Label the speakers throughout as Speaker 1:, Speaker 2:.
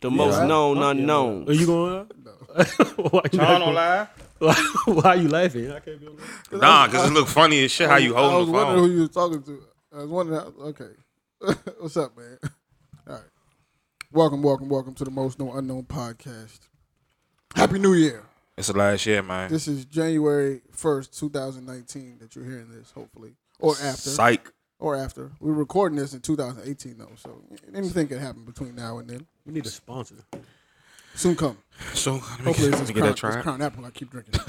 Speaker 1: The most
Speaker 2: right?
Speaker 1: known unknown.
Speaker 3: Are you going? why, you not-
Speaker 4: John don't lie.
Speaker 3: why, why are you laughing? I can't be on that.
Speaker 5: Nah, because it look funny as shit how you
Speaker 2: I was
Speaker 5: holding the
Speaker 2: wondering
Speaker 5: phone.
Speaker 2: who you was talking to. I was wondering. How, okay, what's up, man? All right, welcome, welcome, welcome to the Most Known Unknown podcast. Happy New Year!
Speaker 5: It's the last year, man.
Speaker 2: This is January first, two thousand nineteen. That you're hearing this, hopefully, or after,
Speaker 5: Psych.
Speaker 2: or after. We're recording this in two thousand eighteen, though, so anything could happen between now and then.
Speaker 3: We need a sponsor.
Speaker 2: Soon come.
Speaker 5: So let me
Speaker 2: Hopefully,
Speaker 5: get,
Speaker 2: it's
Speaker 5: let
Speaker 2: this
Speaker 5: me get
Speaker 2: crown,
Speaker 5: that
Speaker 2: this
Speaker 5: tried.
Speaker 2: crown apple I keep drinking.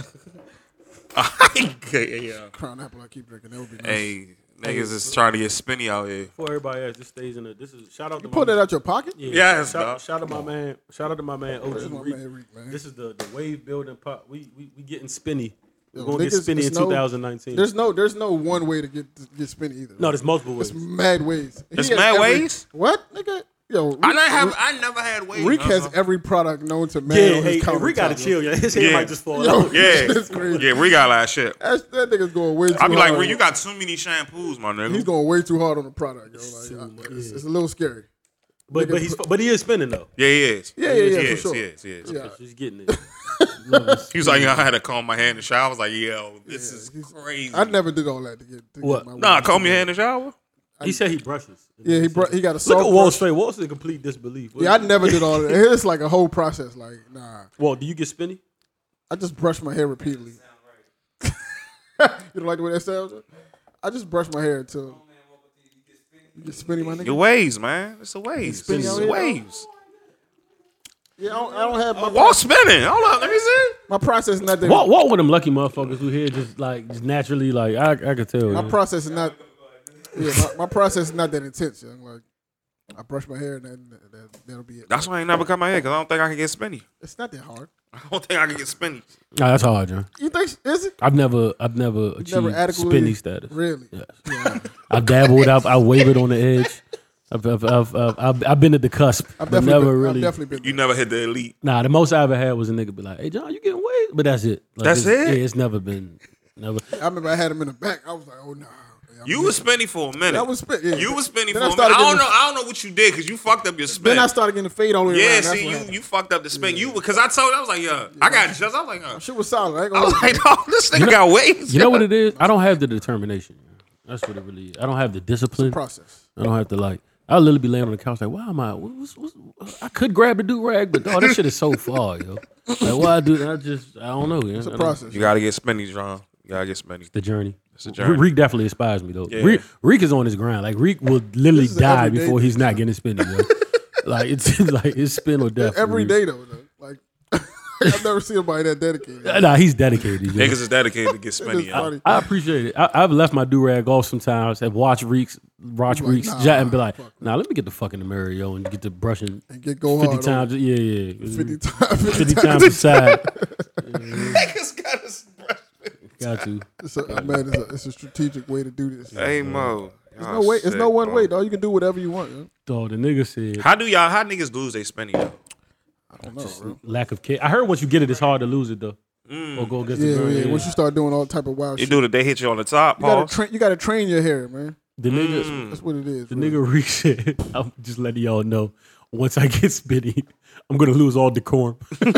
Speaker 5: Okay, yeah.
Speaker 2: crown apple I keep drinking. That would be nice.
Speaker 5: Hey, niggas is trying to get spinny out here.
Speaker 3: For everybody else, this stays in the. This is shout out to
Speaker 2: Pull
Speaker 3: my
Speaker 2: that out your pocket.
Speaker 3: Yeah,
Speaker 5: Yes, dog.
Speaker 3: shout, shout out to my man. Shout out to my man
Speaker 2: This is
Speaker 3: OG
Speaker 2: my
Speaker 3: Reek.
Speaker 2: man, Reek, man.
Speaker 3: This is the, the wave building pop. We we, we getting spinny. We're
Speaker 2: Yo,
Speaker 3: gonna get
Speaker 2: niggas,
Speaker 3: spinny in
Speaker 2: there's no-
Speaker 3: 2019.
Speaker 2: There's no, there's no one way to get get spinny either.
Speaker 3: no, there's multiple ways.
Speaker 2: It's mad ways.
Speaker 5: It's
Speaker 2: He has
Speaker 5: mad ways?
Speaker 2: What nigga? Yo, Reek,
Speaker 5: I not have. I never had uh-huh. weight.
Speaker 2: Reek has every product known to man.
Speaker 3: yeah,
Speaker 2: on his
Speaker 3: hey,
Speaker 2: counter
Speaker 3: Rick gotta
Speaker 2: top.
Speaker 3: chill. Yeah, his head
Speaker 5: Yeah.
Speaker 3: might just fall
Speaker 2: Yo,
Speaker 3: out.
Speaker 5: Yeah,
Speaker 2: That's crazy.
Speaker 5: yeah. We got like shit.
Speaker 2: That's, that nigga's going way too.
Speaker 5: I be like,
Speaker 2: hard.
Speaker 5: Reek, you got too many shampoos, my nigga.
Speaker 2: He's going way too hard on the product. Yo. Like, I- it's, it's a little scary.
Speaker 3: But but he's but he is spinning though.
Speaker 5: yeah, he is.
Speaker 2: Yeah, yeah, yeah,
Speaker 5: He
Speaker 2: for
Speaker 5: is,
Speaker 2: sure.
Speaker 5: he is, he is.
Speaker 2: Yeah,
Speaker 3: He's getting it.
Speaker 5: He was like, you know, I had to comb my hair in the shower. I was like, yo, this is crazy.
Speaker 2: I never did all that to get. To
Speaker 3: What?
Speaker 2: Get my
Speaker 5: nah,
Speaker 2: way.
Speaker 5: comb your hair in the shower.
Speaker 3: he said he brushes.
Speaker 2: Yeah, he brought. He got a
Speaker 3: Look at
Speaker 2: soft.
Speaker 3: Wall
Speaker 2: brush.
Speaker 3: Street. Wall's in complete disbelief.
Speaker 2: Yeah, I never did all that. It's like a whole process. Like, nah,
Speaker 3: Wall, do you get spinny?
Speaker 2: I just brush my hair repeatedly. you don't like the way that sounds? I just brush my hair until you get spinny, my nigga.
Speaker 5: Your waves, man. It's the waves. It's
Speaker 2: spinning out
Speaker 5: the
Speaker 2: here,
Speaker 5: waves.
Speaker 2: Yeah, I don't, I don't have my,
Speaker 5: Wall spinning. Hold up, let me see.
Speaker 2: my process. Not that
Speaker 4: What what one of them lucky motherfuckers who here just like just naturally like I I could tell.
Speaker 2: my
Speaker 4: yeah.
Speaker 2: process is not. Yeah, my, my process is not that intense. Young. Like, I brush my hair and that, that that'll be it.
Speaker 5: That's why I ain't never cut my hair because I don't think I can get spinny.
Speaker 2: It's not that hard.
Speaker 5: I don't think I can get spinny.
Speaker 4: Nah, that's hard, John.
Speaker 2: You think is it?
Speaker 4: I've never I've never achieved
Speaker 2: Never adequately
Speaker 4: spinny status.
Speaker 2: Really? Yeah.
Speaker 4: I dabbled. I've, I wavered on the edge. I've, I've, I've, I've, I've, I've been at the cusp.
Speaker 2: I've
Speaker 4: but
Speaker 2: definitely
Speaker 4: never
Speaker 2: been,
Speaker 4: really.
Speaker 2: I've definitely been.
Speaker 5: You never hit the elite.
Speaker 4: Nah, the most I ever had was a nigga be like, "Hey, John, you getting weight?" But that's it. Like,
Speaker 5: That's
Speaker 4: it's-
Speaker 5: it?
Speaker 4: Yeah, it's never been. Never.
Speaker 2: I remember I had him in the back. I was like, oh no. Nah.
Speaker 5: You was spinny for a minute.
Speaker 2: That was spin- yeah.
Speaker 5: You was spinny for
Speaker 2: Then
Speaker 5: a
Speaker 2: I
Speaker 5: minute. I
Speaker 2: started
Speaker 5: don't
Speaker 2: getting-
Speaker 5: know. I don't know what you did because you fucked up your spin.
Speaker 2: Then I started getting the fade all the way
Speaker 5: yeah,
Speaker 2: around. That's
Speaker 5: see,
Speaker 2: what
Speaker 5: you
Speaker 2: happened.
Speaker 5: you fucked up the spin. You because I told. I was like, yeah. I got just. I was like, uh.
Speaker 2: Shit was solid. I ain't
Speaker 5: I
Speaker 2: gonna
Speaker 5: was
Speaker 2: lie.
Speaker 5: like, no, this nigga got waves.
Speaker 4: You know what it is? I don't have the determination. That's what it really is. I don't have the discipline.
Speaker 2: process.
Speaker 4: I don't have to like. I'll literally be laying on the couch like, "Why am I? What, what's, what's, I could grab the do rag, but dog, that shit is so far, yo. Like, why I do that? I just, I don't know. yeah.
Speaker 2: It's
Speaker 4: I
Speaker 2: a
Speaker 4: don't-
Speaker 2: process.
Speaker 5: You gotta get spinny, John. You gotta get spinny.
Speaker 4: The journey.
Speaker 5: a journey.
Speaker 4: Reek definitely inspires me though.
Speaker 5: Yeah.
Speaker 4: Reek, Reek is on his grind. Like Reek will literally
Speaker 2: This is
Speaker 4: die
Speaker 2: everyday
Speaker 4: before he's not getting spinning. yo. like it's like it's spin or death. for
Speaker 2: Every
Speaker 4: Reek.
Speaker 2: day though, though. Like I've never seen anybody that dedicated.
Speaker 4: Uh, Nah, he's dedicated. yo.
Speaker 5: Niggas is dedicated to get spinny.
Speaker 2: It's
Speaker 5: yo.
Speaker 2: funny.
Speaker 4: I appreciate it. I, I've left my do rag off sometimes and watch Reeks, watch
Speaker 2: like,
Speaker 4: Reeks,
Speaker 2: nah,
Speaker 4: jet and be like,
Speaker 2: fuck
Speaker 4: nah, let me get the fuck in the mirror, yo, and get the brushing
Speaker 2: and get go
Speaker 4: fifty
Speaker 2: hard.
Speaker 4: times. Yeah, yeah,
Speaker 2: on-
Speaker 4: yeah.
Speaker 2: 50 times. 50,
Speaker 4: fifty
Speaker 2: times.
Speaker 4: times aside.
Speaker 5: Niggas got us.
Speaker 4: Got to.
Speaker 2: It's a, oh, man, it's a, it's a strategic way to do this.
Speaker 5: Hey Mo.
Speaker 2: There's no way. It's no one way, dog. You can do whatever you want. Yo.
Speaker 4: Dog, the nigga said
Speaker 5: How do y'all? How niggas lose they spinny? Yo?
Speaker 2: I don't know. bro.
Speaker 4: lack of care. I heard once you get it, it's hard to lose it though. Or go against
Speaker 2: Yeah,
Speaker 4: the grain.
Speaker 2: yeah. Once you start doing all type of wild
Speaker 5: You
Speaker 2: shit,
Speaker 5: do that. They hit you on the top.
Speaker 2: you gotta
Speaker 5: Pause.
Speaker 2: train. You gotta train your hair, man.
Speaker 4: The nigga,
Speaker 5: Hmm.
Speaker 2: That's what it is.
Speaker 4: the
Speaker 2: bro.
Speaker 4: nigga Reek said, I'm just letting y'all know. Once I get spitty, I'm gonna lose all decorum. hey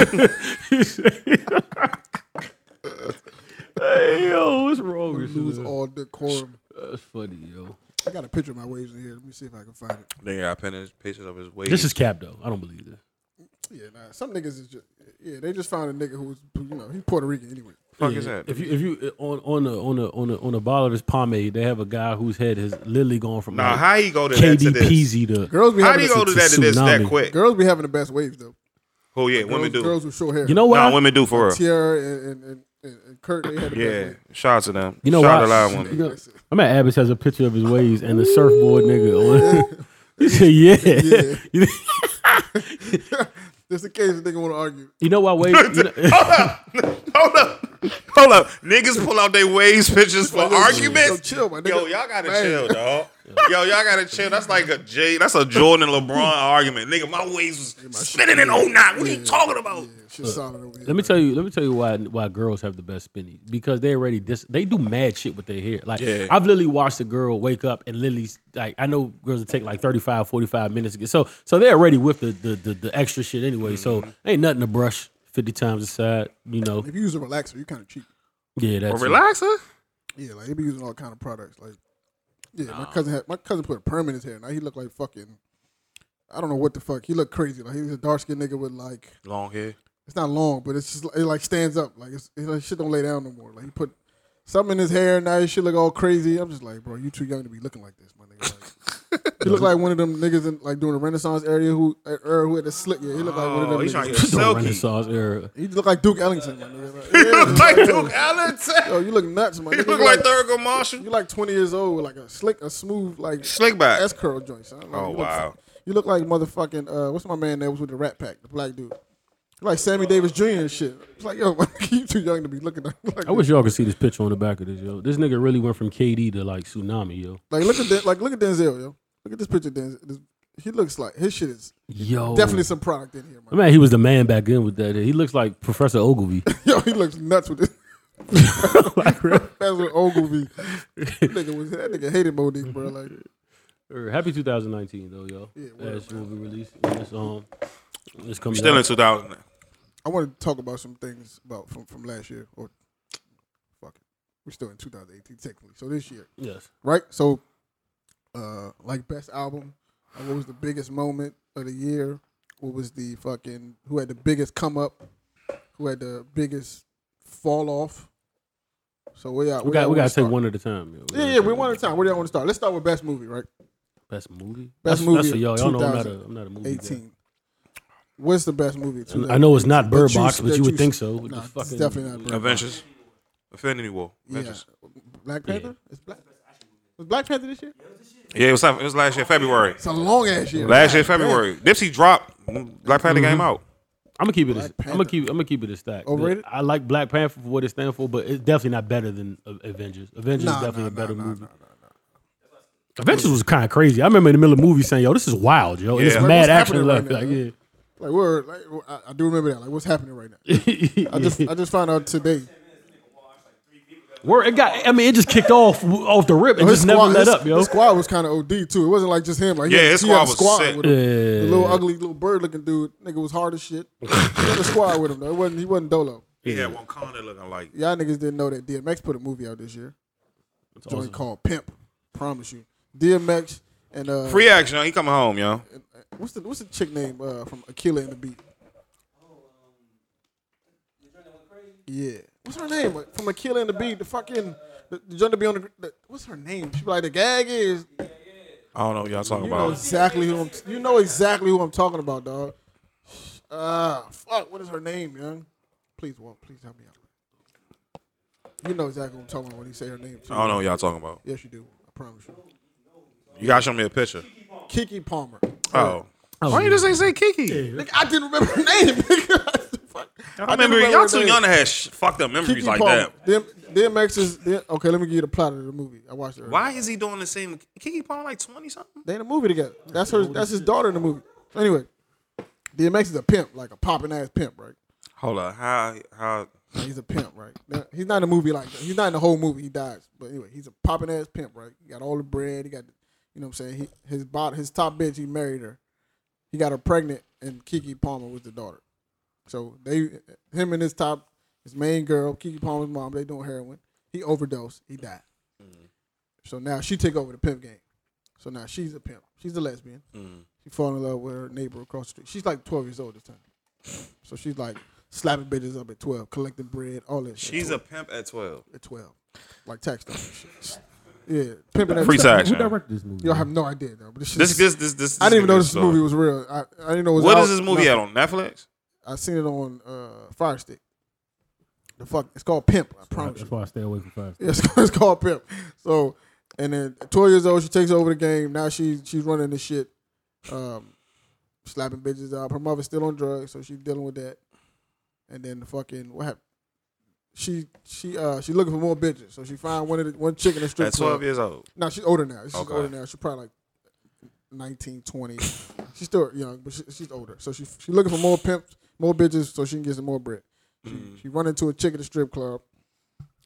Speaker 4: yo, what's wrong with
Speaker 2: lose
Speaker 4: you?
Speaker 2: all decorum.
Speaker 4: That's funny, yo.
Speaker 2: I got a picture of my waves in here. Let me see if I can find it.
Speaker 5: Nigga got pin- pictures of his waist.
Speaker 4: This is cap though. I don't believe this.
Speaker 2: Yeah, nah. Some niggas is just yeah. They just found a nigga who's you know he's Puerto Rican anyway.
Speaker 5: fuck is that?
Speaker 4: If you if you on on the on the on the on the bottle of this pomade, they have a guy whose head has literally gone from
Speaker 5: Nah,
Speaker 4: like,
Speaker 5: how he go to that to
Speaker 4: KD
Speaker 5: this?
Speaker 4: Peasy to
Speaker 2: Girls be
Speaker 5: How do
Speaker 2: having
Speaker 5: you
Speaker 2: the-
Speaker 5: go to that to this that
Speaker 4: tsunami.
Speaker 5: quick?
Speaker 2: girls be having the best waves though.
Speaker 5: Oh yeah,
Speaker 2: Girls,
Speaker 5: women do.
Speaker 2: girls with short hair.
Speaker 4: you know
Speaker 5: Nah,
Speaker 4: why
Speaker 5: women do for real.
Speaker 2: Tierra and, and, and, and Kurt they had the best
Speaker 5: Yeah,
Speaker 2: wave.
Speaker 5: shout out to them.
Speaker 4: You know
Speaker 5: shout
Speaker 4: why?
Speaker 5: out to a lot of
Speaker 4: You
Speaker 5: women.
Speaker 4: know, I'm at Abbas has a picture of his waves and the surfboard nigga on. he said, "Yeah."
Speaker 2: Just in case a nigga want to argue.
Speaker 4: you know why waves? You know,
Speaker 5: Hold up, hold up.
Speaker 6: Hold up, niggas pull out their waist pictures for
Speaker 2: yo, yo,
Speaker 6: arguments.
Speaker 2: chill, my nigga.
Speaker 6: Yo, y'all gotta
Speaker 2: Man.
Speaker 6: chill, dog. Yo, y'all gotta chill. That's like a J. That's a Jordan and LeBron argument, nigga. My waist was spinning in 09. What are you talking about?
Speaker 2: Shit solid over here.
Speaker 4: Let me tell you. Let me tell you why why girls have the best spinnies because they already dis- they do mad shit with their hair. Like
Speaker 6: Yeah.
Speaker 4: I've literally watched a girl wake up and literally like I know girls that take like 35, 45 minutes to get so so they're already with the the the, the extra shit anyway. So
Speaker 5: Mm-hmm.
Speaker 4: ain't nothing to brush fifty times a side. You know,
Speaker 2: If you use a relaxer, you kind of cheap.
Speaker 4: yeah, that's it.
Speaker 6: relaxer?
Speaker 2: Yeah, like they be using all kind of products. Like, yeah, my cousin had my cousin put a perm in his hair. Now he looked like fucking, I don't know what the fuck. He looked crazy. Like he was a dark skinned nigga with like
Speaker 6: Long hair.
Speaker 2: it's not long, but it's just it like stands up. Like it's, it's like shit don't lay down no more. Like he put something in his hair. Now his shit look all crazy. I'm just like, bro, you too young to be looking like this, my nigga. Like, he look like one of them niggas in like during the Renaissance area who era who had a slick. Yeah, he look like one of them.
Speaker 6: Oh, he
Speaker 2: niggas.
Speaker 6: trying to get
Speaker 4: The
Speaker 6: silky.
Speaker 4: Renaissance era.
Speaker 2: He look like Duke Ellington, my nigga. Like,
Speaker 6: He look like
Speaker 2: yeah,
Speaker 6: Duke Ellington.
Speaker 2: Yo, you look nuts, man.
Speaker 6: He look like Thurgood Marshall.
Speaker 2: You like 20 years old with like a slick, a smooth, like
Speaker 6: Slick back.
Speaker 2: S curl joint, son. Like,
Speaker 6: Oh,
Speaker 2: you
Speaker 6: wow.
Speaker 2: Look, you look like motherfucking, uh, what's my man that was with the Rat Pack, the black dude? You like Sammy Davis Jr. and shit. It's like, yo, you too young to be looking at like,
Speaker 4: I wish y'all could see this picture on the back of this yo. This nigga really went from KD to like tsunami yo.
Speaker 2: like look at that, like look at Denzel, yo. Look at this picture, of Denzel. This- he looks like his shit is
Speaker 4: Yo,
Speaker 2: definitely some product in here, man.
Speaker 4: Oh. Man, he was the man back then with that. He looks like Professor Ogilvy.
Speaker 2: Yo, he looks nuts with this.
Speaker 4: like, real-
Speaker 2: That's what Ogilvy. That nigga was that nigga hated Monique, bro. Like,
Speaker 4: er, happy 2019 though, yo.
Speaker 2: Yeah, whatever,
Speaker 4: That's will be released when this um this comes
Speaker 6: Still in
Speaker 4: out.
Speaker 6: 2000. now.
Speaker 2: Uh-huh. I want to talk about some things about from, from last year. Or fuck it, we're still in 2018 technically. So this year,
Speaker 4: yes.
Speaker 2: right? So, uh, like best album, uh, what was the biggest moment of the year? What was the fucking who had the biggest come up? Who had the biggest fall off? So we got
Speaker 4: We got we gotta take
Speaker 2: start.
Speaker 4: one at a time. Yo.
Speaker 2: Yeah, yeah, we one at a time. Where do y'all want to start? Let's start with best movie, right?
Speaker 4: Best movie.
Speaker 2: Best
Speaker 4: that's,
Speaker 2: movie
Speaker 4: That's for y'all. Y'all know I'm not a
Speaker 2: 2018.
Speaker 4: I'm not a movie. guy.
Speaker 2: 18. What's the best movie? of
Speaker 4: I know it's not
Speaker 2: 2018?
Speaker 4: Bird
Speaker 2: That
Speaker 4: Box, but
Speaker 2: that
Speaker 4: you would think so. With
Speaker 2: Nah,
Speaker 4: the
Speaker 2: it's
Speaker 4: fucking-
Speaker 2: definitely not Bird Box.
Speaker 6: Avengers. Infinity War.
Speaker 2: Yeah.
Speaker 6: Avengers.
Speaker 2: Black Panther? It's Black. Was Black Panther this year?
Speaker 6: Yeah, it was, it was last year, February.
Speaker 2: It's a long ass year.
Speaker 6: Last year, February. Dipsey dropped. Black Panther
Speaker 2: Mm-hmm.
Speaker 6: came out.
Speaker 4: I'm gonna keep it. As,
Speaker 2: Black
Speaker 4: I'm gonna
Speaker 2: Panther.
Speaker 4: keep. I'm gonna keep it a stack.
Speaker 2: Overrated?
Speaker 4: I like Black Panther for what it stands for, but it's definitely not better than uh, Avengers. Avengers
Speaker 2: Nah,
Speaker 4: is definitely
Speaker 2: nah,
Speaker 4: a better
Speaker 2: nah, nah,
Speaker 4: movie.
Speaker 2: nah,
Speaker 4: Avengers was kind of crazy. I remember in the middle of the movie saying, "Yo, this is wild, yo." And
Speaker 6: Yeah.
Speaker 4: it's
Speaker 6: Like,
Speaker 4: mad
Speaker 2: what's
Speaker 4: action
Speaker 2: happening
Speaker 4: left.
Speaker 2: right
Speaker 4: like,
Speaker 2: now,
Speaker 4: yeah.
Speaker 2: Like we're like I, I do remember that. Like what's happening right now? I just
Speaker 4: yeah.
Speaker 2: I just found out today.
Speaker 4: Where it got, I mean, it just kicked off off the rip and just never let
Speaker 2: his,
Speaker 4: up, yo.
Speaker 2: his squad was kind of OD too. It wasn't like just him. Like he
Speaker 6: Yeah,
Speaker 2: had-
Speaker 6: his
Speaker 2: he had a
Speaker 6: squad was
Speaker 2: squad
Speaker 6: sick.
Speaker 2: with him. The little ugly little bird looking dude, nigga was hard as shit. he had a squad with him though. It wasn't he wasn't Dolo.
Speaker 6: He had Wakanda looking like.
Speaker 2: Y'all niggas didn't know that DMX put a movie out this year. It's joint called Pimp. Promise you. DMX and uh
Speaker 6: Free action. He coming home, yo.
Speaker 2: what's the what's the chick name uh, from Akila and the Beat? Yeah. What's her name? From Akila and the Beat, the fucking the, the joint to be on the, the what's her name? She be like the gag is
Speaker 6: I don't know what y'all talking
Speaker 2: you know
Speaker 6: about.
Speaker 2: exactly who I'm you know exactly who I'm talking about, dog. Uh fuck, what is her name, young? Please Walt, please help me out. You know exactly who I'm talking about when you say her name too.
Speaker 6: I don't know what y'all talking about.
Speaker 2: Yes you do, I promise you.
Speaker 6: You gotta show me a picture.
Speaker 2: Kiki Palmer.
Speaker 6: Oh. Why you just ain't say Kiki?
Speaker 2: Nigga, I didn't remember her name. nigga. Fuck.
Speaker 6: I remember
Speaker 2: didn't
Speaker 6: y'all
Speaker 2: her
Speaker 6: too
Speaker 2: name.
Speaker 6: young to have sh- fucked up memories
Speaker 2: Kiki
Speaker 6: like
Speaker 2: Palmer.
Speaker 6: that.
Speaker 2: DM, DMX is D- okay. Let me give you the plot of the movie. I watched it. earlier.
Speaker 6: Why is he doing the same? Kiki Palmer like twenty something.
Speaker 2: They in a movie together. That's her. That's his daughter in the movie. Anyway, DMX is a pimp, like a popping ass pimp, right?
Speaker 6: Hold on. How? How?
Speaker 2: Like, he's a pimp, right? Now, he's not in a movie like that. He's not in the whole movie. He dies, but anyway, he's a popping ass pimp, right? He got all the bread. He got, you know, what I'm saying he, his bot, his top bitch. He married her. He got her pregnant, and Kiki Palmer was the daughter. So they, him and his top, his main girl, Kiki Palmer's mom, they doing heroin. He overdosed. He died.
Speaker 6: Mm.
Speaker 2: So now she take over the pimp game. So now she's a pimp. She's a lesbian.
Speaker 6: Mm.
Speaker 2: She fall in love with her neighbor across the street. She's like 12 years old this time. So she's like slapping bitches up at 12, collecting bread, all that shit.
Speaker 6: She's a pimp at twelve.
Speaker 2: at 12. Like tax stuff. and shit. Yeah, pimping at
Speaker 6: Free
Speaker 2: 12.
Speaker 6: tax.
Speaker 4: Who
Speaker 6: man.
Speaker 4: directed this movie?
Speaker 2: Y'all have no idea though. But this, shit
Speaker 6: This
Speaker 2: is-
Speaker 6: this this this.
Speaker 2: I didn't even know
Speaker 6: this
Speaker 2: this
Speaker 6: is a good
Speaker 2: movie
Speaker 6: story.
Speaker 2: was real. I, I didn't know it was
Speaker 6: What
Speaker 2: out.
Speaker 6: is this movie
Speaker 2: No,
Speaker 6: at on Netflix?
Speaker 2: I seen it on uh, Fire Stick. The fuck, it's called Pimp. I promise you.
Speaker 4: That's why I stay away from Fast.
Speaker 2: Yeah, it's, it's called Pimp. So, and then at 12 years old, she takes over the game. Now she she's running the shit, um, slapping bitches up. Her mother's still on drugs, so she's dealing with that. And then the fucking what happened? she she uh she looking for more bitches. So she find one of the, one chick in the strip
Speaker 5: At
Speaker 2: club.
Speaker 5: twelve years old.
Speaker 2: No, she's older now. She's
Speaker 5: Okay.
Speaker 2: older now. She's probably like 19, 20. she's still young, but she, she's older. So she she looking for more pimps, more bitches, so she can get some more bread. She,
Speaker 5: Mm.
Speaker 2: she run into a chick at the strip club.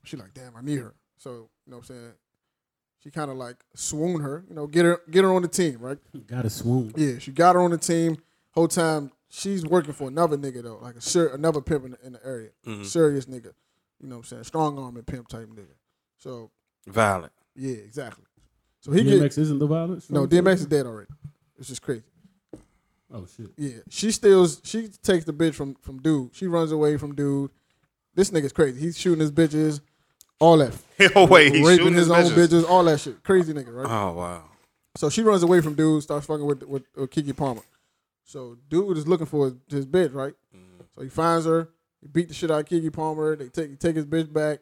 Speaker 2: She like, damn, I need her. So you know what I'm saying. She kind of like swoon her, you know, get her get her on the team, right?
Speaker 4: Got to swoon.
Speaker 2: Yeah, she got her on the team. Whole time she's working for another nigga though, like a ser- another pimp in the, in the area, serious nigga. You know what I'm saying? Strong arm and pimp type nigga. So
Speaker 5: Violent.
Speaker 2: yeah, exactly. So he
Speaker 4: DMX
Speaker 2: gets
Speaker 4: isn't the violence.
Speaker 2: no DMX is dead already. It's just crazy.
Speaker 4: Oh shit.
Speaker 2: Yeah, she steals. She takes the bitch from from dude. She runs away from dude. This nigga's crazy. He's shooting his bitches, all that.
Speaker 5: Oh wait, he's
Speaker 2: raping
Speaker 5: shooting
Speaker 2: his,
Speaker 5: his
Speaker 2: own
Speaker 5: bitches.
Speaker 2: bitches, all that shit. Crazy nigga, right?
Speaker 5: Oh wow.
Speaker 2: So she runs away from dude, starts fucking with with, with Kiki Palmer. So dude is looking for his, his bitch, right? So he finds her. He beat the shit out of Kiki Palmer. They take he take his bitch back.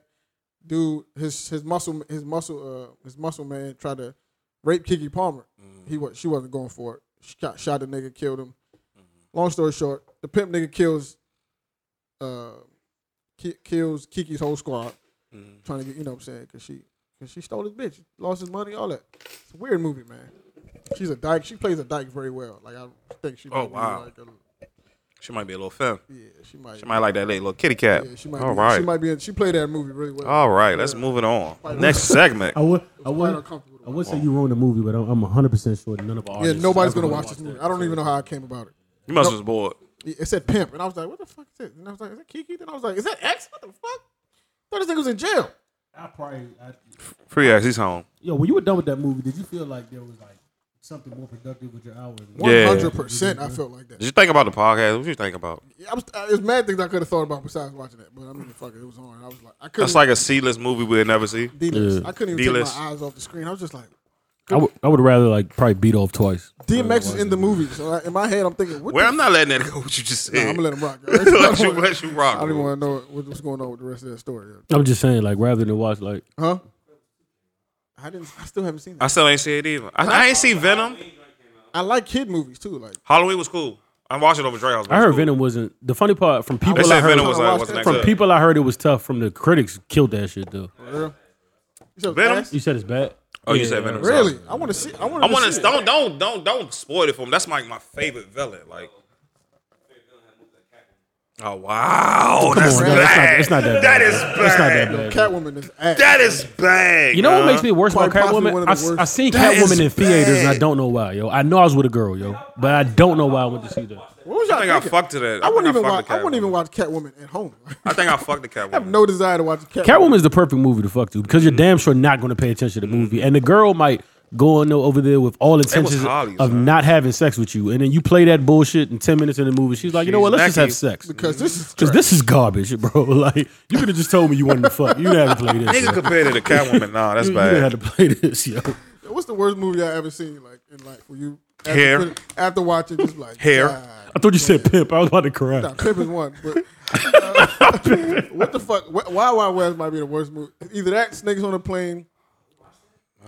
Speaker 2: Dude, his his muscle his muscle uh his muscle man tried to rape Kiki Palmer. He was she wasn't going for it. She got shot the nigga, killed him.
Speaker 5: Mm-hmm.
Speaker 2: Long story short, the pimp nigga kills uh ki- kills Kiki's whole squad.
Speaker 5: Mm-hmm.
Speaker 2: Trying to get you know what I'm saying because she because she stole his bitch, lost his money, all that. It's a weird movie, man. She's a dyke. She plays a dyke very well. Like I think she.
Speaker 5: Oh,
Speaker 2: might be
Speaker 5: wow.
Speaker 2: Like a,
Speaker 5: She might be a little femme.
Speaker 2: yeah, she might.
Speaker 5: She might like that late little kitty cat.
Speaker 2: Yeah, she might.
Speaker 5: All
Speaker 2: be,
Speaker 5: right. Oh,
Speaker 2: She might be. In, she played that movie really well.
Speaker 5: All right. Let's move it on. Next segment.
Speaker 4: I would. I
Speaker 2: Quite
Speaker 4: would.
Speaker 2: uncomfortable.
Speaker 4: I would say you ruined the movie, but I'm I'm 100 percent sure none of our
Speaker 2: yeah,
Speaker 4: audience-
Speaker 2: nobody's gonna
Speaker 4: everyone
Speaker 2: watch this
Speaker 4: watched
Speaker 2: movie.
Speaker 4: that.
Speaker 2: I don't even know how I came about it.
Speaker 5: You must was bored.
Speaker 2: It- It said pimp, and I was like, "What the fuck is it?" And I was like, "Is that Kiki?" Then I was like, "Is that X? What the fuck?" thought this nigga was in jail.
Speaker 4: I probably. I,
Speaker 5: Free ass. He's home.
Speaker 4: yo, when you were done with that movie, did you feel like there was like something more productive with your hours?
Speaker 2: One
Speaker 5: Yeah.
Speaker 2: hundred percent. I felt like that.
Speaker 5: Did you think about the podcast? What you think about?
Speaker 2: Yeah, I was, uh, there's mad things I could have thought about besides watching that, but I mean, fuck it, it was on. I was like, I couldn't.
Speaker 5: That's like a C-list movie we'll never see.
Speaker 2: D-list. I couldn't even
Speaker 5: D-list.
Speaker 2: take my eyes off the screen. I was just like,
Speaker 4: I would. I would rather like probably beat off twice.
Speaker 2: DMX is in the movie, so I, in my head, I'm thinking, what
Speaker 5: Well,
Speaker 2: the
Speaker 5: I'm not letting that go. What you just
Speaker 2: Nah,
Speaker 5: said.
Speaker 2: I'm gonna let him rock. yo.
Speaker 5: let you let you rock.
Speaker 2: I don't
Speaker 5: bro.
Speaker 2: even want to know what, what's going on with the rest of that story, yo.
Speaker 4: I'm just saying, like rather than watch like
Speaker 2: huh? I didn't. I still haven't seen
Speaker 5: I
Speaker 2: that.
Speaker 5: still ain't see it either. I, I ain't see Venom.
Speaker 2: I, like kid movies too. Like
Speaker 5: Halloween was cool. I watched it over Dre House. but
Speaker 4: I
Speaker 5: it was
Speaker 4: heard
Speaker 5: cool.
Speaker 4: Venom wasn't the funny part from people.
Speaker 5: They
Speaker 4: I
Speaker 5: said
Speaker 4: heard,
Speaker 5: Venom was
Speaker 2: I
Speaker 5: like
Speaker 2: watched
Speaker 5: what's
Speaker 2: it
Speaker 5: next
Speaker 4: from
Speaker 5: up.
Speaker 4: people. I heard it was tough. From the critics, killed that shit though.
Speaker 2: for real. You said
Speaker 5: Venom?
Speaker 2: ass?
Speaker 4: You said it's bad.
Speaker 5: Oh, you said Venom.
Speaker 2: Really? I want to see. I want
Speaker 5: I
Speaker 2: to.
Speaker 5: want
Speaker 2: see
Speaker 5: to
Speaker 2: it.
Speaker 5: don't don't don't don't spoil it for me. That's my my favorite villain. Like. Oh wow! that's,
Speaker 4: on, no, that's not-
Speaker 5: bad.
Speaker 4: that's not that
Speaker 5: That
Speaker 4: bad.
Speaker 5: is
Speaker 4: It's not
Speaker 5: bad.
Speaker 4: that bad.
Speaker 2: Catwoman is ass.
Speaker 5: That is bad.
Speaker 4: You know what
Speaker 5: man.
Speaker 4: makes me worse
Speaker 2: Uh, Quite
Speaker 4: about
Speaker 2: possibly one of
Speaker 4: Catwoman?
Speaker 2: the
Speaker 4: I, s-
Speaker 2: worst.
Speaker 4: I seen
Speaker 5: That is
Speaker 4: Catwoman in theaters and I
Speaker 5: bad.
Speaker 4: don't know why, yo. I know I was with a girl, yo, but I don't know why I went to see that.
Speaker 2: what was y'all
Speaker 5: I think I
Speaker 2: thinking?
Speaker 5: fucked to that.
Speaker 2: I wouldn't
Speaker 5: think
Speaker 2: even
Speaker 5: fucked
Speaker 2: watch.
Speaker 5: the
Speaker 2: I wouldn't
Speaker 5: Catwoman.
Speaker 2: even watch Catwoman at home.
Speaker 5: I think I fucked the Catwoman.
Speaker 2: I have no desire to watch Catwoman.
Speaker 4: Catwoman is the perfect movie to fuck to because you're damn sure not going to pay attention to the movie, and the girl might go in there over there with all intentions
Speaker 5: Holly's,
Speaker 4: of
Speaker 5: man.
Speaker 4: not having sex with you, and then you play that bullshit in ten minutes in the movie. She's like, you know
Speaker 5: She's
Speaker 4: what? Let's just
Speaker 5: lucky
Speaker 4: have sex.
Speaker 2: because this is
Speaker 4: Cause
Speaker 2: trash.
Speaker 4: this is garbage, bro. Like you could have just told me you wanted to fuck. You didn't have to play this. yo.
Speaker 5: Nigga compared to the Catwoman. Nah, that's
Speaker 4: You, you didn't
Speaker 5: bad.
Speaker 4: have to play this, yo.
Speaker 2: What's the worst movie I ever seen? Like in like where you after,
Speaker 5: Hair.
Speaker 2: put it- after watching just like
Speaker 5: Hair.
Speaker 2: God.
Speaker 4: I thought you said pimp. I was about to cry.
Speaker 2: Now, Pimp is one, but uh, what the fuck? Wh- Wild Wild West might be the worst movie. Either that, Snakes on a Plane.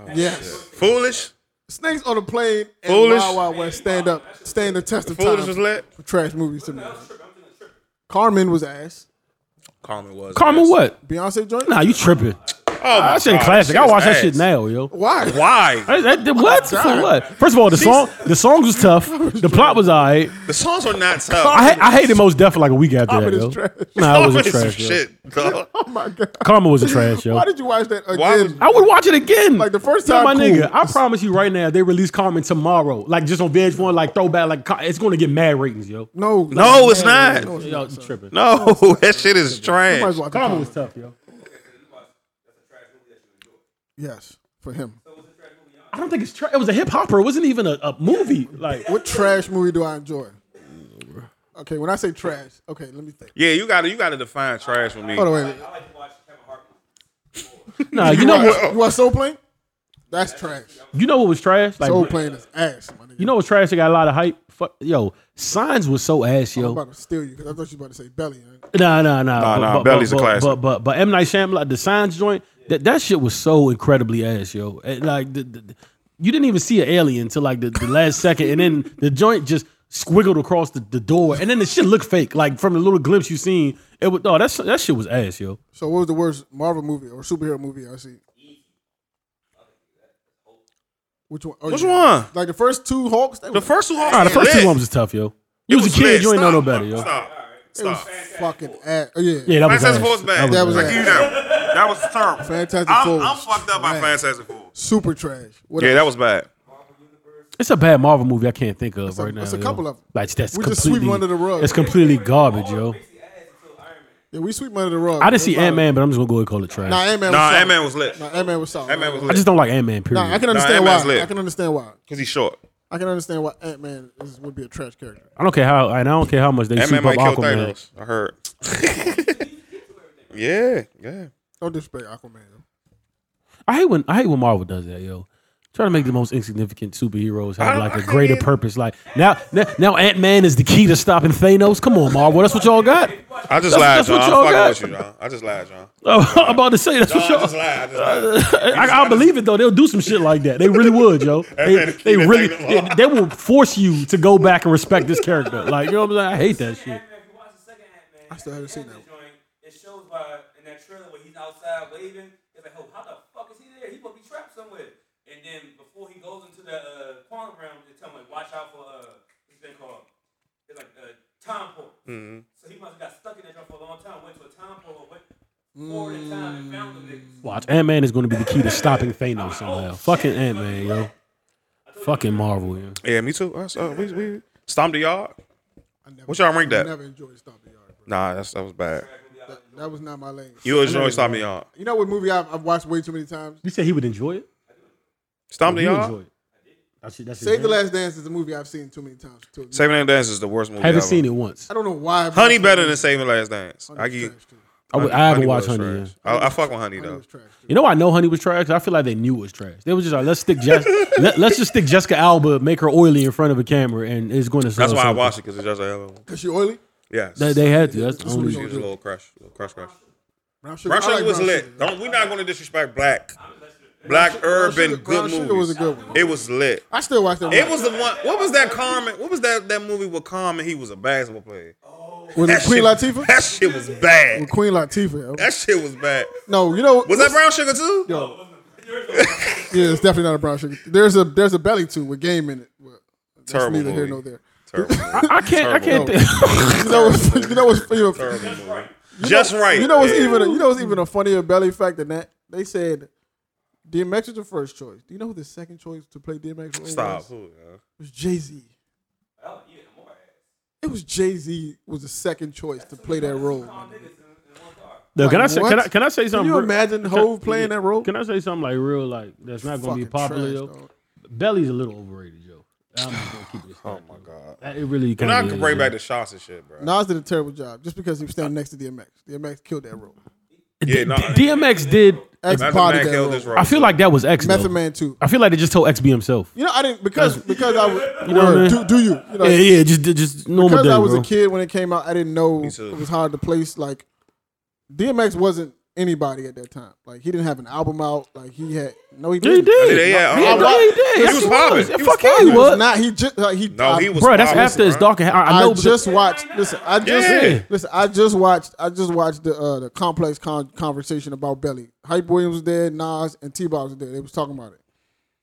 Speaker 5: Oh,
Speaker 2: yes,
Speaker 5: Foolish.
Speaker 2: Snakes on a Plane and
Speaker 5: Foolish.
Speaker 2: Wild Wild West stand up, stand the test of
Speaker 5: Foolish
Speaker 2: time
Speaker 5: was lit.
Speaker 2: for trash movies to me. Carmen was ass.
Speaker 5: Carmen was.
Speaker 4: Carmen,
Speaker 5: ass.
Speaker 4: what?
Speaker 2: Beyonce joined.
Speaker 4: Nah, you tripping?
Speaker 5: Oh, my
Speaker 4: That shit
Speaker 5: God,
Speaker 4: classic. I
Speaker 5: is
Speaker 4: watch that shit
Speaker 5: ass.
Speaker 4: now, yo.
Speaker 2: Why?
Speaker 5: Why?
Speaker 4: That- that- that- what for? What? First of all, the song, the songs was tough. The plot was alright.
Speaker 5: The songs are not tough.
Speaker 4: I, ha- I hated most deaf for like a week after
Speaker 2: Carmen
Speaker 4: that.
Speaker 2: is
Speaker 4: Yo.
Speaker 2: trash.
Speaker 4: Nah, I
Speaker 5: Carmen
Speaker 4: wasn't
Speaker 5: is some
Speaker 4: trash. Yo.
Speaker 5: shit. dog.
Speaker 2: Oh my god!
Speaker 4: Karma was a trash yo.
Speaker 2: Why did you watch that
Speaker 5: Why
Speaker 2: again?
Speaker 5: would-
Speaker 4: I would watch it again.
Speaker 2: Like, the first
Speaker 4: Yo,
Speaker 2: time,
Speaker 4: my
Speaker 2: cool.
Speaker 4: nigga. I promise you right now, if they release Carmen tomorrow. Like just on VH one, like throwback. Like Car- it's going to get mad ratings, yo.
Speaker 2: no,
Speaker 5: No, it's not.
Speaker 2: No, it's
Speaker 4: Yo, you tripping?
Speaker 5: No, that shit is
Speaker 2: You might
Speaker 5: trash.
Speaker 2: as well watch
Speaker 4: Karma
Speaker 2: Carmen.
Speaker 4: was tough, yo.
Speaker 2: Yes, for him.
Speaker 4: I don't think it's trash. It was a hip hopper. It wasn't even a, a movie. Like
Speaker 2: What trash movie do I enjoy? Okay, when I say trash, okay, let me think.
Speaker 5: Yeah, you gotta you gotta define trash for me.
Speaker 2: Hold on, wait. a minute.
Speaker 4: nah, you know what?
Speaker 2: You watch Soul Plane? That's trash.
Speaker 4: You know what was trash? Like
Speaker 2: Soul Plane is ass, my nigga.
Speaker 4: you know what was trash? It got a lot of hype. Fuck, yo, Signs was so ass, yo.
Speaker 2: I'm about to steal you because I thought you were about to say belly. Huh?
Speaker 4: Nah, nah, nah.
Speaker 5: Nah,
Speaker 4: but,
Speaker 5: nah,
Speaker 4: But,
Speaker 5: Belly's a
Speaker 4: but,
Speaker 5: classic.
Speaker 4: But, but but M Night Shyamalan, the Signs joint, that that shit was so incredibly ass, yo. And, like the, the- you didn't even see an alien until like the, the last second, and then the joint just squiggled across the, the door, and then the shit looked fake. Like from the little glimpse you seen, it was oh that's that shit was ass, yo.
Speaker 2: So what was the worst Marvel movie or superhero movie I see? Which one? Oh,
Speaker 5: Which
Speaker 2: yeah.
Speaker 5: one?
Speaker 2: Like the first two Hulks. They
Speaker 5: The
Speaker 2: was,
Speaker 5: first two Hulk.
Speaker 4: All right, the first
Speaker 5: lit.
Speaker 4: two ones was tough, yo. You was,
Speaker 5: It
Speaker 4: a kid,
Speaker 5: lit.
Speaker 4: you ain't know no
Speaker 5: Stop.
Speaker 4: better, yo.
Speaker 5: Stop.
Speaker 2: it was
Speaker 5: Stop.
Speaker 2: fucking ass. Oh, yeah.
Speaker 4: Yeah, that was ass.
Speaker 5: Fantastic Four was bad.
Speaker 2: That was
Speaker 5: Like,
Speaker 2: ass.
Speaker 5: you know, That was terrible.
Speaker 2: Fantastic
Speaker 5: I'm,
Speaker 2: Four
Speaker 5: I'm
Speaker 2: was
Speaker 5: fucked up by
Speaker 2: trash.
Speaker 5: Fantastic Four.
Speaker 2: Super trash. What
Speaker 5: Yeah,
Speaker 2: else?
Speaker 5: that was bad.
Speaker 4: It's a bad Marvel movie I can't think of
Speaker 2: a-
Speaker 4: right now.
Speaker 2: it's a
Speaker 4: yo.
Speaker 2: couple of 'em.
Speaker 4: Like that's
Speaker 2: We just sweep
Speaker 4: completely
Speaker 2: under the rug.
Speaker 4: It's completely garbage, yo.
Speaker 2: Yeah, we sweep under the rug.
Speaker 4: I didn't see
Speaker 2: There's a lot
Speaker 4: Ant Man, but I'm just gonna go ahead and call it trash.
Speaker 2: Of, nah, Ant Man.
Speaker 5: Nah,
Speaker 2: was
Speaker 5: Ant Man was lit.
Speaker 2: Nah, Ant Man was solid.
Speaker 5: Ant-Man was
Speaker 4: I
Speaker 5: lit
Speaker 4: just don't like Ant Man. Period.
Speaker 2: Nah, I can understand
Speaker 5: Ant-Man's
Speaker 2: why.
Speaker 5: lit.
Speaker 2: I can understand why.
Speaker 5: because he's short.
Speaker 2: I can understand why Ant Man would be a trash character.
Speaker 4: I don't care how, and I don't care how much they
Speaker 5: Ant Man
Speaker 4: soup
Speaker 5: might
Speaker 4: up
Speaker 5: kill
Speaker 4: Aquaman.
Speaker 5: Thanos. I heard. yeah, yeah.
Speaker 2: Don't disrespect Aquaman. though.
Speaker 4: I hate when I hate when Marvel does that, yo. Try to make the most insignificant superheroes have
Speaker 5: I-
Speaker 4: like
Speaker 5: I
Speaker 4: a
Speaker 5: can't
Speaker 4: greater
Speaker 5: even-
Speaker 4: purpose. Like now, now, now Ant Man is the key to stopping Thanos. Come on, Marvel. That's what y'all got.
Speaker 5: I
Speaker 4: That's-
Speaker 5: just lied,
Speaker 4: that's
Speaker 5: John.
Speaker 4: what
Speaker 5: I'm
Speaker 4: y'all
Speaker 5: fucking
Speaker 4: got.
Speaker 5: with you, John. I just lied, John.
Speaker 4: I'm about to say that's
Speaker 5: John,
Speaker 4: what
Speaker 5: I
Speaker 4: y'all.
Speaker 5: just lied. I just lied. You
Speaker 4: I,
Speaker 5: just-
Speaker 4: I believe it though. They'll do some shit like that. They really would, yo. They,
Speaker 5: man,
Speaker 4: they
Speaker 5: keep it
Speaker 4: really,
Speaker 5: taking
Speaker 4: they, they will force you to go back and respect this character. Like you know what I'm saying? I hate that shit.
Speaker 7: Ant-Man, if you watch the second Ant-Man,
Speaker 2: I still haven't
Speaker 7: at the
Speaker 2: seen
Speaker 7: end of
Speaker 2: that
Speaker 7: the joint, It shows by in that trailer where he's outside waving. It's like, oh, how the fuck is he there? He supposed to be trapped somewhere. And then before he goes into the uh, quantum realm, they tell him like, watch out for uh, what's it been called? It's like uh, time portal. So he must have got stuck in that joint for a long time. Went to a time portal, went forward in time and found the
Speaker 2: Mm.
Speaker 7: niggas.
Speaker 4: Watch Ant Man is going to be the key to stopping Thanos somehow. Fucking Ant Man, yo. Fucking Marvel, yo.
Speaker 5: Yeah, me too. Us, uh, we, we stomped the yard.
Speaker 2: I never,
Speaker 5: What y'all rank
Speaker 2: I
Speaker 5: that?
Speaker 2: never enjoyed Stomp the Yard. Bro.
Speaker 5: Nah, that's that was bad.
Speaker 2: That, that was not my lane.
Speaker 5: You enjoy stomped the yard.
Speaker 2: You know what movie I've, I've watched way too many times?
Speaker 4: You said he would enjoy it.
Speaker 5: Stomped the
Speaker 4: You
Speaker 5: yard.
Speaker 4: enjoy it. That's, that's
Speaker 2: Save the Last Dance is a movie I've seen too many times. To admit.
Speaker 5: Saving Last Dance is the worst movie.
Speaker 4: Haven't
Speaker 5: ever.
Speaker 4: seen it once.
Speaker 2: I don't know why. I've
Speaker 5: Honey
Speaker 2: watched
Speaker 5: better
Speaker 2: it.
Speaker 5: than Saving Last Dance. I
Speaker 2: Honey
Speaker 5: give.
Speaker 2: was trash, too.
Speaker 4: I, would, I haven't
Speaker 5: Honey
Speaker 4: watched
Speaker 5: was
Speaker 4: Honey.
Speaker 5: trash.
Speaker 4: Yet.
Speaker 5: I, I fuck with Honey
Speaker 2: Honey
Speaker 5: though.
Speaker 2: was trash. Too.
Speaker 4: You know, I know Honey was trash. 'cause I feel like they knew it was trash. They were just like, let's stick Jes- let, us just stick Jessica Alba, make her oily in front of a camera, and it's going to.
Speaker 5: That's why I watched it because it's just a
Speaker 2: Cause she oily.
Speaker 5: yes.
Speaker 4: They, they had to. That's the
Speaker 2: That's what
Speaker 4: only
Speaker 2: we
Speaker 5: She
Speaker 4: reason.
Speaker 5: was a little crush, little crush, crush.
Speaker 2: Brown sugar.
Speaker 5: Brown
Speaker 2: I
Speaker 5: Sugar
Speaker 2: like
Speaker 5: was
Speaker 2: brown
Speaker 5: lit.
Speaker 2: sugar.
Speaker 5: Don't we're not going to disrespect black, black urban
Speaker 2: Sugar- Brown
Speaker 5: good
Speaker 2: Sugar
Speaker 5: movies.
Speaker 2: was a good one.
Speaker 5: It was lit.
Speaker 2: I still watch that.
Speaker 5: It was the one. What was that Carmen? What was that that movie with Carmen? He was a basketball player.
Speaker 2: with
Speaker 5: That
Speaker 2: Queen
Speaker 5: shit,
Speaker 2: Latifah.
Speaker 5: That shit was bad.
Speaker 2: With Queen Latifah. yo.
Speaker 5: That shit was bad.
Speaker 2: No, you know.
Speaker 5: Was that brown sugar too?
Speaker 2: Yeah, it's definitely not a brown sugar. There's a there's a belly too with game in it. Well, that's
Speaker 5: Terrible
Speaker 2: Neither here
Speaker 5: movie.
Speaker 2: nor there.
Speaker 5: Terrible. movie.
Speaker 4: I can't. I can't.
Speaker 5: Terrible.
Speaker 4: Think.
Speaker 2: You know what's you know what's you know,
Speaker 5: Terrible movie. Just right.
Speaker 2: you know what's
Speaker 5: Yeah.
Speaker 2: even you know what's even a funnier belly fact than that. They said DMX was the first choice. Do you know who the second choice to play DMX role
Speaker 5: Stop.
Speaker 2: was? It
Speaker 5: Who, yeah.
Speaker 2: was Jay Z.
Speaker 7: Oh, yeah, more ass.
Speaker 2: It was Jay Z was the second choice to play that role. man.
Speaker 7: Niggas in, in one car.
Speaker 4: No, can I
Speaker 2: Like,
Speaker 4: say?
Speaker 2: what?
Speaker 4: Can I, can I say something?
Speaker 2: Can you
Speaker 4: real-
Speaker 2: imagine
Speaker 4: can-
Speaker 2: Hove playing that role?
Speaker 4: Can I say something like real, like that's not gonna be
Speaker 2: Fucking
Speaker 4: popular?
Speaker 2: trash,
Speaker 4: yo?
Speaker 2: dog.
Speaker 4: Belly's a little overrated, yo. I'm just gonna keep it. Oh my
Speaker 5: God.
Speaker 4: It really
Speaker 5: And
Speaker 4: kind
Speaker 5: I
Speaker 4: of.
Speaker 5: could bring back the shots and shit, bro.
Speaker 2: Nas did a terrible job just because he was standing next to DMX. DMX killed that role.
Speaker 5: Yeah, nah.
Speaker 4: DMX did.
Speaker 2: X
Speaker 5: Method
Speaker 2: body
Speaker 5: Man
Speaker 2: that
Speaker 5: killed this
Speaker 2: role.
Speaker 5: role.
Speaker 4: I feel like that was X. though.
Speaker 2: Method Man too.
Speaker 4: I feel like they just told XB himself.
Speaker 2: You know, I didn't because because I was
Speaker 4: You know what I mean?
Speaker 2: do, do you, you know,
Speaker 4: Yeah, yeah, just just normal.
Speaker 2: because
Speaker 4: day,
Speaker 2: I was
Speaker 4: bro.
Speaker 2: a kid when it came out. I didn't know
Speaker 5: Me too.
Speaker 2: it was hard to place. Like DMX wasn't anybody at that time. Like he didn't have an album out. Like he had no, he
Speaker 4: Yeah, he
Speaker 2: didn't.
Speaker 4: did.
Speaker 5: I did, yeah,
Speaker 4: yeah,
Speaker 5: I-
Speaker 4: no,
Speaker 5: I-
Speaker 4: uh, he did.
Speaker 5: he
Speaker 4: Yes,
Speaker 5: was
Speaker 4: he
Speaker 5: popping. He was
Speaker 4: Fuck yeah,
Speaker 5: popping.
Speaker 4: he
Speaker 2: He was
Speaker 4: was.
Speaker 2: not. He just like he.
Speaker 5: No, he
Speaker 2: I-
Speaker 5: was.
Speaker 4: Bro, that's
Speaker 5: popping,
Speaker 4: after it's
Speaker 5: bro.
Speaker 4: dark. And I, I
Speaker 2: I
Speaker 4: know.
Speaker 2: just watched. Listen, I just
Speaker 5: Yeah.
Speaker 2: listen. I just watched. I just watched the uh, the complex con- conversation about Belly. Hype Williams was there, Nas and T. Bob was there. They was talking about it,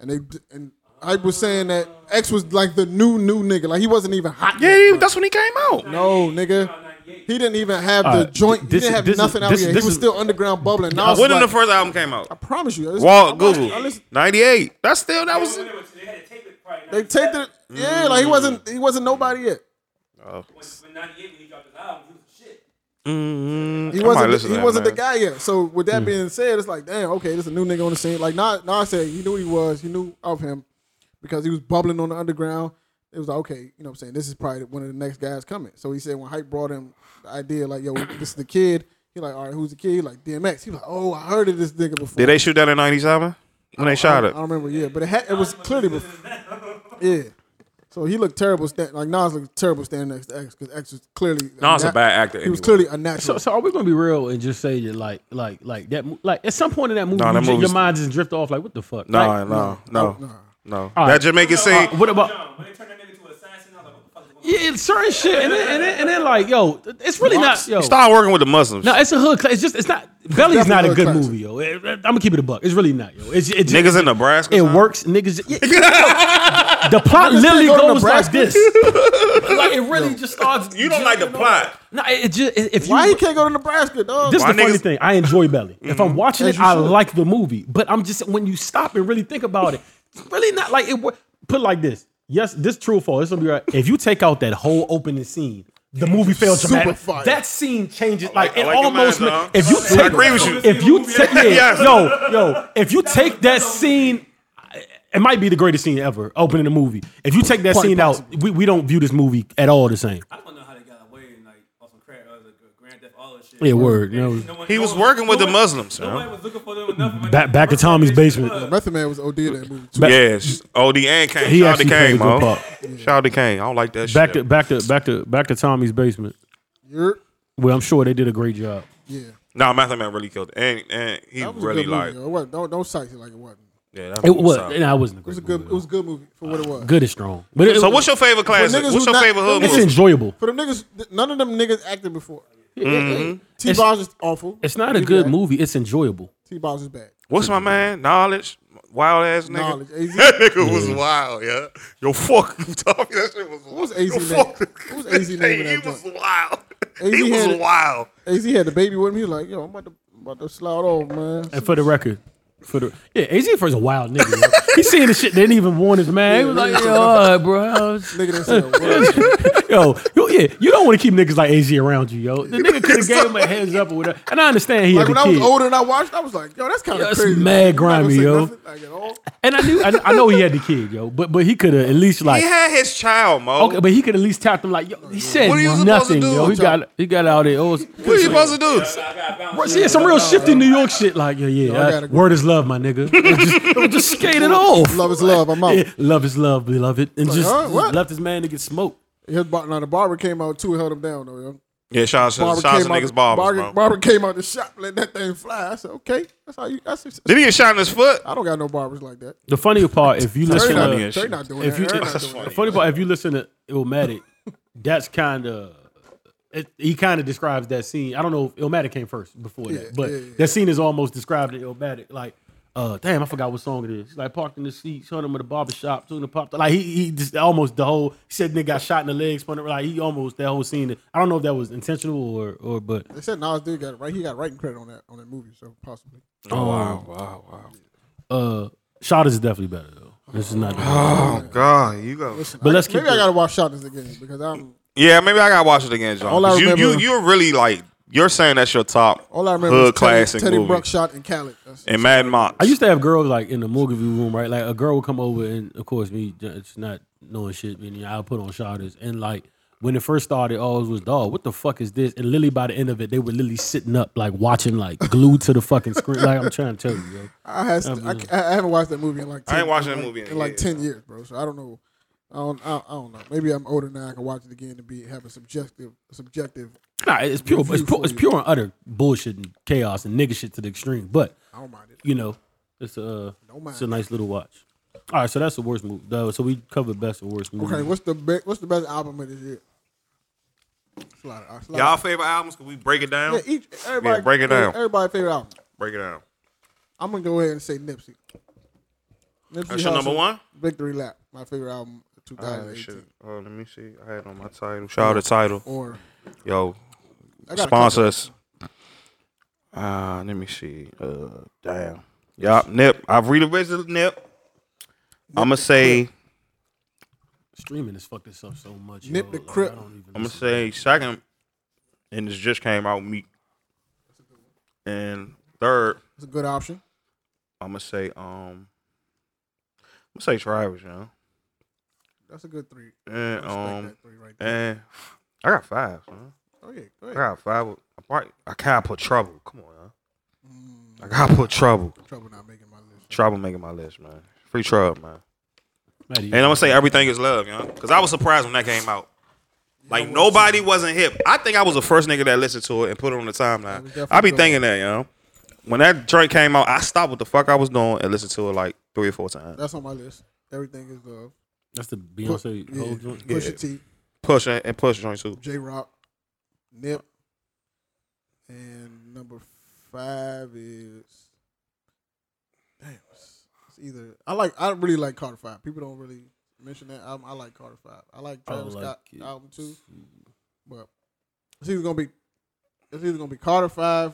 Speaker 2: and they and Hype was saying that X was like the new new nigga. Like he wasn't even hot.
Speaker 5: Yeah,
Speaker 2: yet.
Speaker 5: he- that's when he came out.
Speaker 2: No, nigga. He didn't even have the
Speaker 4: Uh,
Speaker 2: joint.
Speaker 4: this
Speaker 2: he
Speaker 4: is-
Speaker 2: didn't have
Speaker 4: this is-
Speaker 2: nothing out
Speaker 4: this-
Speaker 2: yet.
Speaker 4: this
Speaker 2: he was
Speaker 4: is-
Speaker 2: still underground bubbling. Now
Speaker 5: When did
Speaker 2: like,
Speaker 5: the first album came out?
Speaker 2: I promise you. I listen- I
Speaker 5: Walt
Speaker 2: watched-
Speaker 5: Google.
Speaker 2: I listen-
Speaker 5: 98. That's still, that was.
Speaker 7: They were- they had to tape it probably
Speaker 2: they taped it. Yeah, like he wasn't. He wasn't nobody yet.
Speaker 7: when 98 when he dropped his album. He was the shit.
Speaker 2: He wasn't. He wasn't the guy yet. So with that being said, it's like, damn, okay, this is a new nigga on the scene. Like Nas, Nas said, he knew he was. He knew of him because he was bubbling on the underground. It was like, okay, you know what I'm saying? This is probably one of the next guys coming. So he said when Hype brought him the idea, like, yo, this is the kid. He like, all right, who's the kid? He like DMX. He like, oh, I heard of this nigga before.
Speaker 5: Did they shoot that in 97? When they shot
Speaker 2: I
Speaker 5: it?
Speaker 2: don't remember. Yeah, but it had, it was clearly before. Yeah. So he looked terrible. Stand, like Nas looked terrible standing next to X because X was clearly
Speaker 5: Nas a bad actor
Speaker 2: He was
Speaker 5: anyway.
Speaker 2: clearly unnatural.
Speaker 4: So, so are we gonna be real and just say that like like like that mo- like at some point in that movie,
Speaker 5: Nah,
Speaker 4: you
Speaker 5: that
Speaker 4: ju- your
Speaker 5: movie's-
Speaker 4: mind just drift off like what the fuck?
Speaker 5: No,
Speaker 4: Like,
Speaker 5: no, no, no.
Speaker 4: right.
Speaker 5: That Jamaican scene.
Speaker 4: what about
Speaker 7: John, when they turned that nigga to an assassin, I was like, what the fuck is going on?
Speaker 4: Yeah, it's certain shit, and then, and, then, and then like, yo, it's really not, yo.
Speaker 5: Start working with the Muslims.
Speaker 4: No, it's a hood. Class. It's just, it's not. Belly's not a
Speaker 2: hood
Speaker 4: good
Speaker 2: class.
Speaker 4: movie, yo. I'm gonna keep it a buck. It's really not, yo. It's it,
Speaker 5: Niggas in Nebraska.
Speaker 4: It
Speaker 5: son?
Speaker 4: works, niggas. yeah, yo, the plot literally
Speaker 2: go to
Speaker 4: goes like
Speaker 2: Nebraska.
Speaker 4: this. like it really just starts.
Speaker 5: You don't like the plot.
Speaker 4: No, it it just it- if you.
Speaker 2: Why he can't go to Nebraska, dog?
Speaker 4: this is
Speaker 5: Why
Speaker 4: the funny
Speaker 5: niggas- Mm-hmm.
Speaker 4: thing. I enjoy Belly. If I'm watching
Speaker 2: As
Speaker 4: it,
Speaker 2: you
Speaker 4: I
Speaker 2: should.
Speaker 4: like the movie. But I'm just when you stop and really think about it, it's really not like it. wa- Put it like this. Yes, this true or false. This will be right. If you take out that whole opening scene, the movie fails
Speaker 2: Super
Speaker 4: dramatic.
Speaker 2: fire.
Speaker 4: That scene changes
Speaker 5: like-
Speaker 4: like,
Speaker 5: I
Speaker 4: it
Speaker 5: like your
Speaker 4: almost.
Speaker 5: mind,
Speaker 4: ma-
Speaker 5: dog.
Speaker 4: if you
Speaker 5: I
Speaker 4: take,
Speaker 5: agree with you.
Speaker 4: If you take, yeah,
Speaker 5: Yes.
Speaker 4: yo, yo, if you take that scene. It might be the greatest scene ever, opening the movie. If you take that
Speaker 2: Quite
Speaker 4: scene out, we, we don't view this movie at all the same.
Speaker 7: I don't know how they got away and like on some crack, uh, like, uh, Grand Theft Auto shit.
Speaker 4: Yeah, word. You know,
Speaker 7: No one-
Speaker 5: He
Speaker 7: no
Speaker 5: was
Speaker 7: one-
Speaker 5: working with
Speaker 7: no
Speaker 5: the
Speaker 7: one-
Speaker 5: Muslims.
Speaker 7: No
Speaker 5: yo.
Speaker 7: one was looking for them enough.
Speaker 4: Back- back to Tommy's basement.
Speaker 2: Method Man was OD in that movie. Too.
Speaker 4: Back-
Speaker 5: Yes. OD and Kane.
Speaker 4: He
Speaker 5: Shout out to
Speaker 4: actually played
Speaker 5: Kane,
Speaker 4: a good
Speaker 5: Mo.
Speaker 4: part.
Speaker 5: Shout out to Kane. I don't like that
Speaker 4: back
Speaker 5: shit.
Speaker 4: to back to back to back to Tommy's basement.
Speaker 2: You're-
Speaker 4: Well, I'm sure they did a great job.
Speaker 2: Yeah,
Speaker 5: Nah, Method Man really killed it. And, and he
Speaker 2: that was a
Speaker 5: really
Speaker 2: good movie,
Speaker 5: like.
Speaker 2: yo. It wasn't- don't don't cite it like it wasn't.
Speaker 5: Yeah, that
Speaker 4: It
Speaker 5: movie
Speaker 4: was.
Speaker 5: solid.
Speaker 4: Nah, it wasn't a
Speaker 2: It
Speaker 4: great.
Speaker 2: was a good. It was a good movie for what it was.
Speaker 4: Good is strong, but it,
Speaker 5: So
Speaker 4: it-
Speaker 5: what's your favorite class?
Speaker 2: niggas
Speaker 5: What's
Speaker 2: who
Speaker 5: your
Speaker 2: not-
Speaker 5: favorite hood
Speaker 4: It's
Speaker 5: movie?
Speaker 4: enjoyable.
Speaker 2: For the niggas, th- none of them niggas acted before. T
Speaker 4: It's-
Speaker 2: Boz is awful.
Speaker 4: It's not a
Speaker 2: He
Speaker 4: good
Speaker 2: bad.
Speaker 4: movie. It's enjoyable.
Speaker 2: T Boz is bad.
Speaker 5: What's my man? Knowledge. Wild ass nigga.
Speaker 2: Knowledge. AZ.
Speaker 5: That nigga was wild, yeah. Yo, fuck you, Tommy. That shit was wild.
Speaker 2: was AZ
Speaker 5: Yo,
Speaker 2: name?
Speaker 5: fuck.
Speaker 2: What was AZ name in
Speaker 5: He
Speaker 2: that
Speaker 5: was
Speaker 2: joint?
Speaker 5: wild.
Speaker 2: AZ
Speaker 5: He
Speaker 2: had
Speaker 5: was
Speaker 2: it.
Speaker 5: wild.
Speaker 2: Az had the baby with me. He was like, yo, I'm about to, I'm about to slide off, man.
Speaker 4: And for the record, for the yeah, AZ first a wild nigga. yo. he seen the shit. Didn't even warn his man. He was like, yo, all right, bro. I was-
Speaker 2: Nigga didn't say a word.
Speaker 4: yo, yo, yeah, you don't want to keep niggas like AZ around you, yo. The nigga could have gave him a heads up or whatever. And I understand he
Speaker 2: Like
Speaker 4: had
Speaker 2: when
Speaker 4: a
Speaker 2: I was
Speaker 4: kid,
Speaker 2: older and I watched, I was like, yo, that's kind
Speaker 4: Yo,
Speaker 2: of
Speaker 4: it's
Speaker 2: crazy.
Speaker 4: mad
Speaker 2: I'm not gonna
Speaker 4: grimy,
Speaker 2: say
Speaker 4: yo.
Speaker 2: nothing, Like at all.
Speaker 4: and I knew, I, I know he had the kid, yo. But but he could have at least like
Speaker 5: He had his child, Mo.
Speaker 4: Okay, but he could at least tap them like, yo, he said
Speaker 5: What are you supposed to
Speaker 4: nothing,
Speaker 5: do?
Speaker 4: yo. He got he got out there. Oh,
Speaker 5: what are you supposed to do?
Speaker 4: yeah, some real shifty New York shit. Like, yeah, yeah.
Speaker 2: I
Speaker 4: uh,
Speaker 2: gotta go.
Speaker 4: word is love, my nigga. just, just skate it off.
Speaker 2: Love is love. I'm out.
Speaker 4: Yeah, love is love, beloved. And just
Speaker 2: huh? What?
Speaker 4: left his man to get smoked.
Speaker 2: His bar- now the barber came out too, and held him down though. Yo.
Speaker 5: Yeah, shout shout-
Speaker 2: Barber
Speaker 5: shout out to
Speaker 2: came out.
Speaker 5: niggas' barbers,
Speaker 2: barber,
Speaker 5: bro.
Speaker 2: barber came out the shop, let that thing fly. I said, okay, that's how you. That's,
Speaker 5: Did he get shot in his foot?
Speaker 2: I don't got no barbers like that.
Speaker 4: The funnier part, if you listen
Speaker 2: They're
Speaker 5: funny
Speaker 4: to
Speaker 5: as
Speaker 2: not,
Speaker 5: shit.
Speaker 2: they're not doing
Speaker 4: If
Speaker 2: that.
Speaker 4: you-
Speaker 2: They're not
Speaker 5: That's
Speaker 2: doing
Speaker 5: funny.
Speaker 2: that.
Speaker 4: funny part, if you listen to Illmatic, that's kind of. It, he kind of describes that scene. I don't know if Illmatic came first before
Speaker 2: Yeah,
Speaker 4: that, but
Speaker 2: yeah, yeah.
Speaker 4: that scene is almost described in Illmatic. Like, uh, damn, I forgot what song it is. Like, parked in the seat, showed him at the barber shop, soon to popped. Like, he, he just almost the whole he said nigga got shot in the legs. Spun it, like, he almost that whole scene. I don't know if that was intentional or or but
Speaker 2: They said Nas dude got it right. He got writing credit on that on that movie, so possibly.
Speaker 5: wow, wow, wow.
Speaker 4: uh, shot is definitely better though. This is not. The
Speaker 5: Oh God, you go.
Speaker 4: but let's keep.
Speaker 2: Maybe I
Speaker 4: the-
Speaker 2: gotta watch Shotness again because I'm
Speaker 5: Yeah, maybe I gotta watch it again, John.
Speaker 2: All I
Speaker 5: 'Cause You, you,
Speaker 2: remember-
Speaker 5: you're really like you're saying that's your top
Speaker 2: all I remember
Speaker 5: hood
Speaker 2: is Teddy,
Speaker 5: classic
Speaker 2: Teddy
Speaker 5: movie
Speaker 2: Bruck shot and Khaled. That's,
Speaker 5: and Mad Mox.
Speaker 4: I used to have girls like in the movie room, right? Like a girl would come over, and of course, me just not knowing shit, and I'll put on shotters. And like when it first started, all it was dog. What the fuck is this? And literally by the end of it, they were literally sitting up, like watching, like glued to the fucking screen. Like I'm trying to tell you, yo.
Speaker 2: I, has, I, ca- I haven't watched that movie in like 10,
Speaker 5: I ain't watched that
Speaker 2: in like-
Speaker 5: movie in
Speaker 2: in like
Speaker 5: years.
Speaker 2: ten years, bro. So I don't know. I don't, I, I don't know. Maybe I'm older now. I can watch it again to be have a subjective subjective.
Speaker 4: Nah, it's pure, it's
Speaker 2: Review
Speaker 4: pure,
Speaker 2: for
Speaker 4: it's
Speaker 2: you.
Speaker 4: pure and utter bullshit and chaos and nigga shit to the extreme. But
Speaker 2: I don't mind it.
Speaker 4: you know, it's a
Speaker 2: mind.
Speaker 4: it's a nice little watch. All right, so that's the worst movie. though. So we covered best and worst movie.
Speaker 2: Okay, what's the be- what's the best album of this year? It's a lot of- it's a lot
Speaker 5: Y'all
Speaker 2: of-
Speaker 5: favorite albums? Can we break it down?
Speaker 2: yeah, each everybody
Speaker 5: break it down.
Speaker 2: Everybody favorite album.
Speaker 5: break it down.
Speaker 2: I'm gonna go ahead and say Nipsey. Nipsey
Speaker 5: That's your number
Speaker 2: Hussle,
Speaker 5: one?
Speaker 2: Victory Lap, my favorite album, of
Speaker 5: Oh,
Speaker 2: 2018.
Speaker 5: shit. Oh, let me see. I had on my title. Shout out to title.
Speaker 2: or
Speaker 5: Yo,
Speaker 2: I got a
Speaker 5: sponsor us. Uh, let me see. Uh, damn. Yup, Nip. I've revisited Nip. I'm gonna say.
Speaker 4: Streaming has fucked this up so much.
Speaker 2: Nip
Speaker 4: yo.
Speaker 2: the
Speaker 4: Like, I
Speaker 2: Crip.
Speaker 4: don't even
Speaker 5: I'm gonna say second, and this just came out. Meek. And third,
Speaker 2: It's a good option.
Speaker 5: I'm gonna say um. I'm gonna say Travis, you know.
Speaker 2: That's a good three.
Speaker 5: And
Speaker 2: Respect
Speaker 5: um,
Speaker 2: that three right there.
Speaker 5: and I got five. Huh?
Speaker 2: Oh yeah,
Speaker 5: I
Speaker 2: go ahead.
Speaker 5: got five. I probably I can't put trouble. Come on, huh? I gotta put trouble.
Speaker 2: Trouble not making my list.
Speaker 5: Trouble making my list, man. Free trouble, man.
Speaker 4: Matty,
Speaker 5: And I'm gonna say everything is love, you know? Cause I was surprised when that came out. Like nobody wasn't hip. I think I was the first nigga that listened to it and put it on the
Speaker 2: was
Speaker 5: timeline.
Speaker 2: definitely
Speaker 5: I be
Speaker 2: dope.
Speaker 5: thinking that, you know. When that joint came out, I stopped what the fuck I was doing and listened to it like three or four times.
Speaker 2: That's on my list. Everything is love.
Speaker 4: That's the Beyonce whole joint.
Speaker 2: Push T.
Speaker 5: Push and, and push joints too.
Speaker 2: J Rock, Nip, and number five is damn. It's it's either I like I really like Carter Five. People don't really mention that album. I like Carter Five. I like Travis
Speaker 4: like
Speaker 2: Scott
Speaker 4: it.
Speaker 2: album too, but it's either gonna be it's either gonna be Carter Five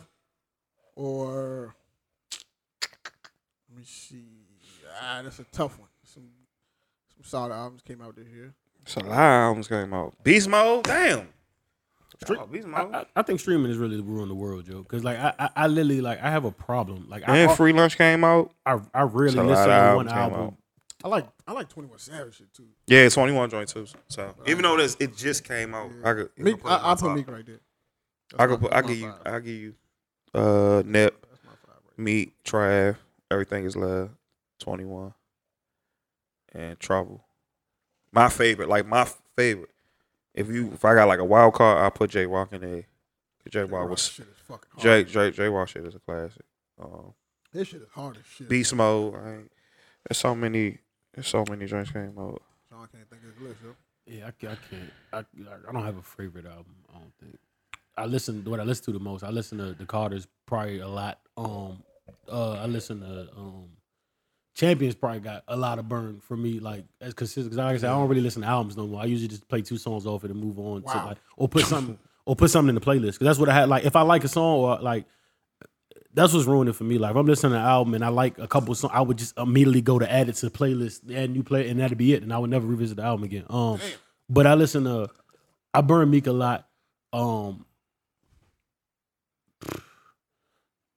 Speaker 2: or let me see. Ah, that's a tough one. Some some solid albums came out this year.
Speaker 5: It's a lot of albums came out. Beast mode, damn. Oh, Beast mode.
Speaker 4: I, I- I think streaming is really ruining the world, Joe. Because like I, I, I literally like I have a problem. Like I,
Speaker 5: and free lunch came out.
Speaker 4: I, I
Speaker 5: It's
Speaker 4: rarely
Speaker 5: a
Speaker 4: listen
Speaker 5: lot
Speaker 4: to
Speaker 5: of
Speaker 4: one
Speaker 5: albums came
Speaker 4: album.
Speaker 5: out.
Speaker 2: I like I like Twenty One Savage shit too.
Speaker 5: Yeah, it's only one joint too. So even though this it just came out, I could
Speaker 2: Meek,
Speaker 5: could
Speaker 2: I,
Speaker 5: it
Speaker 2: I
Speaker 5: on
Speaker 2: put
Speaker 5: top.
Speaker 2: Meek right there.
Speaker 5: I could put. I
Speaker 2: That's my-
Speaker 5: give you.
Speaker 2: that's my five.
Speaker 5: I give you. Uh, Nip,
Speaker 2: That's my five right
Speaker 5: Meat, Trav, everything is love. Twenty one, and Trouble. My favorite, like my favorite. If you, if I got like a wild card, I put J Rock in there. 'Cause J
Speaker 2: there.
Speaker 5: Rock
Speaker 2: Rock
Speaker 5: was
Speaker 2: shit is fucking hard.
Speaker 5: J J J Rock shit is a classic. Um,
Speaker 2: This shit is hard as shit.
Speaker 5: Beast Mode. I ain't, there's so many. There's so many joints came out.
Speaker 2: Sean can't think of his list. Yo.
Speaker 4: Yeah, I, ca- I can't. I, I- I don't have a favorite album. I don't think. I listen what I listen to the most. I listen to the Carters probably a lot. Um, uh, I listen to um, Champions probably got a lot of burn for me. Like as consistent because like I said, I don't really listen to albums no more. I usually just play two songs off it and move on. To,
Speaker 2: Wow.
Speaker 4: like, or put something or put something in the playlist because that's what I had. Like if I like a song or like. That's what's ruining it for me. Like if I'm listening to an album and I like a couple songs, I would just immediately go to add it to the playlist, add new play, and that'd be it. And I would never revisit the album again. Um, but I listen to, I burn Meek a lot. Um,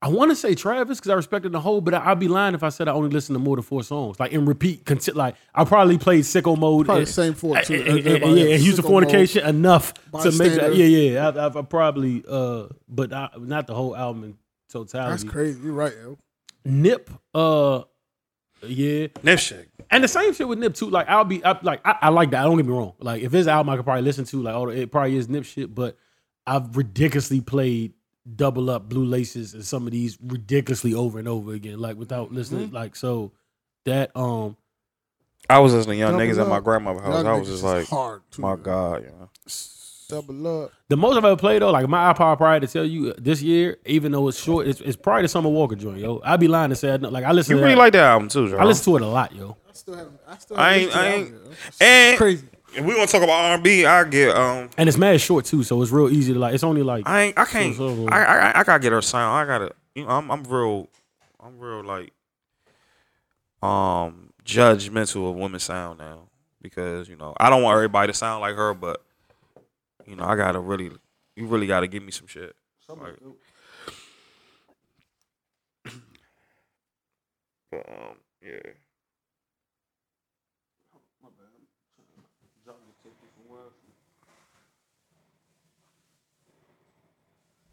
Speaker 4: I want to say Travis because I respected the whole, but I, I'd be lying if I said I only listened to more than four songs. Like in repeat, conti- like I probably played Sicko Mode.
Speaker 2: Probably
Speaker 4: and-
Speaker 2: the same four too.
Speaker 4: and- and- and-
Speaker 2: Everybody
Speaker 4: yeah,
Speaker 2: else
Speaker 4: and
Speaker 2: is
Speaker 4: Houston
Speaker 2: sicko mode.
Speaker 4: Fornication enough to make
Speaker 2: Bystander.
Speaker 4: that. Yeah, yeah. I, I, I probably, uh, but I, not the whole album in
Speaker 2: That's
Speaker 4: totality.
Speaker 2: crazy. You're right, yo.
Speaker 4: Nip, uh, yeah.
Speaker 5: Nip shit.
Speaker 4: And the same shit with Nip too. Like I'll be I, like I, I like that. Don't get me wrong. Like if his album I could probably listen to, like all the, it probably is Nip shit. But I've ridiculously played Double Up, Blue Laces, and some of these ridiculously over and over again, like without listening.
Speaker 5: Mm-hmm.
Speaker 4: Like so that um
Speaker 5: I was listening to Young
Speaker 2: Double
Speaker 5: Niggas at my
Speaker 2: Up.
Speaker 5: grandmother's house.
Speaker 2: Young
Speaker 5: I
Speaker 2: Niggas
Speaker 5: was just
Speaker 2: is
Speaker 5: like,
Speaker 2: hard too.
Speaker 5: my
Speaker 2: yo.
Speaker 5: God, you know.
Speaker 2: Double up.
Speaker 4: the most I've ever played though, like my iPod probably to tell you uh, this year, even though it's short, it's, it's probably the Summer Walker joint, yo. I'd be lying to say I know. Like I listen
Speaker 5: You
Speaker 4: to
Speaker 5: really
Speaker 4: that.
Speaker 5: like that album too, John.
Speaker 4: I listen to it a lot, yo.
Speaker 2: I still haven't. I still.
Speaker 5: I
Speaker 2: haven't
Speaker 5: ain't- I
Speaker 2: listened to
Speaker 5: ain't-
Speaker 2: that album, yo. That's
Speaker 5: and-
Speaker 2: crazy.
Speaker 5: If we want to talk about R&B, I get um,
Speaker 4: And it's mad short too, so it's real easy to like. It's only like
Speaker 5: I ain't, I can't,
Speaker 4: So, so-
Speaker 5: I, I, I- I gotta get her sound. I gotta, you know, I'm, I'm real, I'm real like, um, judgmental of women's sound now because you know I don't want everybody to sound like her, but you know I gotta really, you really gotta give me some shit. Like- But um, yeah.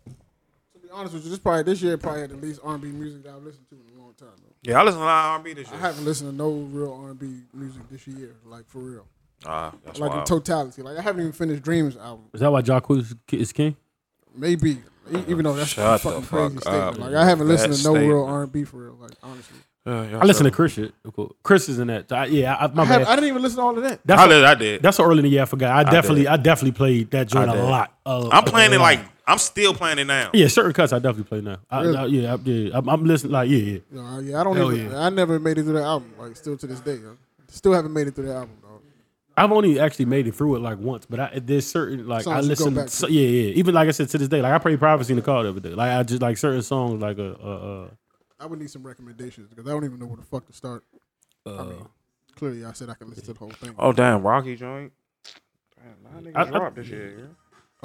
Speaker 2: To be honest with you, this probably this year probably had the least R&B music that I've listened to in a long time. Though.
Speaker 5: Yeah, I listen to a lot of R&B this
Speaker 2: I
Speaker 5: year.
Speaker 2: haven't listened to no real R&B music this year, like for real,
Speaker 5: Ah, that's
Speaker 2: like in
Speaker 5: wild.
Speaker 2: totality. Like I haven't even finished Dreams album.
Speaker 4: is that why Jacquees is king?
Speaker 2: Maybe, e- even though that's
Speaker 5: Oh, Shut
Speaker 2: a fucking
Speaker 5: the
Speaker 2: crazy
Speaker 5: fuck
Speaker 2: statement.
Speaker 5: up.
Speaker 2: Like I haven't listened
Speaker 5: That
Speaker 2: to no real
Speaker 5: statement.
Speaker 2: R and B for real. Like honestly,
Speaker 5: Yeah, yeah,
Speaker 4: I listen to
Speaker 5: sure.
Speaker 4: Chris shit. Of course. Chris is in that. So I, yeah, I, my
Speaker 2: I, have,
Speaker 4: bad.
Speaker 2: I didn't even listen to all of that.
Speaker 4: that's
Speaker 5: I
Speaker 4: a-
Speaker 5: did. I did.
Speaker 4: that's so early in the year. I forgot. I definitely,
Speaker 5: did.
Speaker 4: I, definitely played that joint
Speaker 5: I
Speaker 4: a
Speaker 5: did.
Speaker 4: lot. i
Speaker 5: I'm playing it like I'm still playing it now.
Speaker 4: yeah, certain cuts I definitely play now. I,
Speaker 2: Really?
Speaker 4: I- yeah, I, yeah. I'm, I'm listening like yeah, yeah.
Speaker 2: You know, I- yeah, I don't
Speaker 4: Hell
Speaker 2: even.
Speaker 4: yeah.
Speaker 2: I never made it through that album. Like still to this day, yo. still haven't made it through that album. Dog.
Speaker 4: I've only actually made it through it like once, but I, there's certain like
Speaker 2: Songs
Speaker 4: I
Speaker 2: you go
Speaker 4: listen.
Speaker 2: back
Speaker 4: So,
Speaker 2: to.
Speaker 4: yeah, yeah. Even like I said to this day, like I played Prophecy in the car the other day. Like I just like certain songs like a uh, uh,
Speaker 2: I would need some recommendations because I don't even know where the fuck to start.
Speaker 4: uh,
Speaker 2: I mean, clearly, I said I can listen to the whole thing.
Speaker 5: Oh damn, Rocky joint. Damn,
Speaker 4: I-
Speaker 5: my
Speaker 4: I-
Speaker 5: niggas dropped this year. yeah.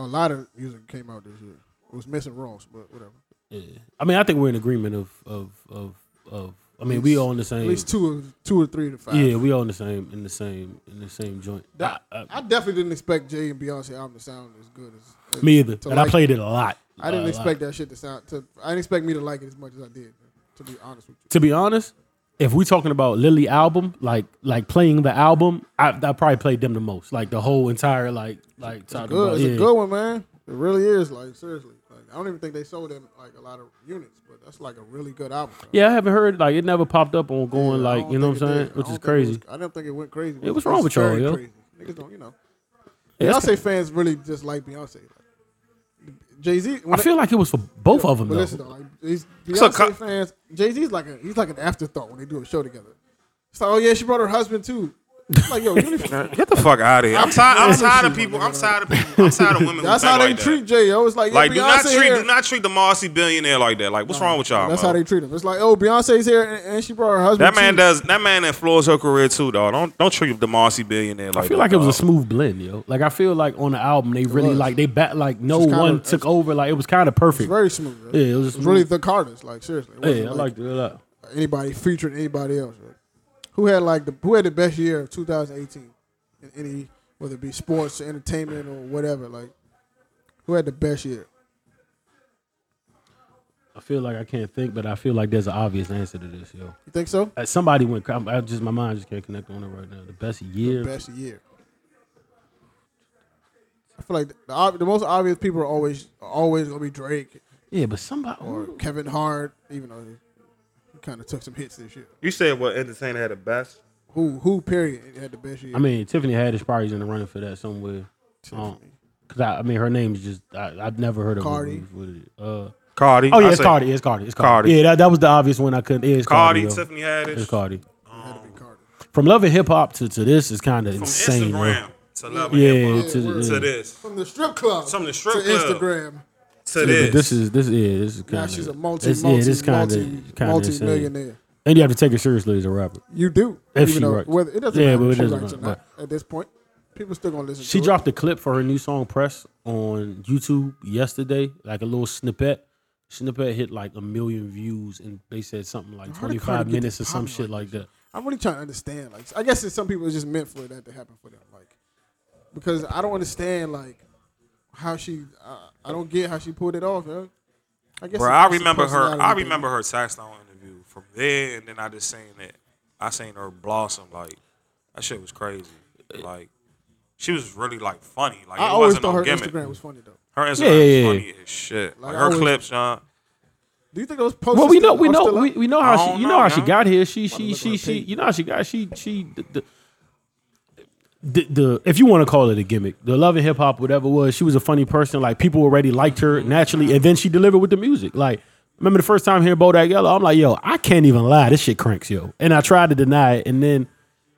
Speaker 2: A lot of music came out this year. It was missing Ross, but whatever.
Speaker 4: yeah. I mean, I think we're in agreement of of of of. I mean, we all in the same.
Speaker 2: At least two, or, two or three of the five.
Speaker 4: yeah, we all in the same in the same in the same joint.
Speaker 2: That-
Speaker 4: I- I-
Speaker 2: I definitely didn't expect Jay and Beyonce album to sound as good as. as
Speaker 4: Me either.
Speaker 2: to
Speaker 4: And I
Speaker 2: like
Speaker 4: played it a lot.
Speaker 2: I didn't
Speaker 4: A lot.
Speaker 2: expect that shit to sound. To, I didn't expect me to like it as much as I did. To be honest with you,
Speaker 4: To be honest, if we talking about Lily album, like like playing the album, I, I probably played them the most. Like the whole entire like like talking
Speaker 2: good.
Speaker 4: about
Speaker 2: It's
Speaker 4: yeah.
Speaker 2: a good one, man. It really is. Like seriously, like I don't even think they sold them like a lot of units, but that's like a really good album. bro.
Speaker 4: yeah, I haven't heard like it never popped up on
Speaker 2: Yeah, I
Speaker 4: going like
Speaker 2: don't
Speaker 4: you know what I'm
Speaker 2: think it
Speaker 4: saying,
Speaker 2: did. I
Speaker 4: which
Speaker 2: don't
Speaker 4: is
Speaker 2: think it
Speaker 4: crazy.
Speaker 2: was- I don't think it went crazy.
Speaker 4: Yeah, what's wrong
Speaker 2: It's
Speaker 4: with y'all,
Speaker 2: very
Speaker 4: yo?
Speaker 2: Crazy. Niggas don't, you know. Beyonce fans really just like Beyonce. Jay Z.
Speaker 4: I feel like it was for both of them
Speaker 2: But
Speaker 4: though.
Speaker 2: listen though, like these
Speaker 6: So,
Speaker 2: Beyonce
Speaker 6: co-
Speaker 2: fans, Jay Z's like a he's like an afterthought when they do a show together. It's like, oh yeah, she brought her husband too. It's like yo, you don't even-
Speaker 6: Get the fuck out of here.
Speaker 5: I'm tired. I'm tired of people. I'm tired of people. I'm tired of women.
Speaker 2: that's
Speaker 5: who
Speaker 2: how
Speaker 5: think
Speaker 2: they
Speaker 5: like that.
Speaker 2: treat Jay. Yo, it's like,
Speaker 5: Like,
Speaker 2: yo,
Speaker 5: do
Speaker 2: Beyonce
Speaker 5: not treat.
Speaker 2: here.
Speaker 5: Do not treat the Marcy billionaire like that. Like, what's wrong with y'all?
Speaker 2: that's
Speaker 5: bro?
Speaker 2: how they treat him. It's like oh, Beyonce's here and, and she brought her husband.
Speaker 5: That man
Speaker 2: too.
Speaker 5: does. That man influenced her career too, dog. Don't don't treat the Marcy billionaire like.
Speaker 4: I feel
Speaker 5: that,
Speaker 4: like it was a
Speaker 5: dawg.
Speaker 4: smooth blend, yo. Like I feel like on the album they really
Speaker 2: was.
Speaker 4: like they bat like no
Speaker 2: It's kinda-
Speaker 4: one took over. Like it was kind of perfect.
Speaker 2: It's very smooth. Right?
Speaker 4: Yeah, it was
Speaker 2: It's
Speaker 4: smooth.
Speaker 2: really the Carters. Like seriously, it wasn't
Speaker 4: yeah, I liked it a lot.
Speaker 2: anybody featuring anybody else. Right? Who had like the who had the best year of 2018 in any whether it be sports or entertainment or whatever. Like who had the best year?
Speaker 4: I feel like I can't think, but I feel like there's an obvious answer to this, yo.
Speaker 2: You think so?
Speaker 4: Uh, Somebody went. cra- I just my mind just can't connect on it right now. The best year.
Speaker 2: best year. I feel like the, ob- the most obvious people are always are always gonna be Drake
Speaker 4: Yeah, but somebody.
Speaker 2: or Kevin Hart, even though he kind of took some hits this year.
Speaker 6: You said what entertainer had the best?
Speaker 2: Who who period had the best year?
Speaker 4: I mean, Tiffany Haddish probably's in the running for that somewhere. Um, Cause I, I mean, her name is just I, I've never heard of
Speaker 2: Cardi.
Speaker 4: Her. What is it? Uh,
Speaker 6: Cardi.
Speaker 4: oh yeah,
Speaker 6: I
Speaker 4: it's
Speaker 6: said
Speaker 4: Cardi. It's Cardi. It's Cardi.
Speaker 6: Cardi.
Speaker 4: Yeah, that, that was the obvious one. I couldn't. Yeah, it's Cardi. yo.
Speaker 5: Cardi, Tiffany Haddish.
Speaker 4: It's Cardi.
Speaker 2: had to be Carter.
Speaker 4: From Love and Hip Hop to, to this is kind of
Speaker 5: From
Speaker 4: insane. yo.
Speaker 5: Instagram to love and
Speaker 4: Yeah,
Speaker 5: Hip Hop,
Speaker 4: to, the-
Speaker 5: to
Speaker 4: yeah.
Speaker 5: this
Speaker 2: From the strip club,
Speaker 5: From the strip
Speaker 2: to
Speaker 5: club.
Speaker 2: Instagram.
Speaker 5: to
Speaker 4: Yeah, but
Speaker 5: this.
Speaker 4: this is this yeah this is kind
Speaker 2: Now
Speaker 4: of
Speaker 2: she's a multi,
Speaker 4: this,
Speaker 2: multi,
Speaker 4: yeah, this kind
Speaker 2: multi,
Speaker 4: of kind of
Speaker 2: multi
Speaker 4: insane.
Speaker 2: millionaire.
Speaker 4: And you have to take her seriously as a rapper.
Speaker 2: You do.
Speaker 4: If she
Speaker 2: though
Speaker 4: writes.
Speaker 2: whether it doesn't
Speaker 4: Yeah,
Speaker 2: matter
Speaker 4: but it
Speaker 2: if she
Speaker 4: doesn't
Speaker 2: writes or
Speaker 4: matter,
Speaker 2: not at this point, people still gonna listen.
Speaker 4: She
Speaker 2: to
Speaker 4: dropped a clip for her new song "Press" on YouTube yesterday, like a little snippet. Snippet hit like a million views, and they said something like
Speaker 2: How did
Speaker 4: twenty
Speaker 2: Cardi
Speaker 4: five
Speaker 2: get this
Speaker 4: minutes or some
Speaker 2: popular
Speaker 4: shit
Speaker 2: like
Speaker 4: like that.
Speaker 2: It. I'm really trying to understand. Like, I guess it's some people it's just meant for that to happen for them. Like, because I don't understand like how she. Uh, I don't get how she pulled it off. Yo. I guess.
Speaker 5: Bro,
Speaker 2: it's
Speaker 5: I
Speaker 2: just a
Speaker 5: remember her.
Speaker 2: personality
Speaker 5: I
Speaker 2: thing.
Speaker 5: remember her Saxon interview from there, and then I just seen that. I seen her blossom. Like that shit was crazy. Like she was really like funny. Like
Speaker 2: I
Speaker 5: it
Speaker 2: always
Speaker 5: wasn't
Speaker 2: thought
Speaker 5: no
Speaker 2: her
Speaker 5: gimmick.
Speaker 2: Instagram was funny though.
Speaker 5: Her Instagram
Speaker 4: Yeah, yeah,
Speaker 5: was
Speaker 4: yeah.
Speaker 5: funny as shit. Like,
Speaker 2: Like, I
Speaker 5: her
Speaker 2: always-
Speaker 5: clips, John.
Speaker 2: Do you think those posts?
Speaker 4: Well,
Speaker 2: are
Speaker 4: we
Speaker 2: still-
Speaker 4: know, we
Speaker 2: are
Speaker 4: know,
Speaker 2: still
Speaker 4: we,
Speaker 2: up?
Speaker 4: we know how
Speaker 5: I
Speaker 4: she,
Speaker 5: don't
Speaker 4: you know,
Speaker 5: know,
Speaker 4: how she
Speaker 5: man.
Speaker 4: got here. She, she,
Speaker 2: look on
Speaker 4: she,
Speaker 2: her
Speaker 4: she.
Speaker 2: page.
Speaker 4: You know how she got. She, she. The, the, the, the- if you want to call it a gimmick, the love and hip hop, whatever it was, she was a funny person. Like people already liked her
Speaker 5: Mm-hmm.
Speaker 4: naturally, and then she delivered with the music. Like remember the first time hearing Bodak Yellow, I'm like, yo, I can't even lie, this shit cranks, yo. And I tried to deny it, and then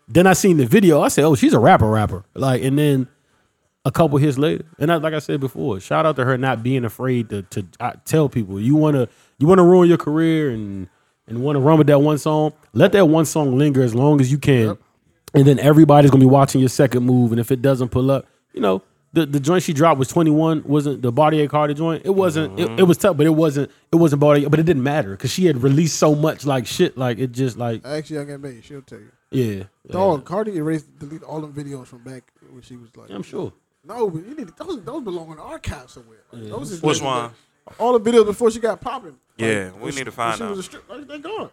Speaker 4: then I seen the video. I said, oh, she's a rapper, rapper. Like, and then a couple hits later. And I, like I said before, shout out to her not being afraid to to uh, tell people you wanna you wanna ruin your career and and wanna run with that one song. Let that one song linger as long as you can, and then everybody's gonna be watching your second move. And if it doesn't pull up, you know. The, the joint she dropped was 21 wasn't the Bartier Carter joint it wasn't it, it was tough but it wasn't it wasn't Bartier but it didn't matter because she had released so much like shit like it just like
Speaker 2: Actually, I got made. She'll tell you.
Speaker 4: yeah,
Speaker 2: Dog, Cardi erased, delete all them videos from back when she was like.
Speaker 4: Yeah, I'm sure
Speaker 2: No, but you need those. Those belong in the archive somewhere. Like, those is
Speaker 5: Which
Speaker 2: legendary.
Speaker 5: one?
Speaker 2: All the videos before she got popping.
Speaker 5: Yeah, we
Speaker 2: when
Speaker 5: need to
Speaker 2: she-
Speaker 5: find
Speaker 2: when She was a
Speaker 5: out.
Speaker 2: stripper. Like, they gone.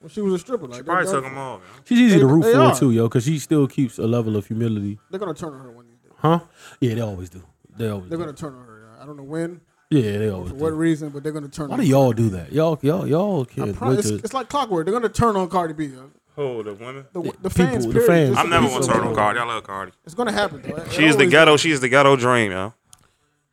Speaker 2: When she was a stripper, like
Speaker 5: Probably
Speaker 2: they're,
Speaker 5: took
Speaker 2: done.
Speaker 5: them all. Man.
Speaker 4: she's easy to
Speaker 2: They-
Speaker 4: root
Speaker 2: they
Speaker 4: for
Speaker 2: are.
Speaker 4: too yo because she still keeps a level of humility
Speaker 2: They're gonna turn on her one. Day.
Speaker 4: Huh? Yeah, they always do. They always.
Speaker 2: They're
Speaker 4: Do.
Speaker 2: gonna turn on her. I don't know when,
Speaker 4: Yeah, they always.
Speaker 2: for what
Speaker 4: Do.
Speaker 2: reason, but they're gonna turn.
Speaker 4: Why
Speaker 2: on
Speaker 4: do y'all do that? Y'all, y'all, y'all
Speaker 2: her. I
Speaker 4: kids.
Speaker 2: pro-
Speaker 4: wait
Speaker 2: it's,
Speaker 4: till-
Speaker 2: it's like clockwork. They're gonna turn on Cardi B. yo.
Speaker 5: Who the women?
Speaker 2: The, the
Speaker 4: people,
Speaker 2: fans.
Speaker 4: the
Speaker 2: period.
Speaker 4: fans.
Speaker 2: Just
Speaker 5: I'm
Speaker 2: the
Speaker 5: never
Speaker 2: people.
Speaker 5: gonna turn on Cardi. I love Cardi.
Speaker 2: It's gonna happen. Though. It- it
Speaker 5: She is the
Speaker 2: always-
Speaker 5: ghetto. She is the ghetto dream, yo.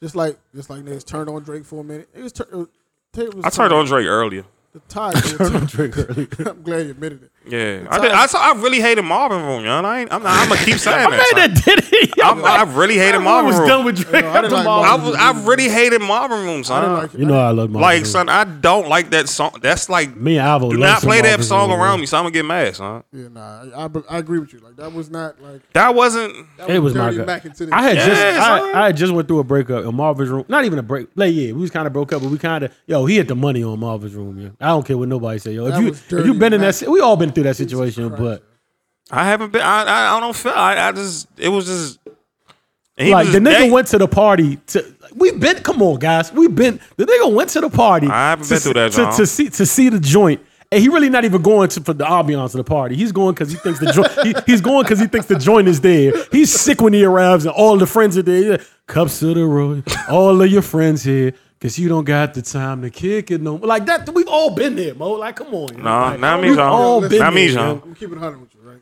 Speaker 2: Just like just like niggas turned on Drake for a minute. It was. Tur- it was- Taylor was
Speaker 5: I turned on Drake earlier.
Speaker 2: the tide. was-
Speaker 4: Drake early.
Speaker 2: I'm glad you admitted it.
Speaker 5: Yeah, I, did, I, saw, I really hated Marvin Room, yo. and I ain't, I'm, not, I'm gonna keep saying
Speaker 4: I'm
Speaker 5: that.
Speaker 4: mad
Speaker 5: son.
Speaker 4: that did it. Y'all
Speaker 5: I'm, I really hated
Speaker 4: I
Speaker 5: Marvin
Speaker 4: was
Speaker 5: Room.
Speaker 4: done with Drake.
Speaker 2: No, I didn't
Speaker 4: after
Speaker 2: like
Speaker 4: Marvin.
Speaker 5: I
Speaker 2: Marvin
Speaker 5: was, I really hated Marvin Room,
Speaker 2: I
Speaker 5: son.
Speaker 2: didn't like it.
Speaker 4: you know I love Marvin.
Speaker 5: Like,
Speaker 4: Room.
Speaker 5: son, I don't like that song. That's like,
Speaker 4: me and Avo
Speaker 5: do
Speaker 4: love
Speaker 5: not
Speaker 4: some
Speaker 5: play that
Speaker 4: Marvin
Speaker 5: song
Speaker 4: Room.
Speaker 5: around me, so I'm gonna get mad, son.
Speaker 2: Yeah, nah, I, I, be- I agree with you. Like that was not like
Speaker 5: That wasn't.
Speaker 2: that
Speaker 4: It was not
Speaker 2: dirty
Speaker 4: good.
Speaker 2: Mac and titties.
Speaker 4: I had just
Speaker 5: Yes,
Speaker 4: I, I had just went through a breakup in Marvin's room. Not even a break. Like yeah, we was kind of broke up, but we kind of yo he hit the money on Marvin's room. Yeah, I don't care what nobody say. Yo, if
Speaker 2: That
Speaker 4: you
Speaker 2: was
Speaker 4: if
Speaker 2: dirty,
Speaker 4: you been in
Speaker 2: man.
Speaker 4: that, si- we all been through that
Speaker 2: Jesus
Speaker 4: situation.
Speaker 2: Christ.
Speaker 4: But
Speaker 5: I haven't been. I I, I don't feel. I, I just. It was just. and he
Speaker 4: like
Speaker 5: was
Speaker 4: the
Speaker 5: just-
Speaker 4: nigga
Speaker 5: they-
Speaker 4: went to the party to we been come on guys we been the nigga went to the party
Speaker 5: I haven't
Speaker 4: to,
Speaker 5: been through that,
Speaker 4: to,
Speaker 5: John.
Speaker 4: to see to see the joint and he really not even going to, for the ambiance of the party he's going because he thinks the joint he, he's going because he thinks the joint is there he's sick when he arrives and all the friends are there Yeah, cups of the road all of your friends here because you don't got the time to kick it no more like that we've all been there mo like come on yo.
Speaker 5: Nah,
Speaker 4: like,
Speaker 5: not me,
Speaker 4: we've
Speaker 5: John.
Speaker 4: all been
Speaker 5: Not me,
Speaker 4: there,
Speaker 5: John.
Speaker 4: yo.
Speaker 2: I'm keeping it hundred with you, right?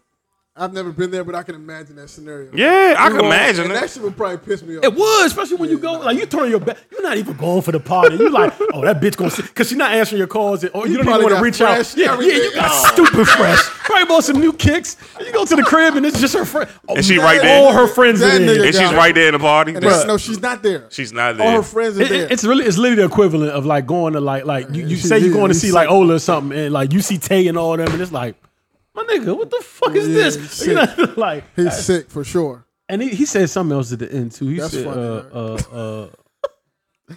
Speaker 2: I've never been there, but I can imagine that scenario.
Speaker 5: Yeah, I can
Speaker 2: And
Speaker 5: imagine
Speaker 2: that
Speaker 5: it.
Speaker 2: shit would probably piss me off.
Speaker 4: It would, especially when you go like you turn your back. You're not even going for the party. You like, oh that bitch gonna because she's not answering your calls. And, oh, you, don't even
Speaker 2: probably
Speaker 4: want to
Speaker 2: got
Speaker 4: reach
Speaker 2: fresh
Speaker 4: out. Yeah, yeah, you
Speaker 2: everything.
Speaker 4: got stupid fresh. Probably bought some new kicks. You go to the crib and it's just her friend. Oh,
Speaker 5: And she
Speaker 4: man,
Speaker 5: right there.
Speaker 4: All her friends
Speaker 2: That
Speaker 4: are there.
Speaker 2: nigga
Speaker 5: And she's
Speaker 2: got it.
Speaker 5: right there in the party.
Speaker 2: And then, no, she's not there.
Speaker 5: She's not
Speaker 2: All
Speaker 5: there.
Speaker 2: her friends are
Speaker 4: It-
Speaker 2: there.
Speaker 4: it- it's really it's literally the equivalent of like going to like like you, you
Speaker 2: she-
Speaker 4: say you're going to
Speaker 2: you
Speaker 4: see
Speaker 2: see-
Speaker 4: like Ola or something and like you see Tay and all them and it's like my nigga what the fuck is
Speaker 2: Yeah,
Speaker 4: this you
Speaker 2: shit.
Speaker 4: know, like
Speaker 2: He's sick for sure.
Speaker 4: and he, he said something else at the end too he
Speaker 2: That's
Speaker 4: said
Speaker 2: funny,
Speaker 4: uh,
Speaker 2: right?
Speaker 4: uh, uh,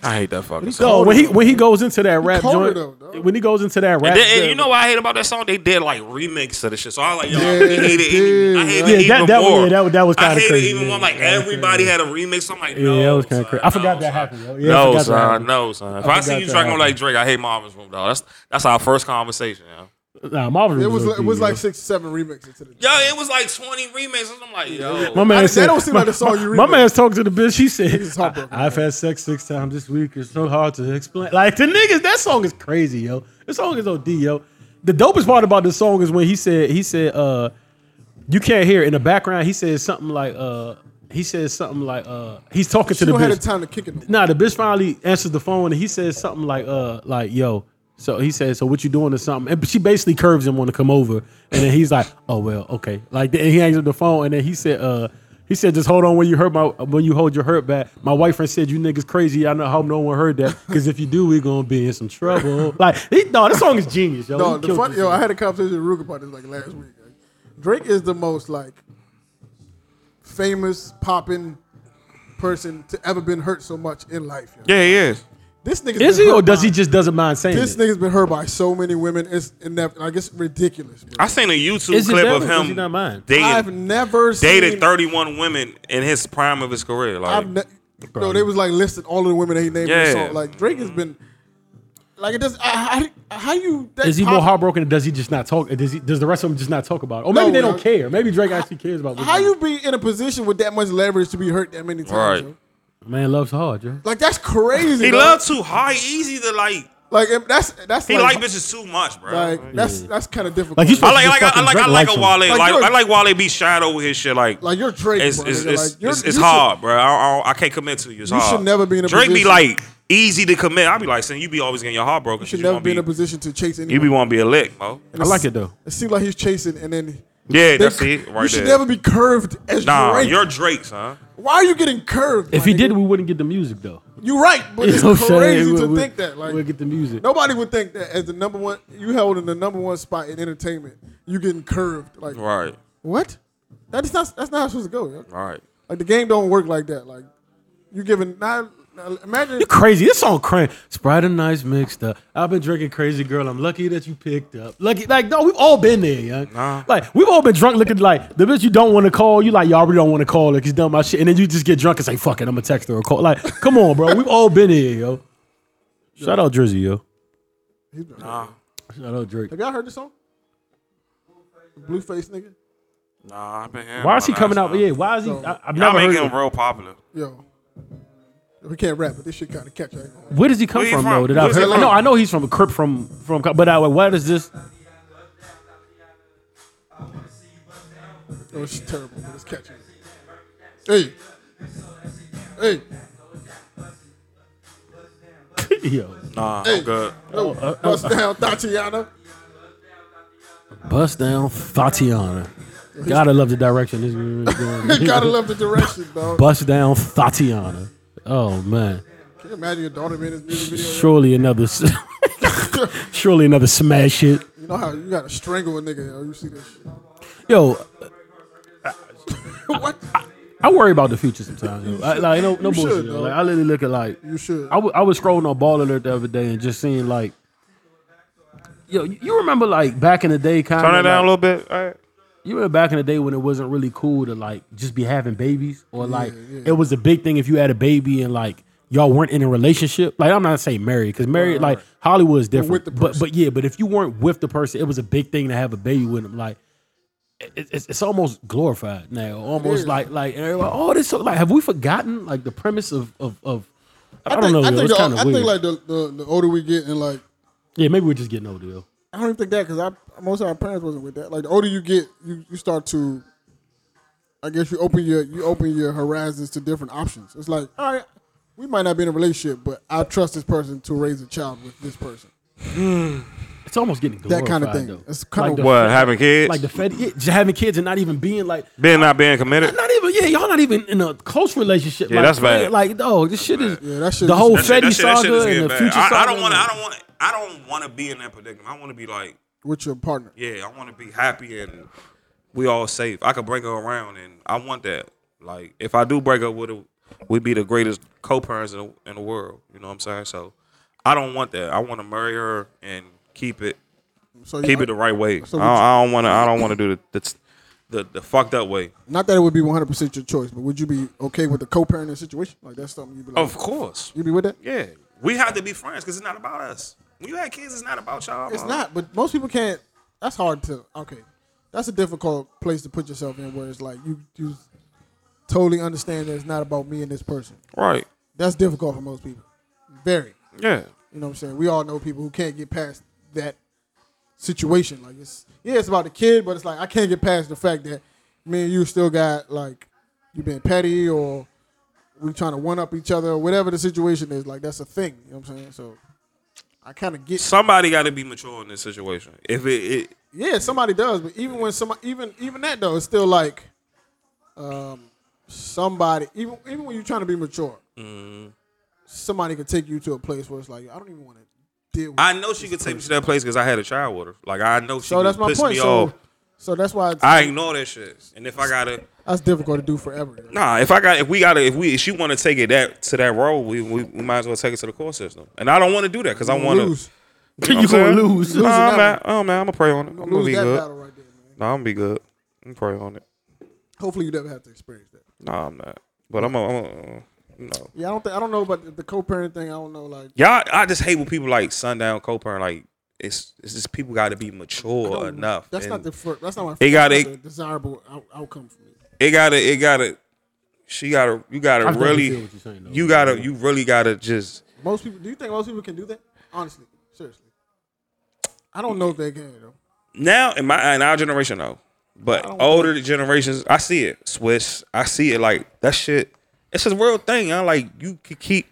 Speaker 5: I hate that fucking song.
Speaker 4: no when he when he goes into that rap
Speaker 2: called her
Speaker 4: joint
Speaker 2: though, dog.
Speaker 4: when he goes into that rap
Speaker 5: And then- and
Speaker 4: joint-
Speaker 5: you know what I hate about that song? They did like remix of the shit. So I like, y'all,
Speaker 2: Yeah,
Speaker 5: I hate it. even- I hate
Speaker 4: yeah,
Speaker 5: it even
Speaker 4: that, that, was-
Speaker 5: more.
Speaker 4: yeah, that, was- that was
Speaker 5: I
Speaker 4: kind of
Speaker 5: hate
Speaker 4: crazy.
Speaker 5: it even
Speaker 4: yeah.
Speaker 5: more. Like everybody had a remix. I'm like,
Speaker 4: Yeah,
Speaker 5: no,
Speaker 4: that was kinda
Speaker 5: son,
Speaker 4: crazy. I forgot
Speaker 5: no,
Speaker 4: that
Speaker 5: son.
Speaker 4: happened, yo. Yeah, I
Speaker 5: no,
Speaker 4: forgot that
Speaker 5: son,
Speaker 4: happened.
Speaker 5: no, son. If I, see
Speaker 4: forgot
Speaker 5: you
Speaker 4: that
Speaker 5: drinking, I'm like
Speaker 4: happened.
Speaker 5: Drake. I hate Marvin's room, dog. That's that's our first conversation. Yo,
Speaker 4: Nah, Marvin
Speaker 2: It was
Speaker 4: OD,
Speaker 2: like, it was
Speaker 4: yo.
Speaker 2: like six, seven remixes to the.
Speaker 5: yo, it was like 20 remixes. I'm like, yo,
Speaker 4: My man
Speaker 2: I- that
Speaker 4: said,
Speaker 2: don't seem
Speaker 4: my,
Speaker 2: like the song you
Speaker 4: My
Speaker 2: remix.
Speaker 4: man's talking to the bitch. She said,
Speaker 2: is
Speaker 4: I,
Speaker 2: heartbroken.
Speaker 4: "I've had sex six times this week. It's so hard to explain." Like the niggas, that song is crazy, yo. This song is od, yo. The dopest part about this song is when he said, he said, uh, you can't hear it. in the background. He said something like, uh, he says something like, uh, he's talking
Speaker 2: She
Speaker 4: to the
Speaker 2: don't have
Speaker 4: bitch.
Speaker 2: the time to kick it. No.
Speaker 4: Nah, the bitch finally answers the phone and he says something like, uh, like, yo. So he says, so what you doing or something? And she basically curves him on to come over. And then he's like, oh well, okay. Like then he hangs up the phone and then he said, uh, he said, just hold on when you hurt my when you hold your hurt back. My wife friend said you niggas crazy. I know hope no one heard that. Cause if you do, we gonna be in some trouble. like he, no, this song is genius, yo.
Speaker 2: No,
Speaker 4: He
Speaker 2: the
Speaker 4: killed
Speaker 2: funny,
Speaker 4: this
Speaker 2: yo, I
Speaker 4: song.
Speaker 2: had a conversation with Ruger about this like last week. Like, Drake is the most like famous popping person to ever been hurt so much in life. Yo.
Speaker 5: yeah, he is.
Speaker 2: This nigga
Speaker 4: is he or does he just doesn't mind saying
Speaker 2: This
Speaker 4: it?
Speaker 2: nigga's been hurt by so many women. It's inev- like it's ridiculous. Bro.
Speaker 5: I seen a YouTube
Speaker 4: Is he
Speaker 5: clip
Speaker 4: there
Speaker 5: of
Speaker 4: or does
Speaker 5: him
Speaker 4: he not mind?
Speaker 2: I've
Speaker 5: dating,
Speaker 2: never seen,
Speaker 5: dated 31 women in his prime of his career. Like,
Speaker 2: I've ne- no, they was like listed all of the women that he named in the
Speaker 5: Yeah.
Speaker 2: song. Like Drake has been, like it does. I, I, how you? That
Speaker 4: Is he
Speaker 2: pop-
Speaker 4: more heartbroken or does he just not talk? Does he does the rest of them just not talk about it? Or maybe
Speaker 2: No,
Speaker 4: they
Speaker 2: no.
Speaker 4: don't care. Maybe Drake actually cares about what
Speaker 2: How
Speaker 4: they-
Speaker 2: you be in a position with that much leverage to be hurt that many
Speaker 5: Right.
Speaker 2: times? yo?
Speaker 4: Man loves hard, yo.
Speaker 2: Like that's crazy.
Speaker 5: he
Speaker 2: dog.
Speaker 5: loved too high, easy to like.
Speaker 2: Like if that's that's
Speaker 5: He
Speaker 2: like,
Speaker 5: like bitches too much, bro.
Speaker 2: like, that's that's kind of difficult.
Speaker 4: Like, he's
Speaker 5: I like, I like,
Speaker 4: Fucking
Speaker 5: I like, I
Speaker 4: Drake
Speaker 5: like a
Speaker 4: likes him.
Speaker 5: Wale. Like,
Speaker 2: Like, you're-
Speaker 5: I like Wale be shadow with his shit. Like,
Speaker 2: Like, you're Drake,
Speaker 5: It's
Speaker 2: bro,
Speaker 5: it's,
Speaker 2: nigga.
Speaker 5: it's,
Speaker 2: Like, you're-
Speaker 5: it's, it's
Speaker 2: you
Speaker 5: hard, bro. I, don't- I, I can't commit to you. It's
Speaker 2: You should
Speaker 5: hard.
Speaker 2: never be in a
Speaker 5: Drake be
Speaker 2: position-
Speaker 5: like easy to commit. I be like, son, you be always getting your heart broken.
Speaker 2: you should
Speaker 5: You
Speaker 2: never be in a
Speaker 5: wanna be,
Speaker 2: position to chase
Speaker 5: you
Speaker 2: anyone.
Speaker 5: be want to be a lick, bro.
Speaker 4: I like it though.
Speaker 2: it seems like he's chasing, and then
Speaker 5: Yeah,
Speaker 2: they-
Speaker 5: that's it, right
Speaker 2: you should
Speaker 5: there.
Speaker 2: never be curved as
Speaker 5: nah,
Speaker 2: Drake.
Speaker 5: you're Drake, son.
Speaker 2: Why are you getting curved?
Speaker 4: If
Speaker 2: my
Speaker 4: he
Speaker 2: nigga?
Speaker 4: did, we wouldn't get the music though.
Speaker 2: you're right, but
Speaker 4: You
Speaker 2: it's
Speaker 4: know what I'm saying?
Speaker 2: crazy
Speaker 4: We-
Speaker 2: to
Speaker 4: we-
Speaker 2: think that. Like
Speaker 4: we'll get the music.
Speaker 2: nobody would think that as the number one, you held in the number one spot in entertainment, you getting curved. Like
Speaker 5: Right,
Speaker 2: what? That's not that's not how it's supposed to go. yo.
Speaker 5: right.
Speaker 2: Like the game don't work like that. Like you giving not now imagine
Speaker 4: You crazy. This song crazy. Sprite and nice mixed up. I've been drinking crazy girl. I'm lucky that you picked up. Lucky like no, we've all been there, young.
Speaker 5: Nah.
Speaker 4: Like we've all been drunk looking like the bitch you don't want to call, you like you already don't want to call her because done my shit. And then you just get drunk and say, fuck it, I'm gonna text her or call. Like, come on, bro. We've all been here, yo. Shout out Drizzy, yo.
Speaker 2: He's been-
Speaker 4: Shout out Drake.
Speaker 2: Have y'all heard the song? Blueface nigga.
Speaker 5: Nah, I've been hearing
Speaker 4: Why is he
Speaker 5: about
Speaker 4: coming
Speaker 5: that,
Speaker 4: out?
Speaker 5: son.
Speaker 4: Yeah, why is he
Speaker 2: So-
Speaker 4: I, I've
Speaker 5: Y'all
Speaker 4: never
Speaker 5: make
Speaker 4: heard
Speaker 5: him
Speaker 4: of
Speaker 5: real popular.
Speaker 2: Yo. We can't rap, but this shit kind of catch. I ain't gonna lie.
Speaker 4: Where does he come
Speaker 5: Where he
Speaker 4: from,
Speaker 5: from?
Speaker 4: though? That
Speaker 5: Where's
Speaker 4: I've heard.
Speaker 5: he from?
Speaker 4: No, I know he's from a crip from from, but I, what is this?
Speaker 2: Oh, it's terrible, but it's catchy. Hey. Hey.
Speaker 4: Yo,
Speaker 5: Nah,
Speaker 2: Hey.
Speaker 5: I'm good.
Speaker 4: Oh, uh,
Speaker 2: No. Bust down, Tatiana.
Speaker 4: bust down Tatiana. Gotta love the direction this man is going.
Speaker 2: Gotta love the direction, dog.
Speaker 4: Bust down Tatiana. Oh man,
Speaker 2: Can you imagine your daughter being in this music video?
Speaker 4: surely another, s- surely another smash hit.
Speaker 2: You know how you gotta strangle a nigga, yo. You see this shit.
Speaker 4: Yo,
Speaker 2: what?
Speaker 4: I worry about the future sometimes. Yo. I, like no, no
Speaker 2: You should,
Speaker 4: bullshit. yo.
Speaker 2: though.
Speaker 4: Like I literally look at like
Speaker 2: You should.
Speaker 4: I wa- I was scrolling on Ball Alert the other day and just seeing like, yo, you- you remember like back in the day, kind
Speaker 5: Turn
Speaker 4: of
Speaker 5: it down a little bit. All right.
Speaker 4: You remember back in the day when it wasn't really cool to like just be having babies, or like it was a big thing if you had a baby and like y'all weren't in a relationship. Like I'm not saying married because married, like Hollywood is different.
Speaker 2: with the
Speaker 4: but
Speaker 2: person.
Speaker 4: but yeah, but if you weren't with the person, it was a big thing to have a baby with them. Like it- it's, it's almost glorified now, almost
Speaker 2: is.
Speaker 4: like like and everybody, oh this so like have we forgotten like the premise of of, of I, don't know.
Speaker 2: I
Speaker 4: yo, it's
Speaker 2: think, the,
Speaker 4: kind
Speaker 2: I
Speaker 4: of weird.
Speaker 2: think like the, the, the older we get and like
Speaker 4: yeah, maybe we're just getting older. Yo.
Speaker 2: I don't even think that because I most of our parents wasn't with that. Like the older you get, you, you start to I guess you open your you open your horizons to different options. It's like, all right, we might not be in a relationship, but I trust this person to raise a child with this person.
Speaker 4: It's almost getting
Speaker 2: That
Speaker 4: glorified,
Speaker 2: kind of thing.
Speaker 4: Though.
Speaker 2: It's kind
Speaker 4: Like
Speaker 2: of
Speaker 4: the-
Speaker 5: What having kids?
Speaker 4: Like the Fed, yeah, just having kids and not even being like,
Speaker 5: being not being committed.
Speaker 4: not even, yeah, y'all not even in a close relationship.
Speaker 5: Yeah,
Speaker 4: like,
Speaker 5: that's bad.
Speaker 4: Like, oh, this shit is
Speaker 2: Yeah, that shit
Speaker 4: the
Speaker 2: is-
Speaker 4: whole
Speaker 2: That
Speaker 4: Fetty
Speaker 5: That shit- that
Speaker 4: saga
Speaker 5: shit is
Speaker 4: and
Speaker 5: getting
Speaker 4: the
Speaker 5: bad.
Speaker 4: future saga.
Speaker 5: I, I don't want to.
Speaker 4: and-
Speaker 5: I don't want. I don't want to be in that predicament. I want to be like,
Speaker 2: with your partner.
Speaker 5: yeah, I want to be happy and we all safe. I could break her around, and I want that. Like, if I do break up with her, we'd be the greatest co-parents in the, in the world. You know what I'm saying? So, I don't want that. I want to marry her and keep it
Speaker 2: So
Speaker 5: keep
Speaker 2: yeah,
Speaker 5: it the right way.
Speaker 2: So
Speaker 5: I,
Speaker 2: would
Speaker 5: don't-
Speaker 2: you-
Speaker 5: I don't want to. I don't want to do the, the the the fucked up way.
Speaker 2: not that it would be 100 percent your choice, but would you be okay with the co-parenting situation? Like that's something you'd be like,
Speaker 5: Of course,
Speaker 2: you'd be with that?
Speaker 5: Oh, yeah. We have to be friends because it's not about us. When you had kids, it's not about y'all.
Speaker 2: It's
Speaker 5: mom.
Speaker 2: not, but most people can't. That's hard to. Okay, that's a difficult place to put yourself in, where it's like you you totally understand that it's not about me and this person.
Speaker 5: right.
Speaker 2: That's difficult for most people. Very.
Speaker 5: Yeah.
Speaker 2: You know what I'm saying? We all know people who can't get past that situation. Like it's yeah, it's about the kid, but it's like I can't get past the fact that me and you still got like you being petty or we trying to one up each other or whatever the situation is. Like that's a thing. You know what I'm saying? So I kind of get
Speaker 5: Somebody got to be mature in this situation. If it, it
Speaker 2: yeah, somebody does, but even when somebody even even that though, it's still like um somebody even even when you're trying to be mature,
Speaker 5: Mm-hmm.
Speaker 2: somebody could take you to a place where it's like I don't even want to deal with
Speaker 5: I know she could take me to that place because I had a child with her. Like I know she
Speaker 2: So that's my
Speaker 5: piss
Speaker 2: point.
Speaker 5: me
Speaker 2: So,
Speaker 5: off.
Speaker 2: so that's why it's,
Speaker 5: I ignore that shit. And if I gotta,
Speaker 2: that's difficult to do forever.
Speaker 5: nah, if I got, if we gotta, if we, if she want to take it that to that role, we, we, we might as well take it to the court system. And I don't want to do that because I want to.
Speaker 2: lose,
Speaker 4: You gonna lose.
Speaker 5: Nah,
Speaker 2: Losing
Speaker 5: I'm
Speaker 2: that
Speaker 5: not, oh man, I'm gonna pray on it. I'm gonna
Speaker 2: lose
Speaker 5: be
Speaker 2: that
Speaker 5: good.
Speaker 2: battle right there, man.
Speaker 5: Nah, I'm gonna be good. I'm pray on it.
Speaker 2: Hopefully, you never have to experience that.
Speaker 5: Nah, I'm not. But I'm, a, I'm a, no.
Speaker 2: Yeah, I don't think I don't know about the, the co-parent thing. I don't know, like
Speaker 5: Y'all, I just hate when people like sundown co-parent. Like it's, it's just people got to be
Speaker 2: I
Speaker 5: mature
Speaker 2: don't-
Speaker 5: enough.
Speaker 2: That's
Speaker 5: And-
Speaker 2: not the first. That's not my.
Speaker 5: It got
Speaker 2: that's
Speaker 5: a-
Speaker 2: not the desirable out, outcome for me.
Speaker 5: it gotta it gotta she gotta you gotta
Speaker 4: I definitely feel
Speaker 5: really
Speaker 4: what you're saying, though.
Speaker 5: you gotta you really gotta just
Speaker 2: Most people. Do you think most people can do that? Honestly, seriously, I don't know if they can though.
Speaker 5: now in my in our generation though but older generations i see it swiss i see it like that shit it's a real thing i like you could keep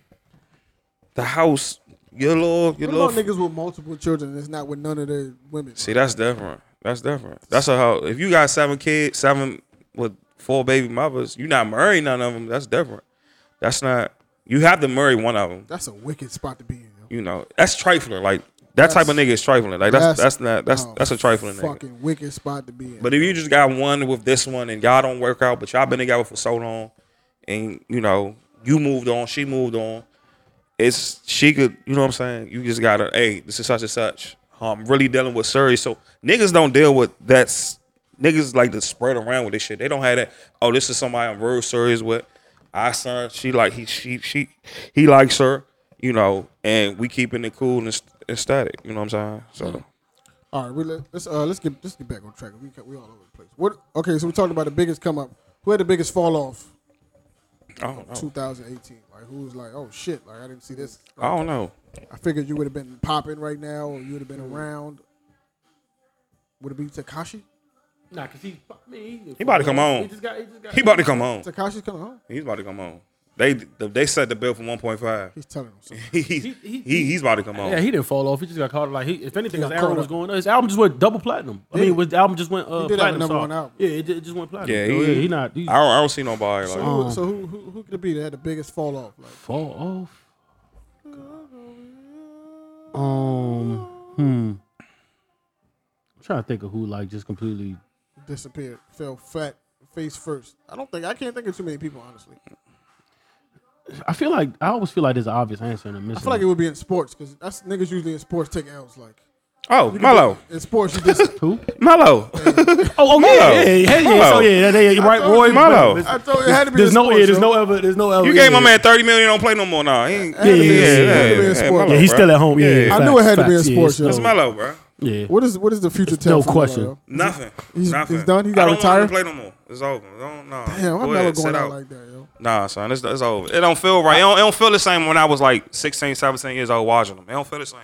Speaker 5: the house your little your
Speaker 2: What
Speaker 5: little
Speaker 2: about niggas with multiple children? It's not with none of their women.
Speaker 5: see that's different that's different that's a how if you got seven kids seven with four baby mothers you not marrying none of them that's different that's not you have to marry one of them
Speaker 2: That's a wicked spot to be in. Yo.
Speaker 5: you know, that's trifling. Like that type of nigga is trifling. Like that's that's, not that's
Speaker 2: oh,
Speaker 5: that's a trifling nigga.
Speaker 2: Fucking wicked spot to be in.
Speaker 5: But if you just got one with this one and y'all don't work out, but y'all been together for so long, and you know you moved on, she moved on. It's she could, you know what I'm saying. You just gotta, hey, this is such and such. I'm really dealing with serious. So niggas don't deal with that's niggas like to spread around with this shit. They don't have that. Oh, this is somebody I'm real serious with. Our son, she like he she she he likes her, you know, and we keeping it cool and, st- and static. You know what I'm saying? So
Speaker 2: All right, we let, let's uh, let's get let's get back on track. We ca- we all over the place. What? Okay, so we talked about the biggest come up. Who had the biggest fall off?
Speaker 5: I don't know.
Speaker 2: 2018. Like who was like, oh shit, like I didn't see this.
Speaker 5: I don't know.
Speaker 2: I figured you would have been popping right now, or you would have been
Speaker 5: Mm.
Speaker 2: around. Would it be Takashi?
Speaker 4: Nah, cause he, I mean,
Speaker 5: He about to come on.
Speaker 4: He just got, he just got,
Speaker 5: He about to come on.
Speaker 2: Takashi's coming home.
Speaker 5: He's about to come on. They they set the bill for one point five.
Speaker 2: He's telling him something.
Speaker 5: He,
Speaker 4: he-
Speaker 5: he's about to come on.
Speaker 4: yeah, he didn't fall off. He just got caught. Like, he, if anything, his
Speaker 2: got
Speaker 4: arrow
Speaker 2: caught
Speaker 4: was
Speaker 2: up.
Speaker 4: going. up. His album just went double platinum. I mean, his album just went uh,
Speaker 2: He did have a
Speaker 4: platinum.
Speaker 2: number
Speaker 4: so-
Speaker 2: one album.
Speaker 4: Yeah, it, did- it just went platinum.
Speaker 5: yeah,
Speaker 4: So,
Speaker 5: he,
Speaker 4: he not. He's
Speaker 5: I don't, I don't see nobody like.
Speaker 2: So,
Speaker 5: him.
Speaker 4: Oh.
Speaker 2: who, so who who who could it be that had the biggest fall off? Like
Speaker 4: fall off. Um, hmm. I'm trying to think of who like just completely.
Speaker 2: disappeared, fell flat face first. I don't think I can't think of too many people honestly.
Speaker 4: I feel like I always feel like there's an obvious answer and I'm missing.
Speaker 2: I feel like it would be in sports because that's niggas usually in sports take L's like.
Speaker 5: oh, Mello,
Speaker 2: In sports, you just
Speaker 4: who?
Speaker 5: Mello.
Speaker 4: Oh, oh yeah,
Speaker 5: Milo.
Speaker 4: yeah, yeah, yeah, yeah.
Speaker 5: Milo.
Speaker 4: So yeah, yeah, yeah, right, Roy
Speaker 5: Milo.
Speaker 4: There's-
Speaker 2: I told you it had to be.
Speaker 4: There's
Speaker 2: in
Speaker 4: no,
Speaker 2: sports,
Speaker 4: yeah, there's
Speaker 2: yo.
Speaker 4: no ever, there's no ever.
Speaker 5: you
Speaker 4: yeah,
Speaker 5: gave my
Speaker 4: yeah.
Speaker 5: man thirty million. Don't play no more now. He ain't-
Speaker 4: Yeah, yeah, yeah, yeah,
Speaker 2: yeah, yeah, yeah,
Speaker 5: Melo,
Speaker 4: Yeah, he's
Speaker 5: bro.
Speaker 4: still at home. Yeah,
Speaker 2: I knew it had to be
Speaker 4: facts,
Speaker 2: in
Speaker 4: yeah,
Speaker 2: sports,
Speaker 4: it's
Speaker 5: That's
Speaker 2: yo.
Speaker 4: no-
Speaker 5: Mello, bro.
Speaker 4: Yeah,
Speaker 2: What is what is the future tell?
Speaker 4: no
Speaker 2: for Melo,
Speaker 4: question.
Speaker 2: yo?
Speaker 5: Nothing.
Speaker 2: He's-
Speaker 5: Nothing.
Speaker 2: he's done? He gotta
Speaker 5: I don't want him
Speaker 2: retire?
Speaker 5: to play no more. It's over. Don't, no.
Speaker 2: Damn, I'm
Speaker 5: Go
Speaker 2: never
Speaker 5: ahead, sit
Speaker 2: going out like that, yo.
Speaker 5: Nah, son, it's, it's over. It don't feel right. It don't, it don't feel the same when I was like 16, 17 years old watching them. It don't feel the same.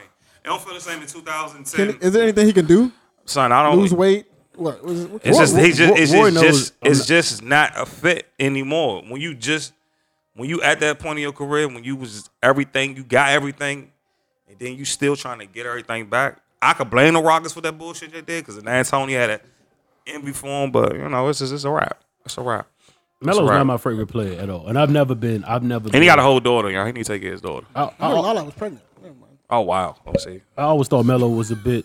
Speaker 5: It don't feel the same in
Speaker 2: Can,
Speaker 5: 2010.
Speaker 2: is there anything he can do?
Speaker 5: son, I don't
Speaker 2: Lose weight? What? Was it, what
Speaker 5: It's
Speaker 4: Roy-
Speaker 5: just, he's just, it's,
Speaker 4: Roy
Speaker 5: it's
Speaker 4: knows
Speaker 5: just,
Speaker 4: I'm
Speaker 5: it's
Speaker 4: not-
Speaker 5: just not a fit anymore. When you just, when you at that point in your career, when you was everything, you got everything, and then you still trying to get everything back. I could blame the Rockets for that bullshit they did because now Tony had an envy for him, but you know, it's just, it's a wrap. It's a wrap.
Speaker 4: Melo's
Speaker 5: right.
Speaker 4: not my favorite player at all, and I've never been. I've never.
Speaker 5: And
Speaker 4: been,
Speaker 5: he got a whole daughter, y'all. He need to take care of his daughter.
Speaker 4: I,
Speaker 2: I heard
Speaker 4: I,
Speaker 2: Lala was pregnant. Never mind.
Speaker 5: Oh wow. Oh see.
Speaker 4: I always thought Melo was a bit.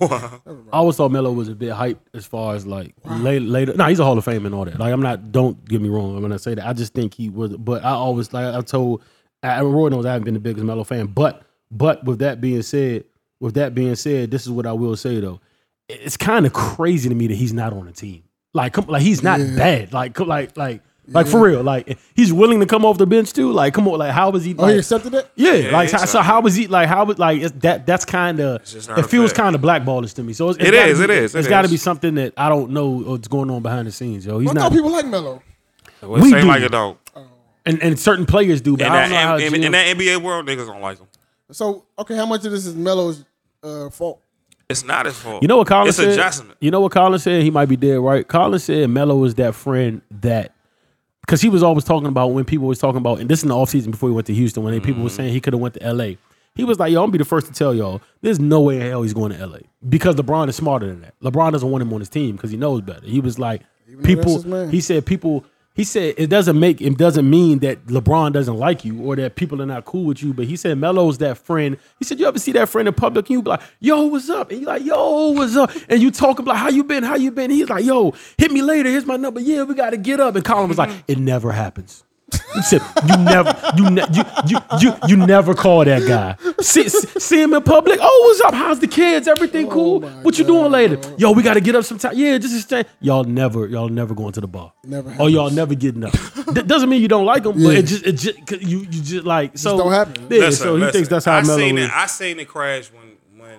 Speaker 4: I always thought Melo was a bit hyped as far as like later. later. No, he's a Hall of Fame and all that. Like I'm not. Don't get me wrong. I'm gonna say that. I just think he was. But I always like I told. I, I- Roy knows I haven't been the biggest Melo fan. But but with that being said, with that being said, this is what I will say though. It- It's kind of crazy to me that he's not on the team. Like come, like he's not bad. Like come- like like. Like for real, like he's willing to come off the bench too. Like, come on, like how was he?
Speaker 2: Oh,
Speaker 4: like,
Speaker 2: he accepted it.
Speaker 4: yeah, like
Speaker 5: it's
Speaker 4: so, so
Speaker 5: not
Speaker 4: how was he like how was like it's, that that's kind of
Speaker 5: just not
Speaker 4: it feels
Speaker 5: fair.
Speaker 4: kind of blackballish to me. So it's, it's
Speaker 5: It
Speaker 4: gotta
Speaker 5: is,
Speaker 4: be-
Speaker 5: it is, it
Speaker 4: it's got to
Speaker 5: is.
Speaker 4: be something that I don't know what's going on behind the scenes, yo. He's
Speaker 2: I
Speaker 4: not
Speaker 2: thought people like Melo.
Speaker 5: Well, it
Speaker 4: We
Speaker 5: seem
Speaker 4: do.
Speaker 5: like it don't.
Speaker 4: and, and certain players do, but
Speaker 5: In
Speaker 4: I don't know how
Speaker 5: that, in,
Speaker 4: GM
Speaker 5: in that NBA world, niggas don't like him.
Speaker 2: So okay, how much of this is Melo's uh, fault?
Speaker 5: It's not his fault.
Speaker 4: You know what Colin
Speaker 5: It's
Speaker 4: said?
Speaker 5: adjustment.
Speaker 4: You know what Colin said? He might be dead, right? Colin said Melo was that friend that because he was always talking about when people was talking about, and this in the offseason before he went to Houston, when they- people were
Speaker 5: Mm-hmm.
Speaker 4: saying he could have went to LA. He was like, yo, I'm gonna be the first to tell y'all, there's no way in hell he's going to LA. Because LeBron is smarter than that. LeBron doesn't want him on his team because he knows better. He was like,
Speaker 2: though that's
Speaker 4: people
Speaker 2: his man.
Speaker 4: he said people he said it doesn't make it doesn't mean that LeBron doesn't like you or that people are not cool with you, but he said Melo's that friend. He said you ever see that friend in public and you be like, yo, what's up? And you like, yo, what's up? And you talking like how you been, how you been? He's like, yo, hit me later, here's my number. Yeah, we gotta get up. And Colin was like, it never happens. He said, you never, you, ne- you, you, you, you never call that guy. See, see him in public. Oh, what's up? How's the kids? Everything cool?
Speaker 2: my
Speaker 4: What you doing later? Yo, we got to get up sometime. Yeah, just exchange. Y'all never, y'all never going to the bar.
Speaker 2: Never
Speaker 4: Oh,
Speaker 2: happens.
Speaker 4: y'all never getting up. That doesn't mean you don't like him, but
Speaker 2: Yeah.
Speaker 4: it just, it just, 'cause you, you just like so.
Speaker 2: don't happen.
Speaker 4: Yeah,
Speaker 5: Listen,
Speaker 4: so he
Speaker 5: listen.
Speaker 4: thinks that's how
Speaker 5: I
Speaker 4: Melo
Speaker 5: seen
Speaker 4: is.
Speaker 5: it. I seen it crash when when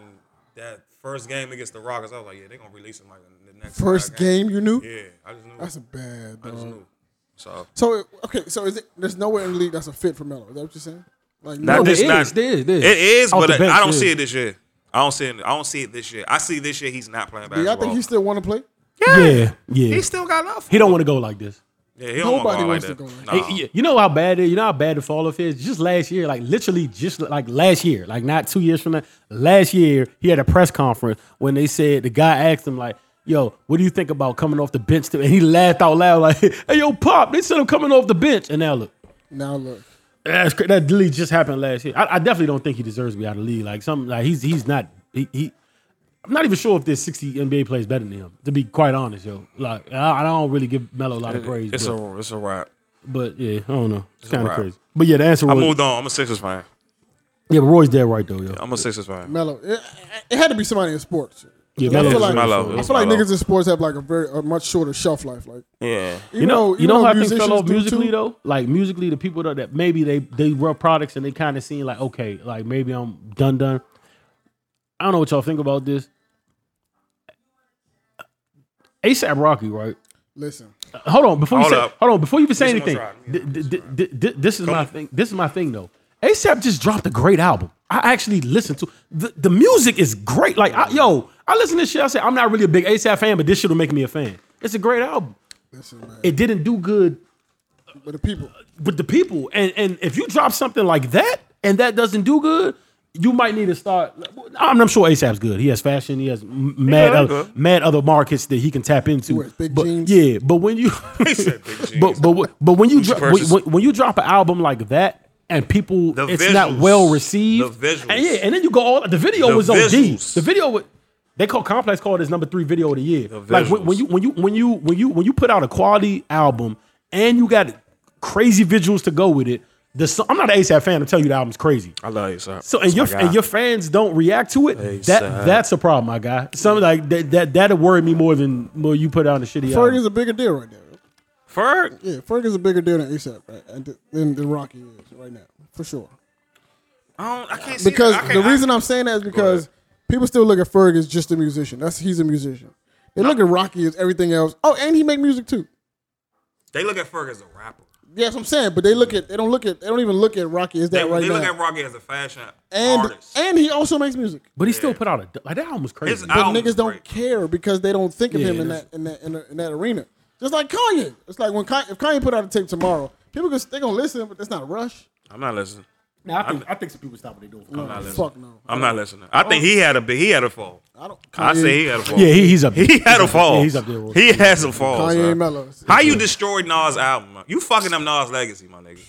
Speaker 5: that first game against the Rockets. I was like, yeah, they're gonna release him like in the next
Speaker 2: First
Speaker 5: five
Speaker 2: game
Speaker 5: games.
Speaker 2: you knew.
Speaker 5: Yeah, I just knew.
Speaker 2: That's a bad.
Speaker 5: I just
Speaker 2: Dog.
Speaker 5: knew. So
Speaker 2: So okay, so is it? There's nowhere in the league that's a fit for Melo. Is that what you're saying? Like
Speaker 5: Not
Speaker 2: no,
Speaker 5: this-
Speaker 4: it
Speaker 5: not-
Speaker 4: is, there is, there is.
Speaker 5: it is,
Speaker 4: Off
Speaker 5: but
Speaker 4: the
Speaker 5: I-
Speaker 4: bench,
Speaker 5: I don't
Speaker 4: yeah.
Speaker 5: see it this year. I don't see it. I don't see it this year. I see this year he's not playing
Speaker 2: do y'all
Speaker 5: basketball.
Speaker 2: think he still want to play?
Speaker 4: Yeah, yeah.
Speaker 5: He still got love.
Speaker 4: He don't want to go like this.
Speaker 5: Yeah, he don't wanna
Speaker 2: Nobody
Speaker 5: go
Speaker 2: wants
Speaker 5: like
Speaker 2: to
Speaker 5: that.
Speaker 2: go
Speaker 5: Nah.
Speaker 4: Hey, yeah, you know how bad it, you know how bad the fall off is. Just last year, like literally, just like last year, like not two years from now. Last year, he had a press conference when they said the guy asked him like, "Yo, what do you think about coming off the bench?" To-? And he laughed out loud like, "Hey, yo, pop! They said I'm coming off the bench." And now look,
Speaker 2: Now look,
Speaker 4: that's cra- that literally just happened last year. I, I definitely don't think he deserves to be out of the league. Like some, like he's he's not he. he I'm not even sure if there's 60 NBA players better than him. To be quite honest, yo, like I, I don't really give Melo a lot of praise.
Speaker 5: It's
Speaker 4: but-
Speaker 5: a it's a wrap.
Speaker 4: but yeah, I don't know. It's kind of
Speaker 5: alright.
Speaker 4: crazy. But yeah, the answer
Speaker 5: I
Speaker 4: was
Speaker 5: moved on. I'm a Sixers fan.
Speaker 4: yeah. But Roy's dead right though, yo.
Speaker 5: I'm a Sixers fan.
Speaker 2: Melo. It, it had to be somebody in sports.
Speaker 4: Yeah,
Speaker 2: I
Speaker 4: Melo
Speaker 2: feel
Speaker 4: was
Speaker 2: like,
Speaker 5: Melo. It
Speaker 2: I
Speaker 5: was
Speaker 2: feel like
Speaker 5: Melo.
Speaker 2: niggas in sports have like a very a much shorter shelf life. Like
Speaker 5: Yeah.
Speaker 4: You know, you know, how things fell off
Speaker 2: musicians do
Speaker 4: musically
Speaker 2: too?
Speaker 4: though. Like musically, the people that, that maybe they they were products and they kind of seen like okay, like maybe I'm done done. I don't know what y'all think about this. ASAP Rocky, right?
Speaker 2: Listen,
Speaker 4: Hold on, before you
Speaker 5: Hold
Speaker 4: say,
Speaker 5: up.
Speaker 4: hold on, before you even say
Speaker 5: This
Speaker 4: anything,
Speaker 5: one's right.
Speaker 4: th- th- th- th- th- this is my thing. This is my thing though. ASAP just dropped a great album. I actually listened to the, the music is great. Like I, yo, I listen to this shit. I say I'm not really a big ASAP fan, but this shit'll make me a fan. It's a great album.
Speaker 2: listen, man.
Speaker 4: It didn't do good
Speaker 2: But the people,
Speaker 4: with the people, and and if you drop something like that and that doesn't do good. You might need to start. I'm, I'm sure ASAP's good. He has fashion. He has m- mad,
Speaker 5: good,
Speaker 4: other,
Speaker 5: good.
Speaker 4: mad other markets that he can tap into.
Speaker 2: wears big
Speaker 4: but,
Speaker 2: jeans.
Speaker 4: Yeah, but when you but but wh- but when you drop when,
Speaker 5: purchase?
Speaker 4: when- when you drop an album like that and people
Speaker 5: The
Speaker 4: it's not
Speaker 5: visuals.
Speaker 4: well received
Speaker 5: The visuals.
Speaker 4: and yeah and then you go all the video
Speaker 5: The
Speaker 4: was OD
Speaker 5: visuals.
Speaker 4: the video was they call complex called his number three video of the year like when, when
Speaker 5: visuals.
Speaker 4: you when you when you when you when you put out a quality album and you got crazy visuals to go with it the so- I'm not an ASAP fan to tell you the album's crazy
Speaker 5: I love you, sir.
Speaker 4: so and your and your fans don't react to it that
Speaker 5: ASAP.
Speaker 4: that's a problem my guy something like that that that'll worry me more than more you put out a shitty
Speaker 2: Ferg
Speaker 4: album.
Speaker 2: is a bigger deal right now.
Speaker 5: Ferg.
Speaker 2: Yeah, Ferg is a bigger deal than ASAP right, and th- than than Rocky is right now for sure.
Speaker 5: I don't. I can't see
Speaker 2: Because
Speaker 5: that. I
Speaker 2: the
Speaker 5: can't- I-
Speaker 2: reason I, am saying that is because people still look at Ferg as just a musician. That's he's a musician. They look at Rocky as everything else. Oh, and he make music too.
Speaker 5: they look at Ferg as a rapper.
Speaker 2: Yes, I'm saying, but they look at they don't look at they don't even look at Rocky as that
Speaker 5: They,
Speaker 2: right
Speaker 5: they
Speaker 2: now.
Speaker 5: look at Rocky as a fashion
Speaker 2: and
Speaker 5: artist.
Speaker 2: and he also makes music.
Speaker 4: But he still put out a like that album was crazy. man.
Speaker 5: His
Speaker 2: But
Speaker 5: album
Speaker 2: niggas
Speaker 5: is
Speaker 2: don't
Speaker 5: great.
Speaker 2: care because they don't think of
Speaker 4: Yeah,
Speaker 2: him in
Speaker 4: that's-
Speaker 2: that in that in, the, in that arena. Just like Kanye, it's like when Kanye, if Kanye put out a tape tomorrow, people gonna they gonna listen, but that's not a rush.
Speaker 5: I'm not listening.
Speaker 8: Now, I think, I think some people stop what they doing. for Kanye.
Speaker 5: listening.
Speaker 2: Fuck no,
Speaker 5: I'm not listening. I think he had a big, he had a fall.
Speaker 2: I don't. Oh. Kanye,
Speaker 5: I say he had a fall.
Speaker 4: yeah, he, he's up.
Speaker 5: He had a fall.
Speaker 4: Yeah, he's up there. with-
Speaker 5: He has a fall.
Speaker 2: Kanye
Speaker 5: son.
Speaker 2: and Mello.
Speaker 5: How you destroyed Nas' album? man? You fucking up Nas' legacy, my nigga.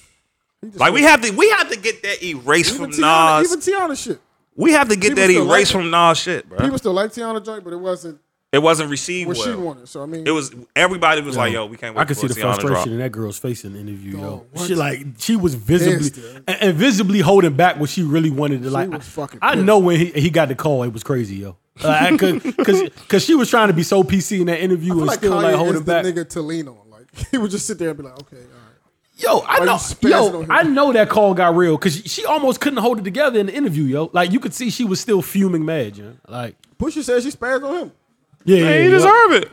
Speaker 2: just
Speaker 5: Like we have to, we have to get that erased
Speaker 2: Even
Speaker 5: from
Speaker 2: Tiana,
Speaker 5: Nas.
Speaker 2: even Tiana shit.
Speaker 5: We have to get
Speaker 2: people
Speaker 5: that
Speaker 2: still
Speaker 5: erased
Speaker 2: like
Speaker 5: from Nas shit, bro.
Speaker 2: People still like Tiana joint, but it wasn't
Speaker 5: It wasn't received
Speaker 2: what she
Speaker 5: well.
Speaker 2: wanted. So I mean,
Speaker 5: It was everybody was like, oh, "Yo, we can't." Wait
Speaker 4: I could
Speaker 5: for
Speaker 4: see the
Speaker 5: Tiana to drop.
Speaker 4: frustration in that girl's face in the interview,
Speaker 2: Dog,
Speaker 4: yo.
Speaker 2: what?
Speaker 4: She like she was visibly
Speaker 2: Pissed, yo.
Speaker 4: and, and visibly holding back what she really wanted to like.
Speaker 2: was fucking
Speaker 4: I, I know when he, he got the call, it was crazy, yo. Like, I could, cause, cause she was trying to be so PC in that interview
Speaker 2: I feel
Speaker 4: and
Speaker 2: like
Speaker 4: still
Speaker 2: Kanye
Speaker 4: like
Speaker 2: is
Speaker 4: holding
Speaker 2: the
Speaker 4: back.
Speaker 2: nigga to lean on. Like he would just sit there and be like, okay, all right.
Speaker 4: Yo, I
Speaker 2: you
Speaker 4: know,
Speaker 2: spazzing on
Speaker 4: yo,
Speaker 2: him?
Speaker 4: I know that call got real because she almost couldn't hold it together in the interview, yo. Like you could see she was still fuming mad, yo. Like,
Speaker 2: Pusha said she spazzed on him.
Speaker 4: yeah, yeah,
Speaker 5: Hey,
Speaker 4: yeah.
Speaker 5: he deserve it.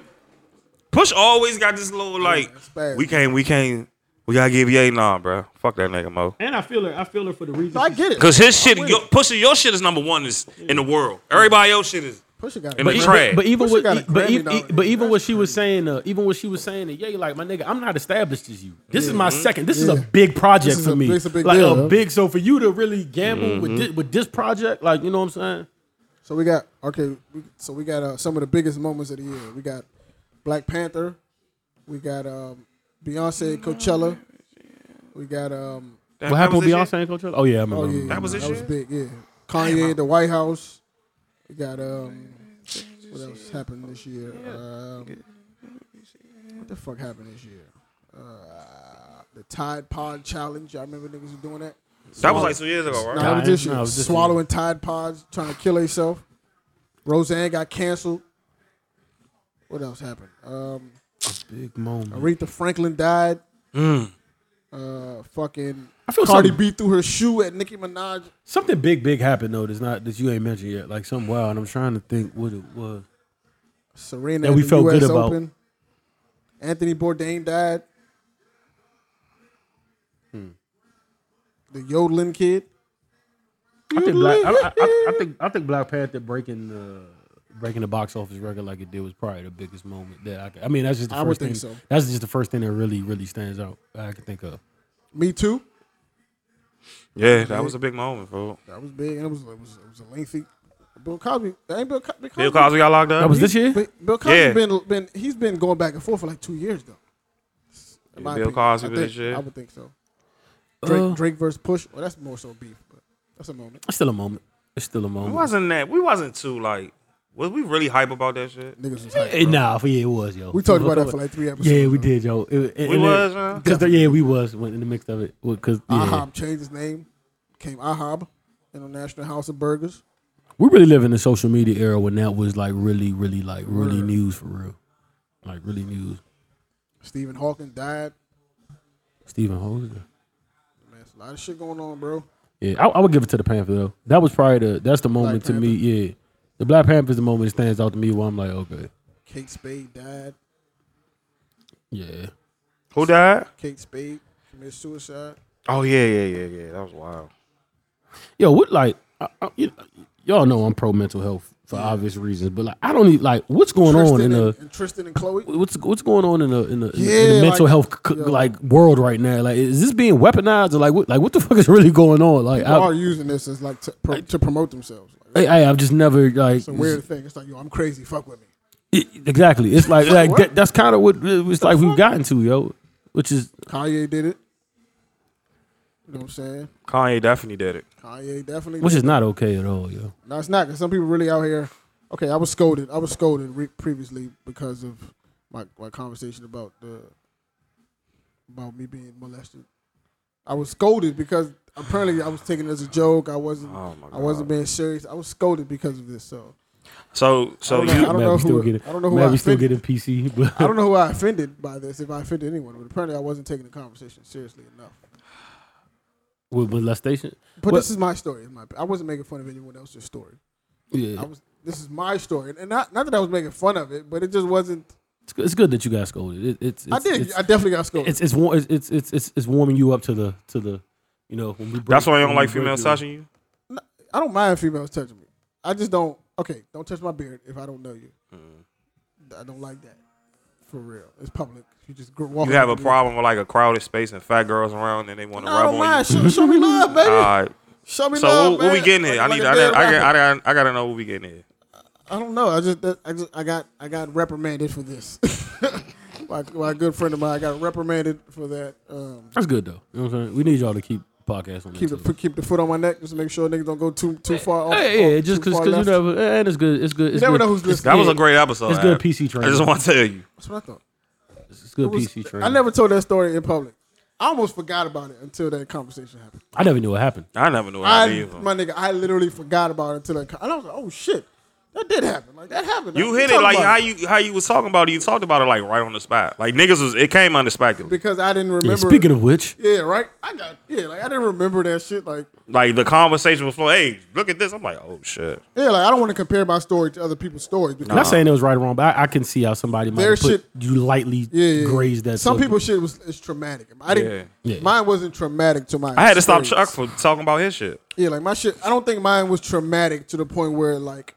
Speaker 5: Push always got this little like,
Speaker 2: it's bad.
Speaker 5: we can't, we can't, we gotta give Ye nah, bro. Fuck that nigga Mo.
Speaker 4: And I feel her. I feel her for the reason.
Speaker 2: I get it.
Speaker 5: Cause his shit, your, Pusha, your shit is number one is, in the world. Everybody else shit is.
Speaker 2: Pusha got
Speaker 5: And
Speaker 2: it.
Speaker 5: the
Speaker 4: even-
Speaker 5: trash.
Speaker 4: But even
Speaker 2: e-, Pusha
Speaker 4: what,
Speaker 2: got a
Speaker 4: but,
Speaker 2: Grammy
Speaker 4: even, e,
Speaker 2: nomination.
Speaker 4: but even what she was saying, uh, even what she was saying, to Ye, like my nigga, I'm not established as you. This is my second. This is a
Speaker 2: Yeah.
Speaker 4: big project
Speaker 2: This is
Speaker 4: for
Speaker 2: a-
Speaker 4: me.
Speaker 2: it's a big
Speaker 4: like
Speaker 2: deal, Mm-hmm.
Speaker 4: a
Speaker 2: huh?
Speaker 4: big. So for you to really gamble with this, with this project, like you know what I'm saying?
Speaker 2: So we got okay. We, so we got uh, some of the biggest moments of the year. We got Black Panther. We got um, Beyonce at Coachella. We got um.
Speaker 5: That- that was his shit?
Speaker 4: and Coachella? Oh yeah, I
Speaker 2: Oh
Speaker 4: remember.
Speaker 2: yeah,
Speaker 5: was his
Speaker 2: that was
Speaker 5: shit?
Speaker 2: big. Yeah, Kanye at the White House. We got um. What else happened this year? Um, what the fuck happened this year? Uh, the Tide Pod Challenge. I remember niggas was doing that.
Speaker 5: That was like two years ago, right?
Speaker 2: No, that was this year.
Speaker 4: No, it was this year.
Speaker 2: Swallowing Tide Pods, trying to kill herself. Roseanne got canceled. What else happened? Um,
Speaker 4: Big moment.
Speaker 2: Aretha Franklin died.
Speaker 4: Mm.
Speaker 2: Uh, fucking
Speaker 4: I feel
Speaker 2: Cardi
Speaker 4: something-
Speaker 2: B threw her shoe at Nicki Minaj.
Speaker 4: Something big, big happened though. That's not that you ain't mentioned yet. Like something wild. And I'm trying to think what it was.
Speaker 2: Serena
Speaker 4: That
Speaker 2: at
Speaker 4: we
Speaker 2: the
Speaker 4: felt
Speaker 2: US
Speaker 4: good about.
Speaker 2: Open. Anthony Bourdain died.
Speaker 4: Hmm.
Speaker 2: The yodeling kid.
Speaker 4: I think Black. I, I- I- I think I think Black Panther breaking the breaking the box office record like it did was probably the biggest moment that I. Could, I mean, that's just the
Speaker 2: I
Speaker 4: first
Speaker 2: would
Speaker 4: thing.
Speaker 2: think so. Uh,
Speaker 4: That's just the first thing that really really stands out. I can think of.
Speaker 2: Me too.
Speaker 5: Yeah, that was a big moment, bro.
Speaker 2: That was big, and it was it was, it was a lengthy. Bill Cosby. Ain't Bill, Co- Bill Cosby.
Speaker 5: Bill Cosby got locked up.
Speaker 4: That was this year.
Speaker 2: But Bill Cosby
Speaker 5: Yeah.
Speaker 2: been been he's been going back and forth for like two years though. In my
Speaker 5: Bill
Speaker 2: opinion.
Speaker 5: Cosby
Speaker 2: I
Speaker 5: was
Speaker 2: think-
Speaker 5: his shit.
Speaker 2: I would think so. Drake,
Speaker 4: Uh.
Speaker 2: Drake versus Push. Well, that's more so beef, but that's a moment.
Speaker 4: It's still a moment. It's still a
Speaker 5: It
Speaker 4: moment.
Speaker 5: wasn't that. We wasn't too like. Was we really hype about that shit?
Speaker 2: Niggas was hype.
Speaker 4: Eh, nah, for yeah, it was yo.
Speaker 2: We talked about that for like three episodes.
Speaker 4: Yeah, we
Speaker 2: though.
Speaker 4: did, yo. It, it,
Speaker 5: We
Speaker 4: it-
Speaker 5: was, man.
Speaker 4: Cause the- yeah, we was when- in the mix of it. Well, Cause yeah,
Speaker 2: Ahab changed his name, became Ahab, International House of Burgers.
Speaker 4: we really live in the social media era when that was like really, really, like really news for real, like really news.
Speaker 2: Stephen Hawking died.
Speaker 4: Stephen Hosner.
Speaker 2: Man, it's a lot of shit going on, bro.
Speaker 4: Yeah, I, I would give it to the Panther though. That was probably the that's the moment to
Speaker 2: Panther.
Speaker 4: me. Yeah, the Black Panther is the moment that stands out to me where I'm like, okay,
Speaker 2: Kate Spade died.
Speaker 4: yeah,
Speaker 5: Who died?
Speaker 2: Kate Spade committed suicide.
Speaker 5: Oh yeah, yeah, yeah, yeah. That was wild.
Speaker 4: yo, what like, I, I, you, y'all know I'm pro mental health for obvious reasons, but like I don't need like what's going on
Speaker 2: Tristan
Speaker 4: in
Speaker 2: and,
Speaker 4: the
Speaker 2: and Tristan and Chloe.
Speaker 4: what's what's going on in the in the, in the- in the
Speaker 2: Yeah,
Speaker 4: mental
Speaker 2: like,
Speaker 4: health c-
Speaker 2: yo.
Speaker 4: like world right now? Like, is this being weaponized or like what like what the fuck is really going on? Like,
Speaker 2: People are
Speaker 4: I,
Speaker 2: using this as like to, pro, to promote themselves. Like,
Speaker 4: I, I I've just never like
Speaker 2: it's a weird thing. It's like, yo, I'm crazy. Fuck with me.
Speaker 4: it- exactly. It's like like that, that's kind of what uh, it's like we've gotten to yo, which is
Speaker 2: Kanye did it. You know what I'm saying?
Speaker 5: Kanye definitely did it.
Speaker 2: Kanye definitely.
Speaker 4: which
Speaker 2: did
Speaker 4: is not okay at all, yo.
Speaker 2: it. no, it's not because some people really out here. Okay, I was scolded. I was scolded re- previously because of my, my conversation about the about me being molested. I was scolded because apparently I was taking it as a joke. I wasn't.
Speaker 5: Oh, my
Speaker 2: I wasn't being serious. I was scolded because of this. So
Speaker 5: So, so
Speaker 2: I don't know-
Speaker 5: you
Speaker 2: I don't
Speaker 4: Mad
Speaker 2: know
Speaker 4: we still
Speaker 2: who.
Speaker 4: get it.
Speaker 2: I don't know who.
Speaker 4: Mad
Speaker 2: I
Speaker 4: we still
Speaker 2: offended.
Speaker 4: get a PC. But
Speaker 2: I don't know who I offended by this. If I offended anyone, but apparently I wasn't taking the conversation seriously enough.
Speaker 4: with, with less station.
Speaker 2: But
Speaker 4: What-
Speaker 2: this is my story. it's My, I wasn't making fun of anyone else's story.
Speaker 4: Yeah.
Speaker 2: I was. This is my story, and not not that I was making fun of it, but it just wasn't.
Speaker 4: It's good, it's good that you got scolded. It, it's, it's
Speaker 2: I did.
Speaker 4: It's,
Speaker 2: I definitely got scolded.
Speaker 4: it's, it's, war- it's, it's it's it's it's warming you up to the to the you know when we break,
Speaker 5: That's why I
Speaker 4: when
Speaker 5: don't like
Speaker 4: we break
Speaker 5: female
Speaker 4: through.
Speaker 5: touching you.
Speaker 2: I don't mind females touching me. I just don't. Okay, don't touch my beard if I don't know you.
Speaker 5: Hmm.
Speaker 2: I don't like that. For real, it's public. You just gr- walk.
Speaker 5: You have a
Speaker 2: up to me.
Speaker 5: problem with like a crowded space and fat girls around and they want to
Speaker 2: No, I
Speaker 5: rub
Speaker 2: don't
Speaker 5: on
Speaker 2: mind.
Speaker 5: you.
Speaker 2: Show, show me love, baby.
Speaker 5: All right.
Speaker 2: show me
Speaker 5: So
Speaker 2: love.
Speaker 5: what, what we
Speaker 2: man.
Speaker 5: getting here? I
Speaker 2: Like-
Speaker 5: need.
Speaker 2: like a
Speaker 5: I, need-
Speaker 2: dead
Speaker 5: I, got-
Speaker 2: rapper.
Speaker 5: I, got- I gotta know what we getting here.
Speaker 2: I don't know. I just, that, I just, I got, I got reprimanded for this. my, my good friend of mine, I got reprimanded for that. Um,
Speaker 4: That's good though. You know what I'm saying? We need y'all to keep podcasts on.
Speaker 2: keep
Speaker 4: that
Speaker 2: the,
Speaker 4: too.
Speaker 2: put- keep the foot on my neck, just make sure niggas don't go too, too far off.
Speaker 4: Hey, yeah,
Speaker 2: off-
Speaker 4: just
Speaker 2: too
Speaker 4: because
Speaker 2: far
Speaker 4: you
Speaker 2: left.
Speaker 4: never and it's good. It's good. It's
Speaker 2: never
Speaker 4: good.
Speaker 2: know who's
Speaker 4: it's-
Speaker 5: That was
Speaker 4: yeah,
Speaker 5: a great episode.
Speaker 4: It's good
Speaker 5: Ab.
Speaker 4: PC
Speaker 5: I just
Speaker 4: training.
Speaker 5: want to tell you.
Speaker 2: That's what I thought.
Speaker 4: It's good
Speaker 2: It was-
Speaker 4: PC training.
Speaker 2: I never told that story in public. I almost forgot about it until that conversation happened.
Speaker 4: I never knew what happened.
Speaker 5: I never knew
Speaker 2: I,
Speaker 5: I either.
Speaker 2: my nigga, I literally forgot about it until that. Con- and I was like, oh shit, that did happen. Like that happened.
Speaker 5: You
Speaker 2: Like,
Speaker 5: hit it
Speaker 2: talking
Speaker 5: like
Speaker 2: about
Speaker 5: how you how you was talking about it. You talked about it like right on the spot. Like niggas was it came unexpectedly.
Speaker 2: because I didn't remember.
Speaker 4: Yeah, speaking of which,
Speaker 2: yeah, right. I got yeah, like I didn't remember that shit. Like
Speaker 5: Like the conversation was flowing. Hey, look at this. I'm like, oh shit.
Speaker 2: yeah, like I don't want to compare my story to other people's stories. Because
Speaker 4: not saying it was right or wrong, but I, I can see how somebody might
Speaker 2: Their
Speaker 4: have put
Speaker 2: shit-
Speaker 4: you lightly
Speaker 2: yeah, yeah, yeah.
Speaker 4: grazed that.
Speaker 2: Some
Speaker 4: subject.
Speaker 2: people's shit was is traumatic. I didn't.
Speaker 4: Yeah. Yeah.
Speaker 2: Mine wasn't traumatic to my.
Speaker 5: I had to stop Chuck
Speaker 2: experience.
Speaker 5: for talking about his shit.
Speaker 2: Yeah, like my shit. I don't think mine was traumatic to the point where like.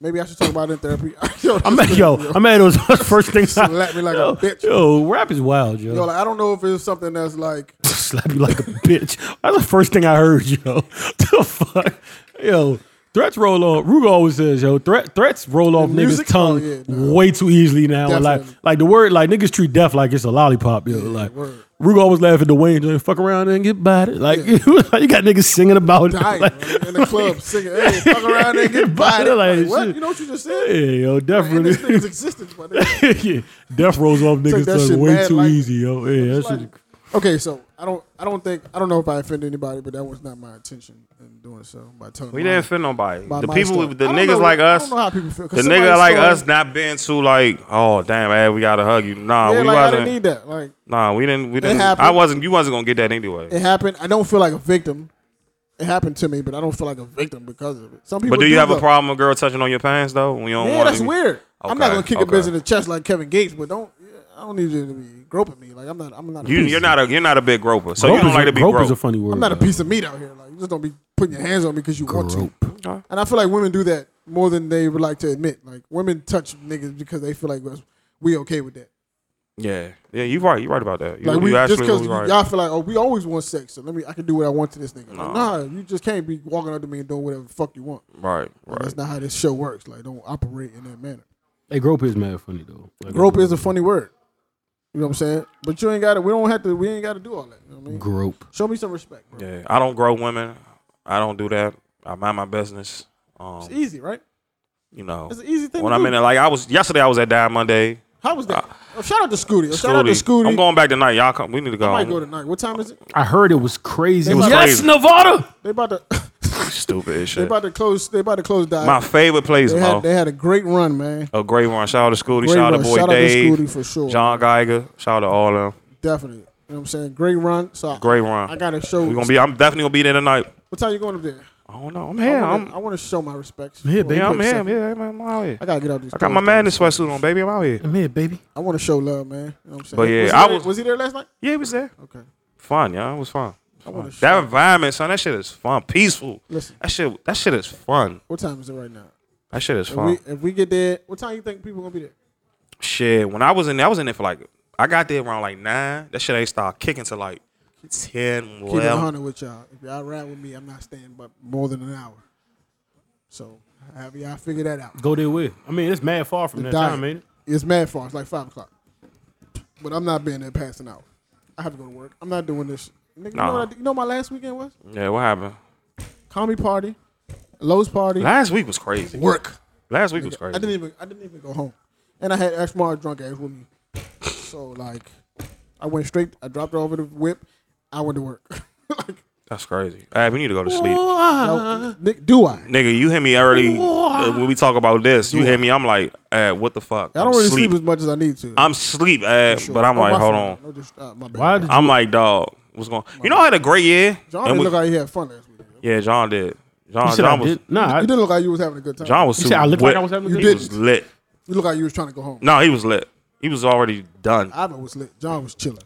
Speaker 2: Maybe I should talk about it in therapy.
Speaker 4: I'm mad, yo. I'm mad. It was the first thing.
Speaker 2: Slap me like a
Speaker 4: yo,
Speaker 2: bitch.
Speaker 4: Yo, rap is wild, yo.
Speaker 2: Yo, like, I don't know if it's something that's like
Speaker 4: Slap you like a bitch. That's the first thing I heard, yo. the fuck, yo. Threats roll off. Ruger always says, yo, threat, threats roll off niggas'
Speaker 2: music?
Speaker 4: tongue
Speaker 2: Oh, yeah, nah.
Speaker 4: way too easily now. And like,
Speaker 2: Definitely.
Speaker 4: like the word, like niggas treat death like it's a lollipop, yo. like,
Speaker 2: word.
Speaker 4: Ruger always laugh at Dwayne, like, fuck around and get bodied. Like, you got niggas singing about
Speaker 2: dying
Speaker 4: like,
Speaker 2: bro, in the club singing, hey, fuck around and get by.
Speaker 4: Like,
Speaker 2: Like,
Speaker 4: shit.
Speaker 2: what? You know what you just
Speaker 4: Yeah,
Speaker 2: said?
Speaker 4: yo,
Speaker 2: Like, in this
Speaker 4: definitely.
Speaker 2: thing's existence, my nigga.
Speaker 4: yeah, death rolls off niggas'
Speaker 2: that shit
Speaker 4: tongue way
Speaker 2: mad
Speaker 4: too
Speaker 2: like-
Speaker 4: easy, yo. Yeah, that
Speaker 2: It's
Speaker 4: shit.
Speaker 2: like- okay, so I don't, I don't think, I don't know if I offended anybody, but that was not my intention in doing so by telling.
Speaker 5: We
Speaker 2: my-
Speaker 5: didn't fit nobody.
Speaker 2: by
Speaker 5: the
Speaker 2: my
Speaker 5: people,
Speaker 2: story.
Speaker 5: the
Speaker 2: I don't
Speaker 5: niggas
Speaker 2: know-
Speaker 5: like
Speaker 2: I
Speaker 5: us,
Speaker 2: don't know how people feel.
Speaker 5: the nigga like us not being too like, oh damn, man, we gotta hug you. Nah,
Speaker 2: yeah,
Speaker 5: we
Speaker 2: like I
Speaker 5: wasn't.
Speaker 2: didn't need that. Like
Speaker 5: nah, we didn't. We didn't.
Speaker 2: happened.
Speaker 5: I wasn't. You wasn't gonna get that anyway.
Speaker 2: it happened. I don't feel like a victim. It happened to me, but I don't feel like a victim because of it. Some people.
Speaker 5: But do you have a
Speaker 2: though.
Speaker 5: problem with a girl touching on your pants though? When you don't
Speaker 2: Yeah,
Speaker 5: want
Speaker 2: that's
Speaker 5: to-
Speaker 2: weird. I'm not
Speaker 5: Okay,
Speaker 2: gonna kick a
Speaker 5: okay.
Speaker 2: bitch in the chest like Kevin Gates, but don't. I don't need you to be groping me. Like I'm not. I'm not. a
Speaker 5: You,
Speaker 2: piece-
Speaker 5: you're not a you're not a big groper, so you
Speaker 4: Grope
Speaker 5: don't
Speaker 4: is
Speaker 5: like
Speaker 4: a-
Speaker 5: to be
Speaker 4: grope
Speaker 5: groped.
Speaker 4: is a funny word.
Speaker 2: I'm not a
Speaker 4: though.
Speaker 2: piece of meat out here. Like you just don't be putting your hands on me because you want to. And I feel like women do that more than they would like to admit. Like women touch niggas because they feel like that's- we okay with that.
Speaker 5: yeah, yeah, you're right. You're right about that. You,
Speaker 2: Like we
Speaker 5: you
Speaker 2: just
Speaker 5: actually
Speaker 2: because
Speaker 5: was right.
Speaker 2: y'all feel like oh we always want sex, so let me I can do what I want to this nigga. Like, nah, you just can't be walking up to me and doing whatever the fuck you want.
Speaker 5: Right, right.
Speaker 2: That's not how this show works. Like don't operate in that manner.
Speaker 4: Hey, grope is mad funny though. Like,
Speaker 2: Grope is a funny word. You know what I'm saying? But you ain't got to. We don't have to. We ain't got to do all that. You know what I mean?
Speaker 4: grope.
Speaker 2: Show me some respect. Bro.
Speaker 5: Yeah, I don't grow women. I don't do that. I mind my business. Um,
Speaker 2: It's easy, right?
Speaker 5: you know,
Speaker 2: It's an easy thing.
Speaker 5: when
Speaker 2: to
Speaker 5: I'm
Speaker 2: do.
Speaker 5: in it, like I was yesterday, I was at Dime Monday.
Speaker 2: How was that? oh, shout out to Scooty. Oh, shout out to
Speaker 5: Uh, Scooty.
Speaker 2: Scooty.
Speaker 5: I'm going back tonight. Y'all come. We need to go.
Speaker 2: I might go tonight. What time is it?
Speaker 4: I heard it was crazy.
Speaker 2: was
Speaker 4: yes,
Speaker 5: crazy.
Speaker 4: Nevada.
Speaker 2: They about to.
Speaker 5: Stupid as
Speaker 2: they
Speaker 5: shit.
Speaker 2: about to close. They about to close. Dive.
Speaker 5: My favorite place,
Speaker 2: they had.
Speaker 5: Mo.
Speaker 2: They had a great run, man.
Speaker 5: A great one. Shout out to Scooty.
Speaker 2: Great
Speaker 5: Shout out
Speaker 2: run.
Speaker 5: to boy
Speaker 2: Shout out to
Speaker 5: Dave.
Speaker 2: Scooty for sure.
Speaker 5: John Geiger. Shout out to all of them.
Speaker 2: Definitely. You know what I'm saying? Great run. So I-
Speaker 5: Great run.
Speaker 2: I got to show.
Speaker 5: We gonna be. I'm definitely gonna be there tonight.
Speaker 2: What time you going up there?
Speaker 5: I don't know. I'm here.
Speaker 2: I
Speaker 5: I'm.
Speaker 2: wanna- I want to show my respect.
Speaker 4: Yeah, baby.
Speaker 5: Yeah, I'm here.
Speaker 2: here.
Speaker 5: I'm here. I'm out here.
Speaker 2: I gotta get out these.
Speaker 5: I got my
Speaker 2: clothes,
Speaker 5: madness sweatsuit on, baby. I'm out here.
Speaker 4: I'm here, baby.
Speaker 2: though. I want to show love, man. You know what I'm saying?
Speaker 5: But yeah,
Speaker 2: was he
Speaker 5: I
Speaker 2: there-
Speaker 5: was-
Speaker 2: Was he there last night?
Speaker 5: Yeah, it was there.
Speaker 2: Okay.
Speaker 5: Fun, y'all. It was fun.
Speaker 2: I want to show.
Speaker 5: That environment, son. That shit is fun. Peaceful.
Speaker 2: Listen.
Speaker 5: That shit. That shit is fun.
Speaker 2: What time is it right now?
Speaker 5: That shit is
Speaker 2: If
Speaker 5: fun.
Speaker 2: we if we get there, what time you think people gonna be there?
Speaker 5: Shit. When I was in, there, I was in there for like. I got there around like nine. That shit ain't start kicking to like ten,
Speaker 2: Keep it
Speaker 5: eleven.
Speaker 2: 100 with y'all. If y'all ride with me, I'm not staying but more than an hour. So have y'all figure that out.
Speaker 4: Go their way. I mean, it's mad far from that
Speaker 2: diet.
Speaker 4: time, ain't it?
Speaker 2: It's mad far. It's like five o'clock. But I'm not being there past an hour. I have to go to work. I'm not doing this. Nigga, you, know
Speaker 5: Nah.
Speaker 2: what I, did- you know what my last weekend was?
Speaker 5: Yeah. What happened?
Speaker 2: Comedy party, Lowe's party,
Speaker 5: Last week was crazy.
Speaker 2: work.
Speaker 5: Last week was
Speaker 2: I
Speaker 5: crazy.
Speaker 2: didn't even I didn't even go home, and I had Ashmar drunk ass with me. So like, I went straight. I dropped her over the whip. I went to work. like,
Speaker 5: That's crazy. All right, we need to go to sleep.
Speaker 4: Uh-huh.
Speaker 2: no, Nick, do I?
Speaker 5: Nigga, you hear me early uh, when we talk about this. You hear me? I'm like, uh, what the fuck?
Speaker 2: I don't
Speaker 5: I'm
Speaker 2: really sleep. as much as I need to.
Speaker 5: I'm sleep, uh,
Speaker 2: Sure.
Speaker 5: but I'm
Speaker 2: Oh,
Speaker 5: like,
Speaker 2: my
Speaker 5: hold on.
Speaker 2: fault. No, just, uh, my bad.
Speaker 4: Why did
Speaker 5: I'm like, dog, what's going? You know, I had a great year.
Speaker 2: John
Speaker 5: and
Speaker 2: didn't
Speaker 5: we-
Speaker 2: look like he had fun last week.
Speaker 5: yeah, John did. John,
Speaker 4: you said
Speaker 5: John
Speaker 4: I
Speaker 5: was.
Speaker 4: did? Nah, I,
Speaker 2: You didn't look like you was having a good time.
Speaker 5: John was
Speaker 4: you
Speaker 5: too.
Speaker 4: said I looked
Speaker 5: wet.
Speaker 4: like I was having a good
Speaker 2: You
Speaker 5: He
Speaker 2: did.
Speaker 4: time.
Speaker 5: was
Speaker 2: didn't.
Speaker 5: lit.
Speaker 2: You look like you was trying to go home.
Speaker 5: No, he was lit. He was already done.
Speaker 2: Ivan was lit. John was chilling.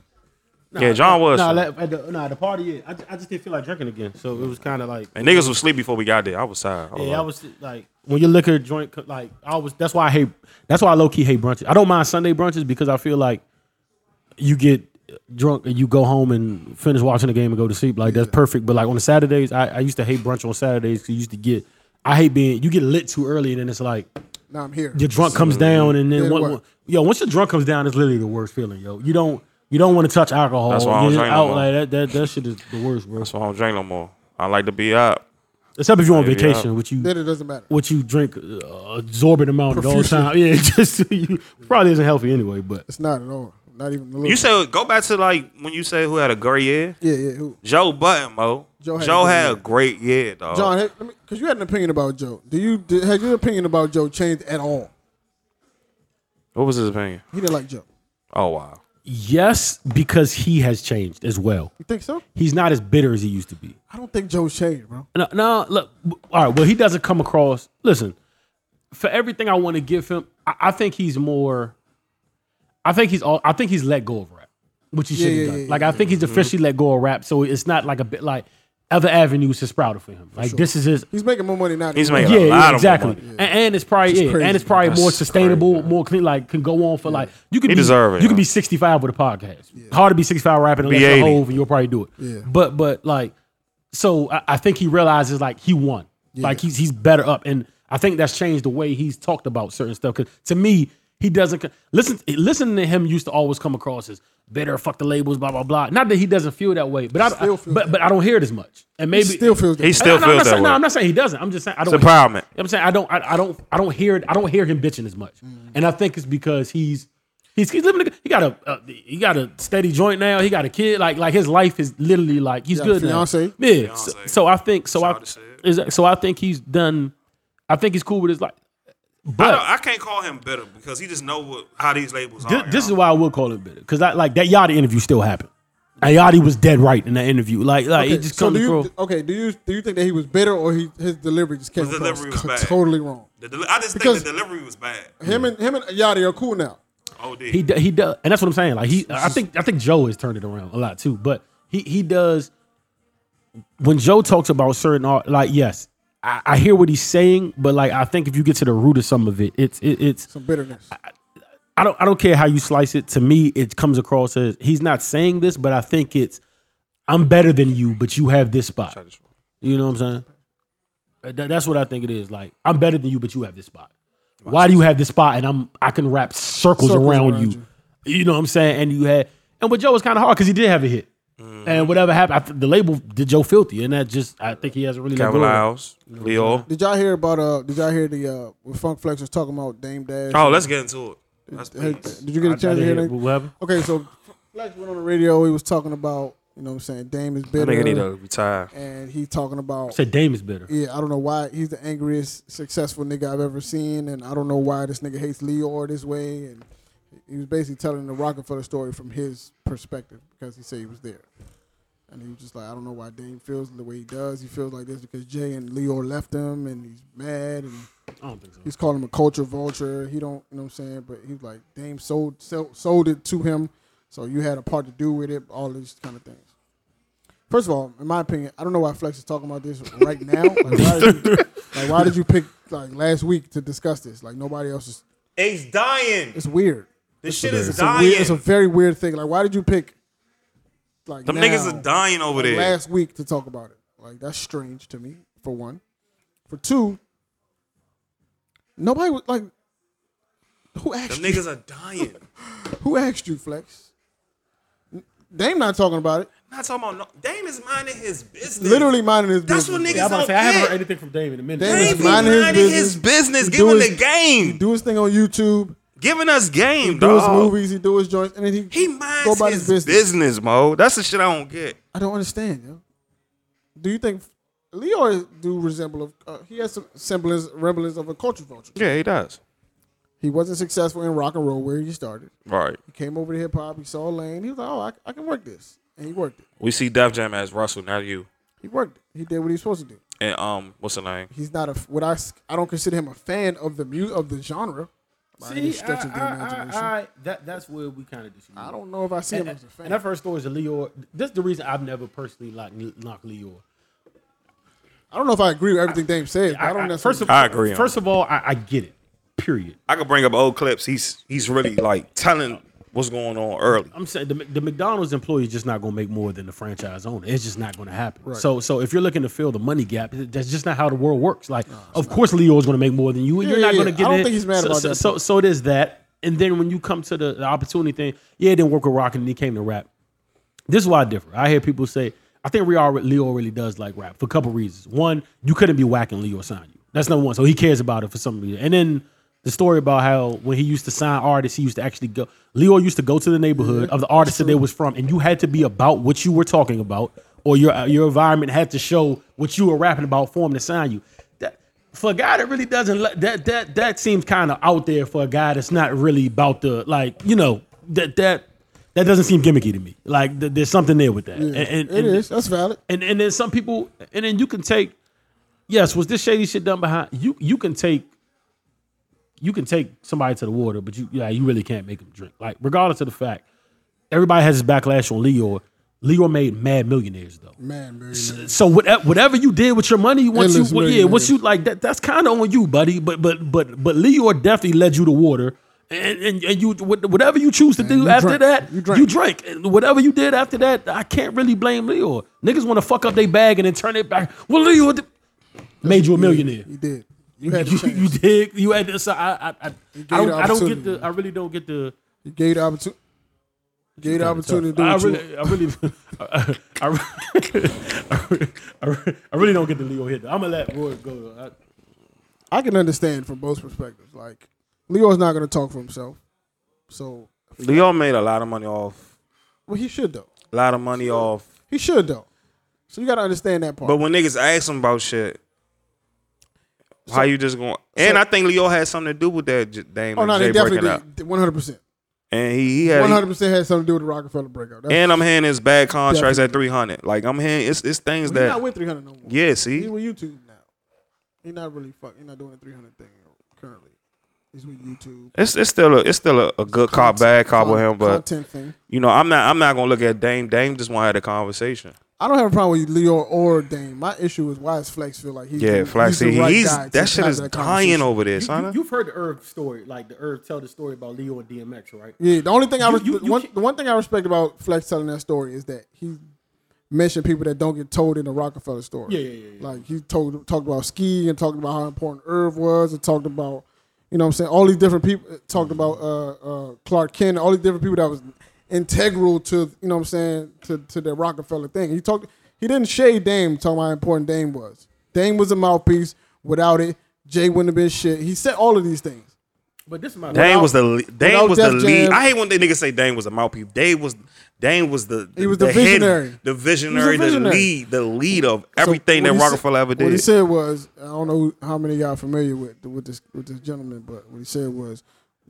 Speaker 5: yeah, John was.
Speaker 4: Nah, let- at the, nah, the party. Yeah, I, ju- I just didn't feel like drinking again, so it was kind of like
Speaker 5: and niggas was sleep before we got there. I was tired. I was
Speaker 4: Yeah, I
Speaker 5: like-
Speaker 4: was like when your liquor joint co- like I was. That's why I hate. That's why I low key hate brunches. I don't mind Sunday brunches because I feel like you get drunk and you go home and finish watching the game and go to sleep. Like that's perfect. But like on the Saturdays, I, I used to hate brunch on Saturdays 'cause you used to get. I hate being you get lit too early and then it's like
Speaker 2: Now I'm here.
Speaker 4: your drunk comes down and then
Speaker 2: Then
Speaker 4: one,
Speaker 2: what?
Speaker 4: one- yo once your drunk comes down it's literally the worst feeling yo you don't you don't want to touch alcohol
Speaker 5: That's why I
Speaker 4: You're
Speaker 5: don't
Speaker 4: just
Speaker 5: drink no
Speaker 4: out
Speaker 5: more.
Speaker 4: like that, that that shit is the worst bro
Speaker 5: That's why I don't drink no more. I like to be up.
Speaker 4: except if you're on
Speaker 5: Yeah, yeah.
Speaker 4: vacation which you
Speaker 2: Then it doesn't matter.
Speaker 4: what you drink uh, absorbent amount of all the
Speaker 2: Profusely.
Speaker 4: time. Yeah, just you probably isn't healthy anyway. But
Speaker 2: It's not at all. Not even a little.
Speaker 5: You said go back to like when you said who had a great year.
Speaker 2: yeah, yeah. Who?
Speaker 5: Joe Button, Mo. Joe
Speaker 2: Joe
Speaker 5: had,
Speaker 2: had
Speaker 5: a
Speaker 2: a good year.
Speaker 5: great year, dog.
Speaker 2: John, hey, let me, cause you had an opinion about Joe. Do you did, had your opinion about Joe changed at all?
Speaker 5: What was his opinion?
Speaker 2: He didn't like Joe.
Speaker 5: Oh wow.
Speaker 4: yes, because he has changed as well.
Speaker 2: You think so?
Speaker 4: He's not as bitter as he used to be.
Speaker 2: I don't think Joe changed, bro.
Speaker 4: No, no look, w- all right. Well, he doesn't come across. Listen, for everything I want to give him, I, I think he's more. I think he's all. I think he's let go of rap, which he should have
Speaker 2: yeah,
Speaker 4: done.
Speaker 2: yeah, Mm-hmm.
Speaker 4: like I think he's officially let go of rap, so it's not like a bit like other avenues has sprouted for him. Like this is his.
Speaker 2: He's making more money now. than
Speaker 5: He's
Speaker 2: he was.
Speaker 5: making a lot of more
Speaker 4: exactly.
Speaker 5: money.
Speaker 4: And, and it's probably yeah,
Speaker 2: crazy.
Speaker 4: and it's probably
Speaker 5: That's
Speaker 4: more sustainable, more clean. Like can go on for like you could
Speaker 5: He
Speaker 4: be,
Speaker 5: deserve it,
Speaker 4: You could
Speaker 5: yeah.
Speaker 4: be sixty five with a podcast. Hard to be sixty five rapping unless you're
Speaker 5: 80.
Speaker 4: hove and you'll probably do it.
Speaker 2: Yeah.
Speaker 4: But but like so I, I think he realizes like he won. Like he's he's better up, and I think that's changed the way he's talked about certain stuff. Because to me, he doesn't co- listen. Listening to him used to always come across as bitter, fuck the labels, blah blah blah. Not that he doesn't feel that way, but I,
Speaker 2: still feels
Speaker 4: but, but I don't hear it as much. And maybe
Speaker 2: He still feels that.
Speaker 5: He
Speaker 2: way.
Speaker 5: still
Speaker 4: no, I'm
Speaker 5: feels
Speaker 4: not
Speaker 5: that
Speaker 4: saying,
Speaker 5: way.
Speaker 4: No, I'm not saying he doesn't. I'm just saying I don't.
Speaker 5: it's empowerment.
Speaker 4: You know what I'm saying I don't, I, I don't, I don't hear it. I don't hear him bitching as much,
Speaker 2: Mm.
Speaker 4: and I think it's because he's he's, he's living. a- He got a uh, he got a steady joint now. He got a kid. Like like his life is literally like he's
Speaker 2: Yeah,
Speaker 4: good
Speaker 2: fiance.
Speaker 4: now. Yeah. So, so I think so. I
Speaker 5: Shout out to Sid.
Speaker 4: is so I think he's done. I think he's cool with his life. But
Speaker 5: I can't call him bitter because he just know what, how these labels
Speaker 4: thi- this is why I would call it bitter because I like that Yachty interview still happened. And Yachty was dead right in that interview. Like like it
Speaker 2: Okay,
Speaker 4: just
Speaker 2: so
Speaker 4: comes
Speaker 2: do
Speaker 4: across.
Speaker 2: you, okay, do you do you think that he was bitter or he, his delivery just came
Speaker 5: His
Speaker 2: across
Speaker 5: delivery was bad.
Speaker 2: totally wrong?
Speaker 5: I just
Speaker 2: think Because- the
Speaker 5: delivery was bad. Oh,
Speaker 2: Him and him and Yachty are cool now.
Speaker 5: OD.
Speaker 4: he do- he does, and that's what I'm saying. Like he, I think I think Joe has turned it around a lot too. But he he does. When Joe talks about certain art, like yes, I, I hear what he's saying, but like I think if you get to the root of some of it, it's it, it's
Speaker 2: Some bitterness.
Speaker 4: I don't I don't care how you slice it. To me, it comes across as he's not saying this, but I think it's I'm better than you, but you have this spot. You know what I'm saying? Uh, that- that's what I think it is. Like I'm better than you, but you have this spot. Why do you have this spot? And I'm I can wrap circles,
Speaker 2: Circles
Speaker 4: around,
Speaker 2: around
Speaker 4: you. you. know what I'm saying? And you had and with Joe it's kind of hard because he did have a hit. And whatever happened, I th- the label did Joe filthy, and that just I think he hasn't really let
Speaker 5: Kevin
Speaker 4: go of it.
Speaker 5: Lyles, Leo.
Speaker 2: Did y'all hear about uh? Did y'all hear the uh? What Funk Flex was talking about Dame Dash?
Speaker 5: Oh, let's get into it. That's
Speaker 2: Hey,
Speaker 5: peace.
Speaker 2: did you get a
Speaker 4: I
Speaker 2: chance
Speaker 4: didn't
Speaker 2: to hear
Speaker 4: hear
Speaker 2: that?
Speaker 4: it, but whatever.
Speaker 2: Okay, so Flex went on the radio. He was talking about, you know what I'm saying, Dame is
Speaker 5: That
Speaker 2: bitter.
Speaker 5: nigga need to retire.
Speaker 2: and he talking about,
Speaker 4: Said Dame is better.
Speaker 2: yeah, I don't know why he's the angriest successful nigga I've ever seen, and I don't know why this nigga hates Leor this way. And he was basically telling the Rockefeller story from his perspective because he said he was there. And he was just like, I don't know why Dame feels the way he does. He feels like this because Jay and Leor left him, and he's mad, and
Speaker 4: I don't think so.
Speaker 2: he's calling him a culture vulture. He don't, you know what I'm saying? But he's like, Dame sold sold, sold it to him, so you had a part to do with it. All these kind of things. First of all, in my opinion, I don't know why Flex is talking about this right now. Like why, did you, like, why did you pick like last week to discuss this? Like nobody else is.
Speaker 5: He's dying.
Speaker 2: It's weird.
Speaker 5: This shit is
Speaker 2: It's a, weird, it's a very weird thing. Like why did you pick? Like
Speaker 5: Them
Speaker 2: now,
Speaker 5: niggas are dying over there.
Speaker 2: last week to talk about it. Like that's strange to me. For one, for two, nobody was like. Who asked
Speaker 5: Them
Speaker 2: you?
Speaker 5: niggas are dying.
Speaker 2: Who asked you, Flex? Dame not talking about it.
Speaker 5: Not talking about no. Dame is minding his business.
Speaker 2: Literally minding his
Speaker 5: That's
Speaker 2: business.
Speaker 5: what niggas
Speaker 4: I'm about to
Speaker 5: don't
Speaker 4: say I haven't
Speaker 5: get.
Speaker 4: heard anything from Dame in a minute.
Speaker 2: Dame
Speaker 5: Dame
Speaker 2: is
Speaker 5: be
Speaker 2: minding his
Speaker 5: minding his
Speaker 2: business.
Speaker 5: business,
Speaker 2: He do
Speaker 5: giving
Speaker 2: his-
Speaker 5: the game,
Speaker 2: Do his thing on YouTube.
Speaker 5: giving us game,
Speaker 2: Do his
Speaker 5: dog.
Speaker 2: movies. He do his joints, and then he
Speaker 5: He
Speaker 2: go
Speaker 5: minds
Speaker 2: about
Speaker 5: his,
Speaker 2: his
Speaker 5: business.
Speaker 2: business.
Speaker 5: Mo. That's the shit I don't get.
Speaker 2: I don't understand, yo. Do you think Leo is- do resemble of? Uh, he has some semblance, remembrance of a culture vulture.
Speaker 5: Yeah, he does.
Speaker 2: He wasn't successful in rock and roll where he started.
Speaker 5: Right.
Speaker 2: He came over to hip hop. He saw Lane. He was like, "Oh, I, I can work this," and he worked it.
Speaker 5: We see Def Jam as Russell, not you.
Speaker 2: He worked it. He did what he was supposed to do.
Speaker 5: And um, what's the name?
Speaker 2: He's not a what I s- I don't consider him a fan of the mu- of the genre. by any
Speaker 1: See,
Speaker 2: stretch of the
Speaker 1: I- I- I-
Speaker 2: imagination. I,
Speaker 1: I- that, that's where we kind of disagree.
Speaker 2: don't know if I see
Speaker 1: and,
Speaker 2: him as a fan.
Speaker 1: and I've heard stories of Leor. This is the reason I've never personally like knocked Leor.
Speaker 2: I don't know if I agree with everything Dame says. but I, don't necessarily.
Speaker 1: first of,
Speaker 6: I agree on
Speaker 1: First of all, I, I get it. Period.
Speaker 6: I could bring up old clips. He's he's really like telling what's going on early.
Speaker 4: I'm saying the, the McDonald's employee is just not going to make more than the franchise owner. It's just not going to happen. So, so if you're looking to fill the money gap, that's just not how the world works. Like, of course, Leo is going to make more than you, and
Speaker 2: Yeah,
Speaker 4: you're not
Speaker 2: yeah,
Speaker 4: going to
Speaker 2: yeah.
Speaker 4: get
Speaker 2: I don't
Speaker 4: in.
Speaker 2: think he's mad
Speaker 4: so,
Speaker 2: about
Speaker 4: so,
Speaker 2: that
Speaker 4: So, so there's that, and then when you come to the, the opportunity thing, yeah, it didn't work with Rock, and then he came to rap. This is why I differ. I hear people say, I think Rio, Leo really does like rap for a couple reasons. One, you couldn't be whacking Leo sign you. That's number one. So he cares about it for some reason. And then the story about how when he used to sign artists, he used to actually go. Leo used to go to the neighborhood of the artists that they was from, and you had to be about what you were talking about, or your your environment had to show what you were rapping about for him to sign you. That, for a guy that really doesn't li- that that that seems kind of out there for a guy that's not really about the like you know that that that doesn't seem gimmicky to me. Like th- there's something there with that. And, and,
Speaker 2: it
Speaker 4: and,
Speaker 2: is. That's valid.
Speaker 4: and and then some people and then you can take yes, was this shady shit done behind you you can take you can take somebody to the water, but you yeah, you really can't make them drink. Like regardless of the fact, everybody has this backlash on Leo. Leo made mad millionaires though.
Speaker 2: Man, very nice.
Speaker 4: So whatever, whatever you did with your money, once
Speaker 2: Endless
Speaker 4: you well, yeah,
Speaker 2: millionaires.
Speaker 4: once you like that, that's kind of on you, buddy. But but but but Leo definitely led you to water, and and, and you wh- whatever you choose to do
Speaker 2: you
Speaker 4: after
Speaker 2: drank.
Speaker 4: that,
Speaker 2: You drank.
Speaker 4: you drink. And whatever you did after that, I can't really blame Leo. Niggas want to fuck up their bag and then turn it back. Well, Leo did- made you a millionaire.
Speaker 2: You did.
Speaker 4: You,
Speaker 2: You had the
Speaker 4: you,
Speaker 2: chance.
Speaker 4: did. You had this. I I I, I,
Speaker 2: you
Speaker 4: don't,
Speaker 2: the
Speaker 4: I don't get
Speaker 2: opportunity.
Speaker 4: the. I really don't get the.
Speaker 2: You gave the opportunity. Gave the opportunity to do
Speaker 4: I
Speaker 2: what you
Speaker 4: really, I really, I, really- I, really- I really- I really don't get the Leo hit. I'm gonna let Roy go. though. I,
Speaker 2: I can understand from both perspectives. Like Leo's not going to talk for himself, so
Speaker 6: Leo made a lot of money off.
Speaker 2: well he should though.
Speaker 6: A lot of money off.
Speaker 2: He should though. So you got to understand that part.
Speaker 6: But when niggas ask him about shit, how you just going? And I think Leo had something to do with that j- Dame
Speaker 2: oh no,
Speaker 6: and Jay
Speaker 2: they
Speaker 6: breaking up.
Speaker 2: definitely did. One hundred percent.
Speaker 6: And he, he had.
Speaker 2: One hundred percent had something to do with the Rockefeller breakup. That's,
Speaker 6: and I'm hearing his bad contracts at 300. Like I'm hearing it's it's things
Speaker 2: he's
Speaker 6: that
Speaker 2: not with three hundred no more.
Speaker 6: yeah.
Speaker 2: he's
Speaker 6: See,
Speaker 2: with YouTube now. He's not really fuck. He's not doing the three hundred thing currently. He's with YouTube.
Speaker 6: it's it's still a it's still a, a good cop bad cop with him. But
Speaker 2: content thing.
Speaker 6: you know I'm not I'm not gonna look at Dame. Dame just want to have a conversation.
Speaker 2: I don't have a problem with Leo or Dame. My issue is why is Flex feel like he's
Speaker 6: Yeah,
Speaker 2: the-
Speaker 6: Flex.
Speaker 2: he's,
Speaker 6: He's,
Speaker 2: the right guy to
Speaker 6: that shit
Speaker 2: have
Speaker 6: is
Speaker 2: that
Speaker 6: dying
Speaker 2: conversation.
Speaker 6: over there,
Speaker 1: you,
Speaker 6: son.
Speaker 1: have heard the Irv story, like the Irv tell the story about Leo and DMX, right?
Speaker 2: Yeah, the only thing I
Speaker 1: You-
Speaker 2: res-
Speaker 1: you-
Speaker 2: the
Speaker 1: you
Speaker 2: one
Speaker 1: can't-
Speaker 2: the one thing I respect about Flex telling that story is that he mentioned people that don't get told in the Rockefeller story.
Speaker 1: Yeah, yeah, yeah, yeah.
Speaker 2: Like he told talked about ski and talked about how important Irv was and talked about you know what I'm saying all these different people talked about uh, uh, Clark Kent all these different people that was integral to you know what I'm saying to to the Rockefeller thing. He talked he didn't shade Dame talking about how important Dame was. Dame was a mouthpiece. Without it, Jay wouldn't have been shit. He said all of these things.
Speaker 1: But this is my
Speaker 6: Dame was the le- Dame
Speaker 2: without
Speaker 6: was the
Speaker 2: Def
Speaker 6: lead.
Speaker 2: Jam-
Speaker 6: I hate when they niggas say Dame was the mouthpiece. Dame was Dame was the,
Speaker 2: He was the
Speaker 6: head-
Speaker 2: visionary.
Speaker 6: the visionary, the
Speaker 2: visionary.
Speaker 6: lead, the lead of
Speaker 2: So
Speaker 6: everything
Speaker 2: what
Speaker 6: that
Speaker 2: he said-
Speaker 6: Rockefeller ever
Speaker 2: What he
Speaker 6: did.
Speaker 2: said was, I don't know who- how many of y'all familiar with with this with this gentleman, but what he said was,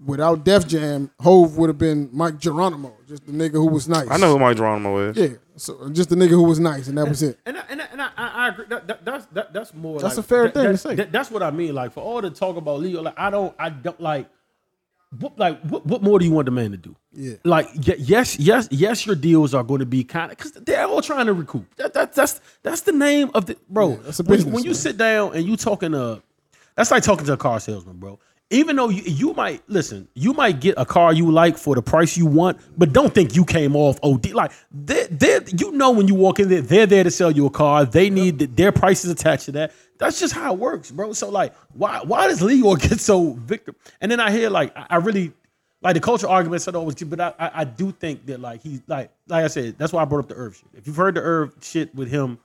Speaker 2: without Def Jam, Hove would have been Mike Geronimo, just the nigga who was nice.
Speaker 6: I know who Mike Geronimo is.
Speaker 2: Yeah, so just the nigga who was nice, and that was it.
Speaker 1: And I, and I, and I, I I agree. That, that, that's that, that's more.
Speaker 2: That's
Speaker 1: like-
Speaker 2: a fair
Speaker 1: that-
Speaker 2: thing
Speaker 1: that-
Speaker 2: to say.
Speaker 1: that- that's what I mean. Like for all the talk about Leo, like I don't, I don't like. What, like what, what more do you want the man to do?
Speaker 2: Yeah.
Speaker 4: like y- yes, yes, yes. Your deals are going to be kind of because they're all trying to recoup. That, that that's that's the name of the bro.
Speaker 2: that's a
Speaker 4: when-
Speaker 2: business,
Speaker 4: When, you
Speaker 2: man.
Speaker 4: sit down and you talking to, that's like talking to a car salesman, bro. Even though you, you might listen, you might get a car you like for the price you want, but don't think you came off OD. Like they they you know when you walk in there, they're there to sell you a car. They need th- their prices attached to that. That's just how it works, bro. So like, why why does Leo get so victim? And then I hear like I, I really like the culture arguments I always keep, but I, I I do think that like he's like like I said, that's why I brought up the Irv shit. If you've heard the Irv shit with him,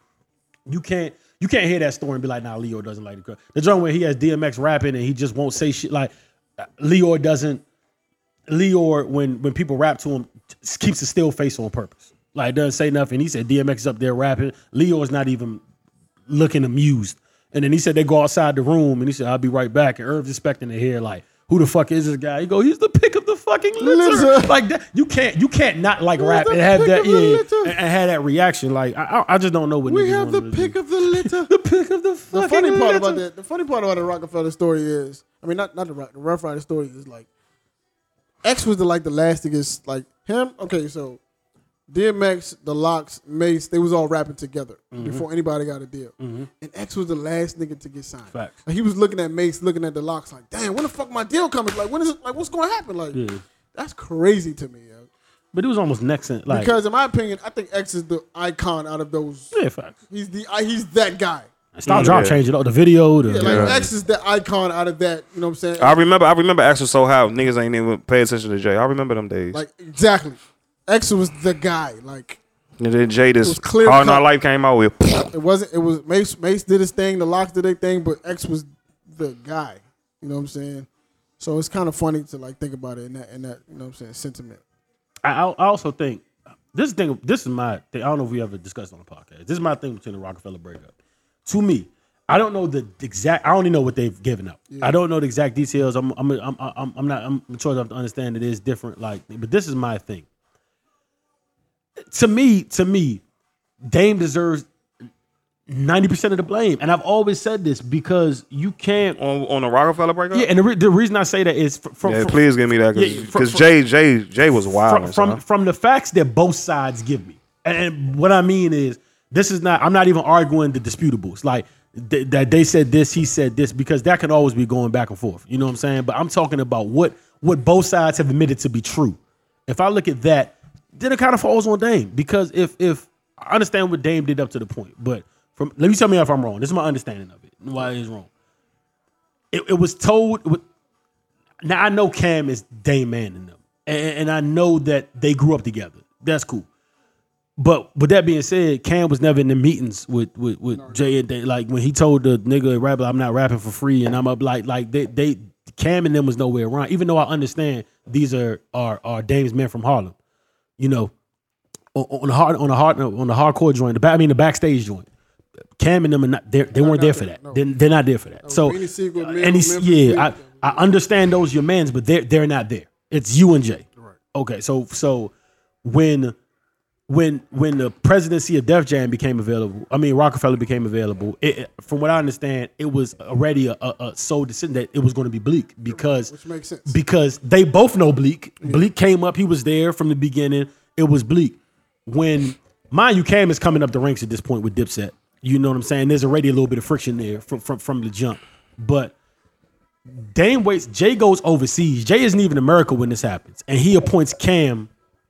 Speaker 4: you can't you can't hear that story and be like, nah, Leo doesn't like the crowd. The joint where he has DMX rapping and he just won't say shit like uh, Leo doesn't Leo when when people rap to him t- keeps a still face on purpose. Like doesn't say nothing. He said DMX is up there rapping. Leo is not even looking amused. And then he said they go outside the room and he said, I'll be right back. And Irv's expecting to hear like, who the fuck is this guy? He go, he's the pick of the fucking litter.
Speaker 2: Lizard.
Speaker 4: Like that, you can't you can't not like rap
Speaker 2: the
Speaker 4: and have
Speaker 2: pick
Speaker 4: that
Speaker 2: of the
Speaker 4: yeah,
Speaker 2: litter.
Speaker 4: and, and have that reaction. Like I, I- I just don't know what
Speaker 2: We
Speaker 4: niggas want
Speaker 2: have the
Speaker 4: to do.
Speaker 2: pick of the litter.
Speaker 4: the pick of the fucking
Speaker 2: the funny part
Speaker 4: litter.
Speaker 2: about that, the funny part about the Rockefeller story is, I mean, not not the Rock- the Rough Rider story is like X was the like the last to get like him. Okay, so DMX, The Locks, Mace, they was all rapping together before anybody got a deal. And X was the last nigga to get signed.
Speaker 4: Facts.
Speaker 2: Like, he was looking at Mace, looking at The Locks, like, damn, when the fuck my deal coming? Like, when is it? Like, what's going to happen? Like, that's crazy to me. Yo.
Speaker 4: But it was almost next in like
Speaker 2: Because in my opinion, I think X is the icon out of those.
Speaker 4: yeah, facts.
Speaker 2: He's the I, he's that guy.
Speaker 4: Stop drop changing all the video. The,
Speaker 2: Yeah, like X is the icon out of that. You know what I'm saying?
Speaker 6: I remember, I remember Axel so high. Niggas ain't even pay attention to Jay. I remember them days.
Speaker 2: Like exactly. X was the guy. Like
Speaker 6: and then Jay
Speaker 2: was
Speaker 6: just
Speaker 2: clear
Speaker 6: Hard Knock
Speaker 2: cut.
Speaker 6: Life came out with.
Speaker 2: it wasn't. It was Mace. Mace did his thing. The Locks did their thing. But X was the guy. You know what I'm saying? So it's kind of funny to like think about it in that in that you know what I'm saying sentiment.
Speaker 4: I, I I also think this thing. This is my thing. I don't know if we ever discussed on the podcast. This is my thing between the Rockefeller breakup. To me, I don't know the exact. I only know what they've given up. I don't know the exact details. I'm I'm I'm I'm, I'm not I'm mature enough to understand it is different. Like, but this is my thing. To me, to me, Dame deserves. 90% of the blame. And I've always said this because you can't.
Speaker 6: on on the Rockefeller breakup.
Speaker 4: Yeah, and the, re- the reason I say that is fr- from.
Speaker 6: Yeah,
Speaker 4: from-
Speaker 6: please give me that
Speaker 4: Yeah,
Speaker 6: because
Speaker 4: fr- fr-
Speaker 6: Jay Jay Jay was wild.
Speaker 4: from from, from the facts that both sides give me. And what I mean is, this is not. I'm not even arguing the disputables. Like th- that they said this, he said this, because that can always be going back and forth. You know what I'm saying? But I'm talking about what what both sides have admitted to be true. If I look at that, then it kind of falls on Dame because if if I understand what Dame did up to the point, but from let me tell me if I'm wrong. This is my understanding of it. Why it's wrong? It, it was told. It was, now I know Cam is Dame Man in them, and, and I know that they grew up together. That's cool. But with that being said, Cam was never in the meetings with with, with Jay and Dame. Like when he told the nigga at rapper, "I'm not rapping for free," and I'm up like like they they Cam and them was nowhere around. Even though I understand these are are are Dame's men from Harlem, you know, on, on the hard on the hard on the hardcore joint, the back, I mean the backstage joint. Cam and them are not they they weren't there for that. They're, they're not there for that. so
Speaker 2: Beanie Sigel,
Speaker 4: uh,
Speaker 2: Mel,
Speaker 4: any s-
Speaker 2: Memphis,
Speaker 4: yeah,
Speaker 2: Bleak.
Speaker 4: I, I understand those your mans, but they're they're not there. It's you and Jay. Right. Okay, so so when when when the presidency of Def Jam became available, I mean Rockefeller became available. It, it- from what I understand, it was already a, a, a sole decision that it was going to be Bleak because
Speaker 2: Which makes sense.
Speaker 4: because they both know Bleak. Bleak came up; he was there from the beginning. It was Bleak. When mind you, Cam is coming up the ranks at this point with Dipset. You know what I'm saying? There's already a little bit of friction there from from from the jump, but. Dame waits. Jay goes overseas. Jay isn't even in America when this happens, and he appoints Cam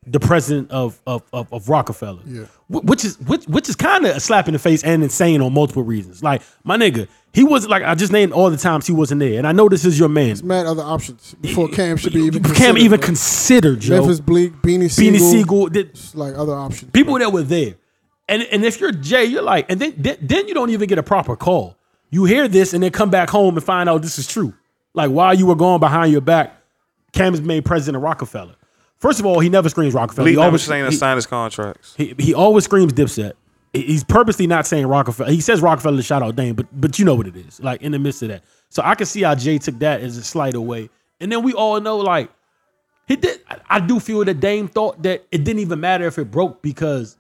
Speaker 4: the president of of of, of Rockefeller. Yeah. Which is which which is kind of a slap in the face and insane on multiple reasons. Like my nigga, he wasn't like I just named all the times he wasn't there, and I know this is your man.
Speaker 2: Mad other options before Cam should be even
Speaker 4: Cam
Speaker 2: considered,
Speaker 4: even
Speaker 2: bro.
Speaker 4: considered Joe
Speaker 2: Memphis Bleak, Beanie Siegel,
Speaker 4: Beanie Siegel. Did,
Speaker 2: like other options.
Speaker 4: people that were there. And and if you're Jay, you're like, and then then, then you don't even get a proper call. You hear this and then come back home and find out this is true. Like while you were going behind your back, Cam is made president of Rockefeller. First of all, he never screams Rockefeller.
Speaker 6: Bleak
Speaker 4: he
Speaker 6: never
Speaker 4: always
Speaker 6: saying to
Speaker 4: he-
Speaker 6: sign his contracts.
Speaker 4: he, he always screams Dipset. He- He's purposely not saying Rockefeller. He says Rockefeller to shout out Dame, but but you know what it is. Like in the midst of that, so I can see how Jay took that as a slight away. And then we all know like he did. I, I do feel that Dame thought that it didn't even matter if it broke because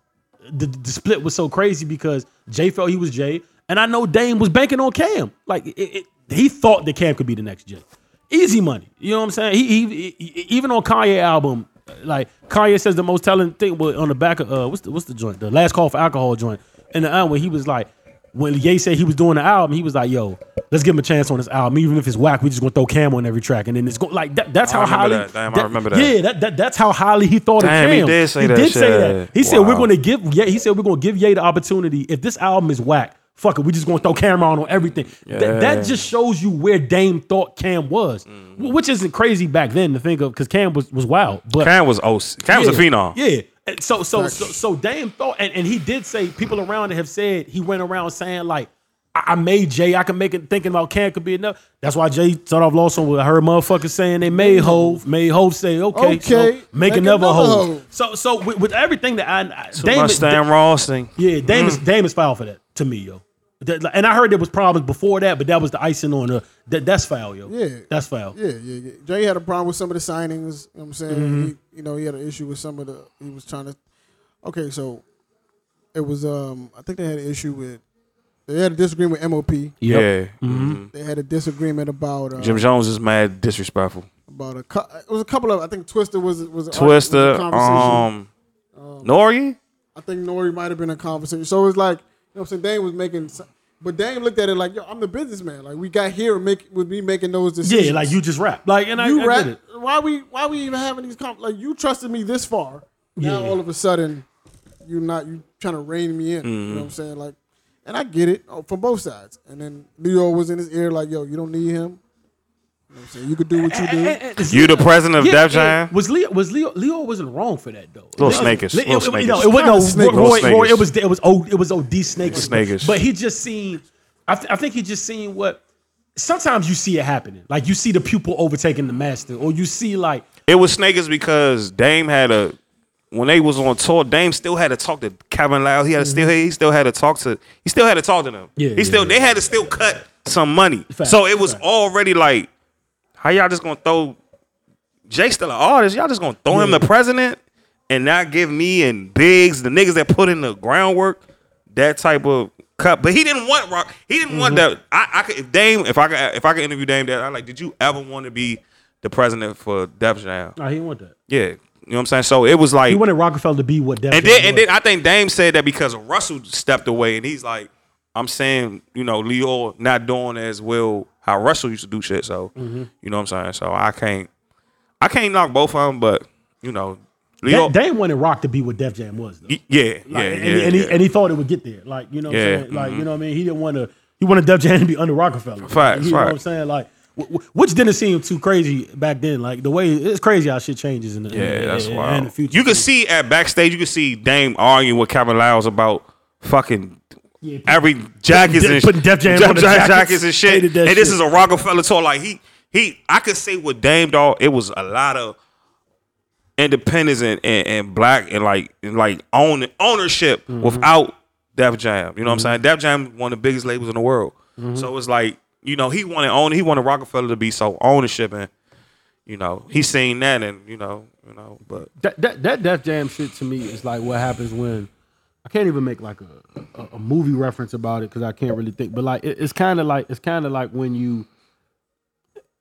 Speaker 4: the, the split was so crazy because Jay felt he was Jay, and I know Dame was banking on Cam. Like it, it, he thought that Cam could be the next Jay. Easy money. You know what I'm saying? He, he, he- even on Kanye album, like Kanye says the most telling thing was on the back of uh what's the what's the joint? The last call for alcohol joint. In the album, he was like, when Ye said he was doing the album, he was like, "Yo, let's give him a chance on this album. Even if it's whack, we just gonna throw Cam on every track, and then it's going like that, that's
Speaker 6: I
Speaker 4: how
Speaker 6: remember
Speaker 4: highly.
Speaker 6: that. Damn, I remember that.
Speaker 4: Yeah, that, that that's how highly he thought
Speaker 6: Damn,
Speaker 4: of Cam.
Speaker 6: he did say that shit.
Speaker 4: He said we're
Speaker 6: Wow.
Speaker 4: gonna give. Yeah, he said we're gonna give Ye the opportunity. If this album is whack, fuck it, we just gonna throw Cam on on everything. Th- that just shows you where Dame thought Cam was,
Speaker 6: Mm.
Speaker 4: wh- which isn't crazy back then to think of because Cam was was wild, but.
Speaker 6: Cam was OC. Cam was a
Speaker 4: Yeah,
Speaker 6: phenom.
Speaker 4: Yeah. And so so so so Dame thought, and, and he did say people around have said he went around saying like. I I made Jay. I can make it thinking about Cam could be enough. That's why Jay started off lost on with her motherfuckers saying they made Hove. Made Hove say, okay, so
Speaker 2: Okay,
Speaker 4: make, another, Hove.
Speaker 2: Hove.
Speaker 4: So so with, with everything that I, I Dame,
Speaker 6: My Mm. Stan Ross thing.
Speaker 4: yeah, Dame is Dame is foul for that to me, yo. That- like, and I heard there was problems before that, but that was the icing on the that, that's foul, yo.
Speaker 2: Yeah.
Speaker 4: that's foul.
Speaker 2: Yeah, yeah, yeah. Jay had a problem with some of the signings. You know what I'm saying?
Speaker 5: Mm-hmm.
Speaker 2: He, you know, he had an issue with some of the. He was trying to. Okay, so it was. Um, I think they had an issue with. They had a disagreement with MOP.
Speaker 6: Yeah.
Speaker 4: Mm-hmm.
Speaker 5: Mm-hmm.
Speaker 2: They had a disagreement about uh,
Speaker 6: Jim Jones is mad disrespectful.
Speaker 2: about a cou- it was a couple of I think Twister was was an argu- was a
Speaker 5: Twister,
Speaker 2: conversation.
Speaker 5: um,
Speaker 4: Oh.
Speaker 5: Nori.
Speaker 2: I think Nori might have been a conversation. So it's like, you know what I'm saying? Dame was making, s- but Dame looked at it like, yo, I'm the businessman. Like, we got here and make, with me making those decisions.
Speaker 4: Yeah, like you just rap. Like, and I,
Speaker 2: you
Speaker 4: I
Speaker 2: rap.
Speaker 4: get it.
Speaker 2: Why we, why we even having these, comp- like, you trusted me this far. Now
Speaker 4: Yeah.
Speaker 2: all of a sudden, you're not, you trying to rein me in. You know
Speaker 4: Mm-hmm.
Speaker 2: what I'm saying? Like, and I get it oh, from both sides. And then Leo was in his ear, like, yo, you don't need him. You know what I'm saying? You could do what you
Speaker 4: Eh,
Speaker 2: do.
Speaker 5: You the president of
Speaker 4: Yeah,
Speaker 5: Def
Speaker 4: yeah.
Speaker 5: Jam.
Speaker 4: Was Leo? Was Leo? Leo wasn't wrong for that though.
Speaker 5: Little
Speaker 4: Leo-
Speaker 5: Snakers,
Speaker 4: Le- it-
Speaker 5: little
Speaker 4: it- No,
Speaker 5: Snakers.
Speaker 4: it wasn't. No,
Speaker 2: Snakers.
Speaker 4: Roy, Roy,
Speaker 5: Little
Speaker 4: Roy, it
Speaker 5: Snakers.
Speaker 4: was. It was. O, it was OD Snakers.
Speaker 5: Snakers.
Speaker 4: But he just seen. I, th- I think he just seen what. Sometimes you see it happening. Like you see the pupil overtaking the master, or you see like
Speaker 5: It was Snakers because Dame had a when they was on tour. Dame still had to talk to Kevin Lyle. He had to still he still had to talk to he still had to talk to them.
Speaker 4: Mm-hmm. Yeah,
Speaker 5: he
Speaker 4: yeah,
Speaker 5: still
Speaker 4: yeah.
Speaker 5: they had to still cut some money.
Speaker 4: Facts,
Speaker 5: so it was
Speaker 4: facts.
Speaker 5: already like, how y'all just gonna throw Jay still an artist? Y'all just gonna throw him the president and not give me and Biggs the niggas that put in the groundwork that type of cut. But he didn't want rock. He didn't want that. I, I could if Dame if I could if I could interview Dame that I like. Did you ever want to be the president for Def Jam?
Speaker 4: no, he didn't want that.
Speaker 5: Yeah, you know what I'm saying. So it was like,
Speaker 4: He wanted Rockefeller to be what. Def
Speaker 5: and
Speaker 4: Jam
Speaker 5: then and
Speaker 4: was.
Speaker 5: then I think Dame said that because Russell stepped away, and he's like, I'm saying, you know, Leo not doing as well how Russell used to do shit. So
Speaker 4: Mm-hmm.
Speaker 5: you know what I'm saying. So I can't, I can't knock both of them, but you know, Leo,
Speaker 4: Da- Dame wanted Rock to be what Def Jam was. Though.
Speaker 5: y- yeah, yeah,
Speaker 4: Like,
Speaker 5: yeah,
Speaker 4: and, he- and,
Speaker 5: yeah.
Speaker 4: He, and he thought it would get there. Like, you know what
Speaker 5: Yeah, mm-hmm.
Speaker 4: I'm saying? Like, you know what I mean? He didn't want to, he wanted Def Jam to be under Rockefeller.
Speaker 5: Facts,
Speaker 4: you know what I'm
Speaker 5: facts.
Speaker 4: saying? Like, wh- wh- which didn't seem too crazy back then. Like, the way, it's crazy how shit changes in the, in
Speaker 5: Yeah,
Speaker 4: the-
Speaker 5: that's
Speaker 4: in, in
Speaker 5: wild.
Speaker 4: the future.
Speaker 5: You can see at backstage, you can see Dame arguing with Kevin Lyles about fucking every jackets
Speaker 4: Def-
Speaker 5: and
Speaker 4: putting Def Jam on the jackets.
Speaker 5: jackets and shit.
Speaker 4: Hated
Speaker 5: And
Speaker 4: that
Speaker 5: this
Speaker 4: shit.
Speaker 5: is a Rockefeller tour. Like he he, I could say with Dame dog, it was a lot of independence and, and, and black and like and like own ownership
Speaker 4: Mm-hmm.
Speaker 5: without Def Jam. You know what I'm saying? Def Jam one of the biggest labels in the world.
Speaker 4: Mm-hmm.
Speaker 5: So it's like you know he wanted own he wanted Rockefeller to be so ownership and you know he seen that and you know you know but
Speaker 4: that, that, that Def Jam shit to me is like what happens when I can't even make like a, a, a movie reference about it because I can't really think. But like, it- it's kind of like, it's kind of like when you,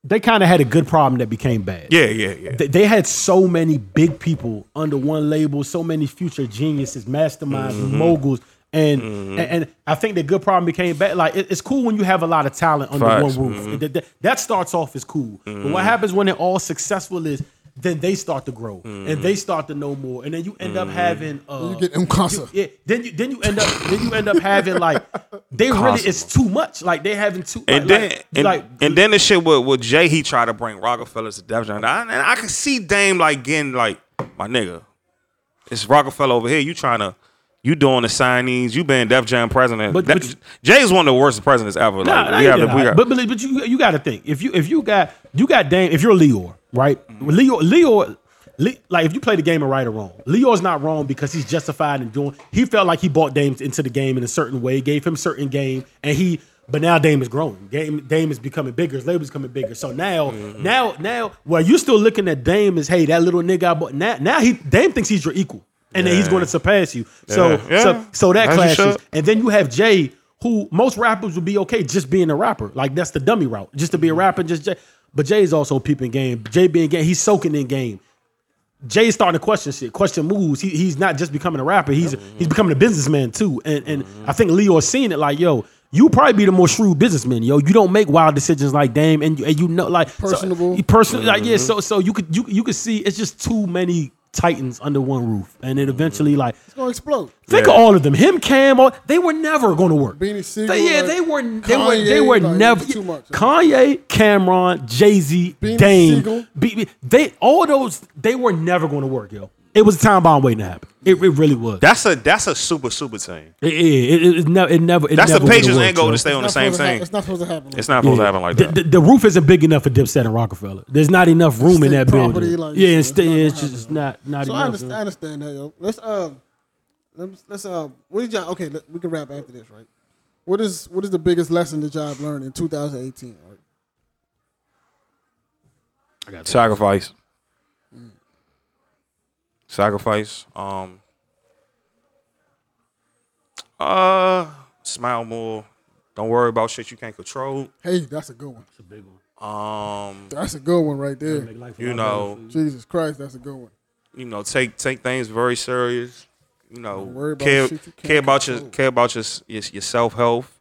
Speaker 4: they kind of had a good problem that became bad.
Speaker 5: yeah yeah yeah
Speaker 4: They, they had so many big people under one label, so many future geniuses, masterminds,
Speaker 5: Mm-hmm.
Speaker 4: moguls, and, and and I think the good problem became bad. Like it- it's cool when you have a lot of talent under
Speaker 5: Facts. Mm-hmm.
Speaker 4: one roof. That, that- that starts off as cool, but what happens when they're all successful is then they start to grow and
Speaker 5: Mm-hmm.
Speaker 4: they start to know more, and then you end up having uh,
Speaker 2: You get Mkasa.
Speaker 4: yeah, then you then you end up then you end up having like they really it's too much. Like they having too like,
Speaker 5: And then,
Speaker 4: like,
Speaker 5: and,
Speaker 4: like
Speaker 5: and then the shit with, with Jay, he tried to bring Rockefeller to Def Jam, and I, and I could see Dame like getting like, my nigga, it's Rockefeller over here. You trying to, you doing the signings, you being Def Jam president.
Speaker 4: But-
Speaker 5: That-
Speaker 4: but-
Speaker 5: Jay is one of the worst presidents
Speaker 4: Nah,
Speaker 5: ever. like,
Speaker 4: nah,
Speaker 5: we
Speaker 4: you
Speaker 5: have, to-
Speaker 4: did
Speaker 5: we
Speaker 4: not.
Speaker 5: got,
Speaker 4: but, but but you you got to think if you if you got you got Dame if you're Leor right
Speaker 5: Mm-hmm.
Speaker 4: Leo Leo Le- like if you play the game of right or wrong Leor's not wrong because he's justified in doing he felt like he bought Dame into the game in a certain way gave him certain game and he but now Dame is growing Dame Dame is becoming bigger his label is becoming bigger so now
Speaker 5: Mm-hmm.
Speaker 4: now now well you're still looking at Dame as hey that little nigga I bought now now he Dame thinks he's your equal and then he's going to surpass you so
Speaker 5: Yeah. Yeah.
Speaker 4: so so that
Speaker 5: As you
Speaker 4: clashes
Speaker 5: should.
Speaker 4: and then you have Jay, who most rappers would be okay just being a rapper. Like that's the dummy route, just to be a rapper. Just Jay. But Jay is also peeping game. Jay being game, he's soaking in game. Jay is starting to question shit, question moves. He, he's not just becoming a rapper. He's he's becoming a businessman too. And and I think Leo is seeing it like, yo, you probably be the more shrewd businessman, yo. You don't make wild decisions like Dame, and you, and you know like so-
Speaker 2: Personable.
Speaker 4: you personally, like
Speaker 5: Mm-hmm.
Speaker 4: yeah. So so you could you you could see it's just too many titans under one roof, and then eventually like
Speaker 2: It's gonna explode.
Speaker 4: Think of all of them. Him, Cam, all, they were never going to work.
Speaker 2: Beanie Sigel,
Speaker 4: They- yeah,
Speaker 2: like,
Speaker 4: they were. They were. They
Speaker 2: Kanye,
Speaker 4: were
Speaker 2: like,
Speaker 4: never.
Speaker 2: it's too much.
Speaker 4: Kanye, Cameron, Jay Z,
Speaker 2: Beanie
Speaker 4: Dame,
Speaker 2: Sigel.
Speaker 4: B, B- they all those. They were never going to work, yo. It was a time bomb waiting to happen. It, it really was.
Speaker 5: that's a that's a super super team.
Speaker 4: it, it, it, it, never. It never. It
Speaker 5: That's
Speaker 4: never
Speaker 5: the
Speaker 4: would've
Speaker 5: Patriots
Speaker 4: worked,
Speaker 5: and goal
Speaker 4: yo.
Speaker 5: to stay on the
Speaker 2: It's not
Speaker 5: same
Speaker 2: supposed to hap-
Speaker 5: team.
Speaker 2: It's not supposed to happen. Like
Speaker 5: It's not supposed to happen like
Speaker 4: the,
Speaker 5: that.
Speaker 4: the, the roof isn't big enough for Dipset and Rockefeller. There's not enough room in
Speaker 2: State
Speaker 4: that
Speaker 2: property,
Speaker 4: building.
Speaker 2: like,
Speaker 4: yeah, and
Speaker 2: it's
Speaker 4: stay,
Speaker 2: not
Speaker 4: it's
Speaker 2: gonna
Speaker 4: just not not
Speaker 2: So I
Speaker 4: enough.
Speaker 2: understand, I understand that, yo. Let's um, let's let's uh, what did y'all? Okay, let, we can wrap after this, right? What is what is the biggest lesson that y'all have learned in 2018? Right?
Speaker 5: Sacrifice. Sacrifice. Um. Uh, smile more. Don't worry about shit you can't control.
Speaker 2: Hey, that's a good one.
Speaker 5: Um,
Speaker 2: That's a good one right there.
Speaker 4: Make life a
Speaker 5: You
Speaker 4: lot better
Speaker 5: know,
Speaker 4: for you.
Speaker 2: Jesus Christ, that's a good one.
Speaker 5: you know, take take things very serious. You
Speaker 2: worry
Speaker 5: know,
Speaker 2: about
Speaker 5: care
Speaker 2: shit you can't
Speaker 5: care about your
Speaker 2: control.
Speaker 5: care about your your, your self health.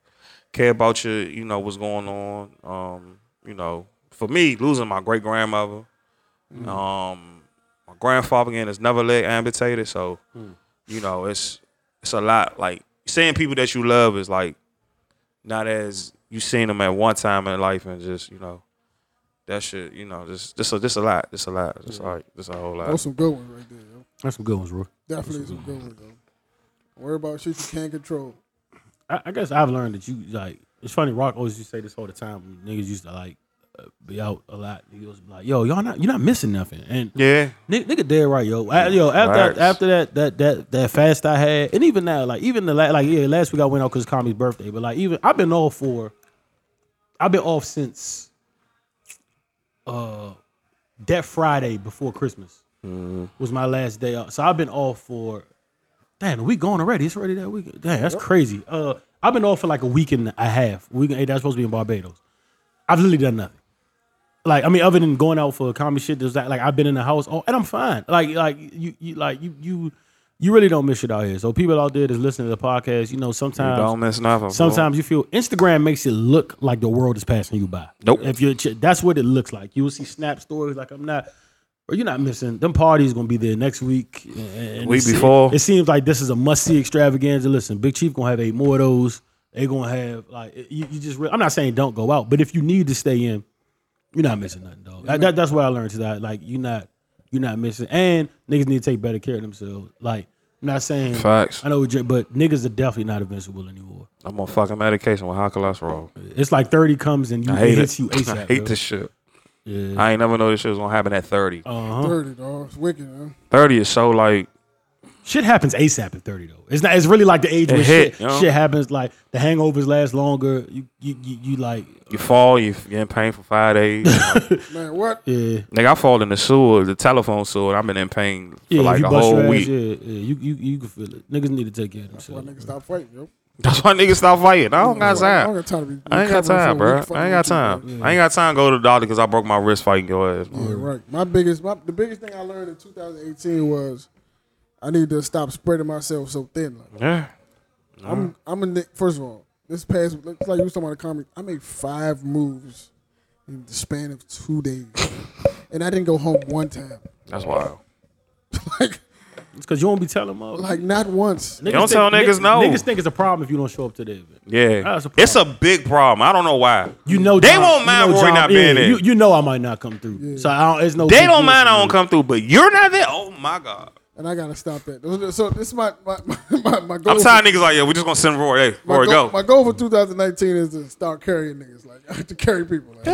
Speaker 5: Care about your you know what's going on. Um, you know, for me, losing my great grandmother,
Speaker 2: Mm.
Speaker 5: um, my grandfather again is never leg amputated, so
Speaker 2: Mm.
Speaker 5: you know it's it's a lot. Like seeing people that you love is like not as you seen them at one time in life, and just you know. That shit, you know, just just a just a lot, just a lot, just like just a whole lot.
Speaker 2: Those some good ones right there. Yo.
Speaker 4: That's some good ones, Roy.
Speaker 2: Definitely some good ones. Though. Worry about shit you can't control.
Speaker 4: I, I guess I've learned that you like. It's funny. Rock always used to say this all the time. Niggas used to like uh, be out a lot. He was like, "Yo, y'all not you're not missing nothing." And
Speaker 5: Yeah,
Speaker 4: Ni- Nigga dead right, yo. I, yo,
Speaker 5: Facts.
Speaker 4: after after that that that that fast I had, and even now, like even the la- like yeah, last week I went out because Kami's birthday, but like even I've been off for, I've been off since, uh, that Friday before Christmas was my last day off. So I've been off for, damn, we going already? It's already that week. Damn, that's crazy. Uh, I've been off for like a week and a half. Week and eight. That's supposed to be in Barbados. I've literally done nothing like I mean, other than going out for comedy shit, there's that like I've been in the house, oh, and I'm fine. Like like you you like you you you really don't miss shit out here. So people out there that's listening to the podcast, you know, sometimes
Speaker 5: don't miss nothing. bro.
Speaker 4: Sometimes you feel Instagram makes it look like the world is passing you by.
Speaker 5: Nope.
Speaker 4: If you're, ch- that's what it looks like. You will see snap stories like I'm not, or you're not missing. Them parties gonna be there next week. and- and
Speaker 5: Week
Speaker 4: it se-
Speaker 5: before.
Speaker 4: It seems like this is a must see extravaganza. Listen, Big Chief gonna have eight more of those. They gonna have like it- you, you just. Re- I'm not saying don't go out, but if you need to stay in, you're not missing nothing, dog. That- that- that's what I learned today. Like you're not, you're not missing. And niggas need to take better care of themselves. Like I'm not saying.
Speaker 5: Facts.
Speaker 4: I know, we drink, but niggas are definitely not invincible anymore.
Speaker 5: I'm on fucking medication with high cholesterol.
Speaker 4: It's like 30 comes and you,
Speaker 5: I hate
Speaker 4: it hits
Speaker 5: it.
Speaker 4: you ASAP.
Speaker 5: I hate
Speaker 4: bro.
Speaker 5: this shit.
Speaker 4: Yeah.
Speaker 5: I ain't never know this shit was gonna happen at 30.
Speaker 4: Uh-huh.
Speaker 2: Dirty dog. It's wicked, man.
Speaker 5: 30 is so like,
Speaker 4: Shit happens ASAP at 30 though. It's not it's really like the age where
Speaker 5: hit,
Speaker 4: shit,
Speaker 5: you know?
Speaker 4: shit happens like the hangovers last longer. You you you, you like
Speaker 5: you fall, you getting pain for five days.
Speaker 2: Man, what?
Speaker 4: yeah.
Speaker 5: Nigga, I fall in the sewer, the telephone sewer, and I've been in pain for
Speaker 4: Yeah,
Speaker 5: like
Speaker 4: you
Speaker 5: a
Speaker 4: bust
Speaker 5: whole
Speaker 4: your ass,
Speaker 5: week.
Speaker 4: yeah, yeah, you you you can feel it. Niggas need to take care of
Speaker 2: Why
Speaker 4: themselves.
Speaker 2: niggas stop fighting, yo?
Speaker 5: That's why niggas stop fighting. I don't got
Speaker 2: I
Speaker 5: time.
Speaker 2: don't got time to be.
Speaker 5: I ain't got
Speaker 2: recovering from
Speaker 5: time,
Speaker 2: a
Speaker 5: bro.
Speaker 2: weak fucking
Speaker 5: I ain't got
Speaker 2: with you, bro.
Speaker 5: time. I ain't got time to go to the doctor because I broke my wrist fighting your ass.
Speaker 2: Yeah, right. My biggest, my, the biggest thing I learned in 2018 was I need to stop spreading myself so thin. Like,
Speaker 5: Yeah. Mm.
Speaker 2: I'm, I'm a Nick. First of all, this past, like you was talking about the comedy, I made five moves in the span of two days, and I didn't go home one time.
Speaker 5: That's wild.
Speaker 2: like,
Speaker 4: It's cause you won't be telling them.
Speaker 2: like not once.
Speaker 4: niggas
Speaker 5: Don't tell niggas no.
Speaker 4: Niggas think it's a problem if you don't show up to the event.
Speaker 5: Yeah.
Speaker 4: That's a
Speaker 5: it's a big problem. I don't know why.
Speaker 4: You know
Speaker 5: They
Speaker 4: John-
Speaker 5: won't
Speaker 4: you
Speaker 5: mind
Speaker 4: know
Speaker 5: Roy
Speaker 4: John-
Speaker 5: not being
Speaker 4: yeah,
Speaker 5: there.
Speaker 4: You, you know I might not come through. So I don't, it's no.
Speaker 5: They
Speaker 4: big
Speaker 5: don't
Speaker 4: deal
Speaker 5: mind
Speaker 4: for
Speaker 5: I
Speaker 4: me.
Speaker 5: don't come through, but you're not there. Oh my God.
Speaker 2: and I gotta stop that. Those- So this is my my my, my, my goal.
Speaker 5: I'm tired of niggas like, yeah, we're just gonna send Roy. Hey,
Speaker 2: my
Speaker 5: Roy,
Speaker 2: goal,
Speaker 5: go.
Speaker 2: My goal for 2019 is to start carrying niggas, like to carry people. Like,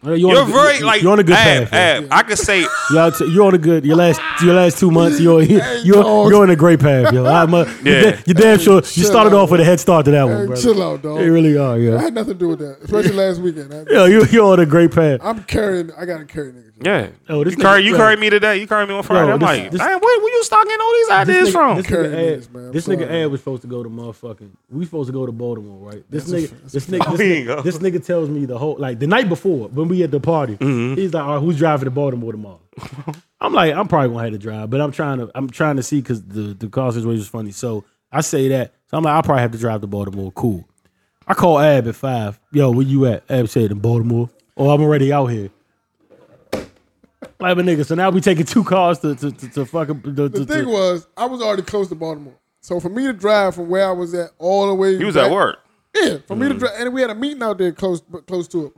Speaker 4: You're,
Speaker 5: You're
Speaker 4: on a, good-
Speaker 5: very
Speaker 4: you-
Speaker 5: like
Speaker 4: you're on a good
Speaker 5: Ab,
Speaker 4: path. man.
Speaker 5: Ab, I could say
Speaker 4: You're, out to- you're on a good your last your last two months. You're you're,
Speaker 2: dog.
Speaker 4: you're, on a great path, yo. I'm a,
Speaker 5: Yeah.
Speaker 4: you're, da- you're damn sure you
Speaker 2: chill
Speaker 4: started
Speaker 2: out.
Speaker 4: off with a head start to that
Speaker 2: Hey,
Speaker 4: one, bro.
Speaker 2: chill out, dog.
Speaker 4: You really are,
Speaker 2: I
Speaker 4: yeah.
Speaker 2: had nothing to do with that, especially last weekend. I,
Speaker 4: Yo, you you're on a great path.
Speaker 2: I'm carrying. I gotta carry niggas.
Speaker 5: Yeah.
Speaker 4: Yo, this
Speaker 5: you carry
Speaker 4: nigga-
Speaker 5: you
Speaker 4: yo.
Speaker 5: carried me today. You carried me on Friday. I'm
Speaker 4: this-
Speaker 5: like,
Speaker 4: this-
Speaker 5: damn, where, where you stocking all these ideas
Speaker 4: nigga-
Speaker 5: from?
Speaker 4: This
Speaker 2: Carrying
Speaker 4: nigga,
Speaker 2: niggas,
Speaker 4: ad,
Speaker 2: man. I'm
Speaker 4: this nigga
Speaker 2: sorry.
Speaker 4: ad was supposed to go to motherfucking. We supposed to go to Baltimore, right? This
Speaker 2: That's a-
Speaker 4: nigga,
Speaker 2: that's
Speaker 4: this
Speaker 2: a-
Speaker 4: nigga,
Speaker 5: Oh,
Speaker 4: this,
Speaker 5: he
Speaker 4: nigga
Speaker 5: ain't go.
Speaker 4: this nigga tells me the whole like the night before when we at the party.
Speaker 5: Mm-hmm.
Speaker 4: He's like, "All right, who's driving to Baltimore tomorrow?" I'm like, "I'm probably gonna have to drive, but I'm trying to, I'm trying to see because the the car situation was funny." So I say that, so I'm like, "I probably have to drive to Baltimore." Cool. I call Ab at five. Yo, where you at? Ab said in Baltimore. Oh, I'm already out here. Like a nigga, so now we taking two cars to to to, to fucking to, to,
Speaker 2: The
Speaker 4: to-
Speaker 2: thing was, I was already close to Baltimore, so for me to drive from where I was at all the way,
Speaker 5: He was at
Speaker 2: back-
Speaker 5: work.
Speaker 2: Yeah, for
Speaker 4: Mm.
Speaker 2: me to drive, and we had a meeting out there close close to it.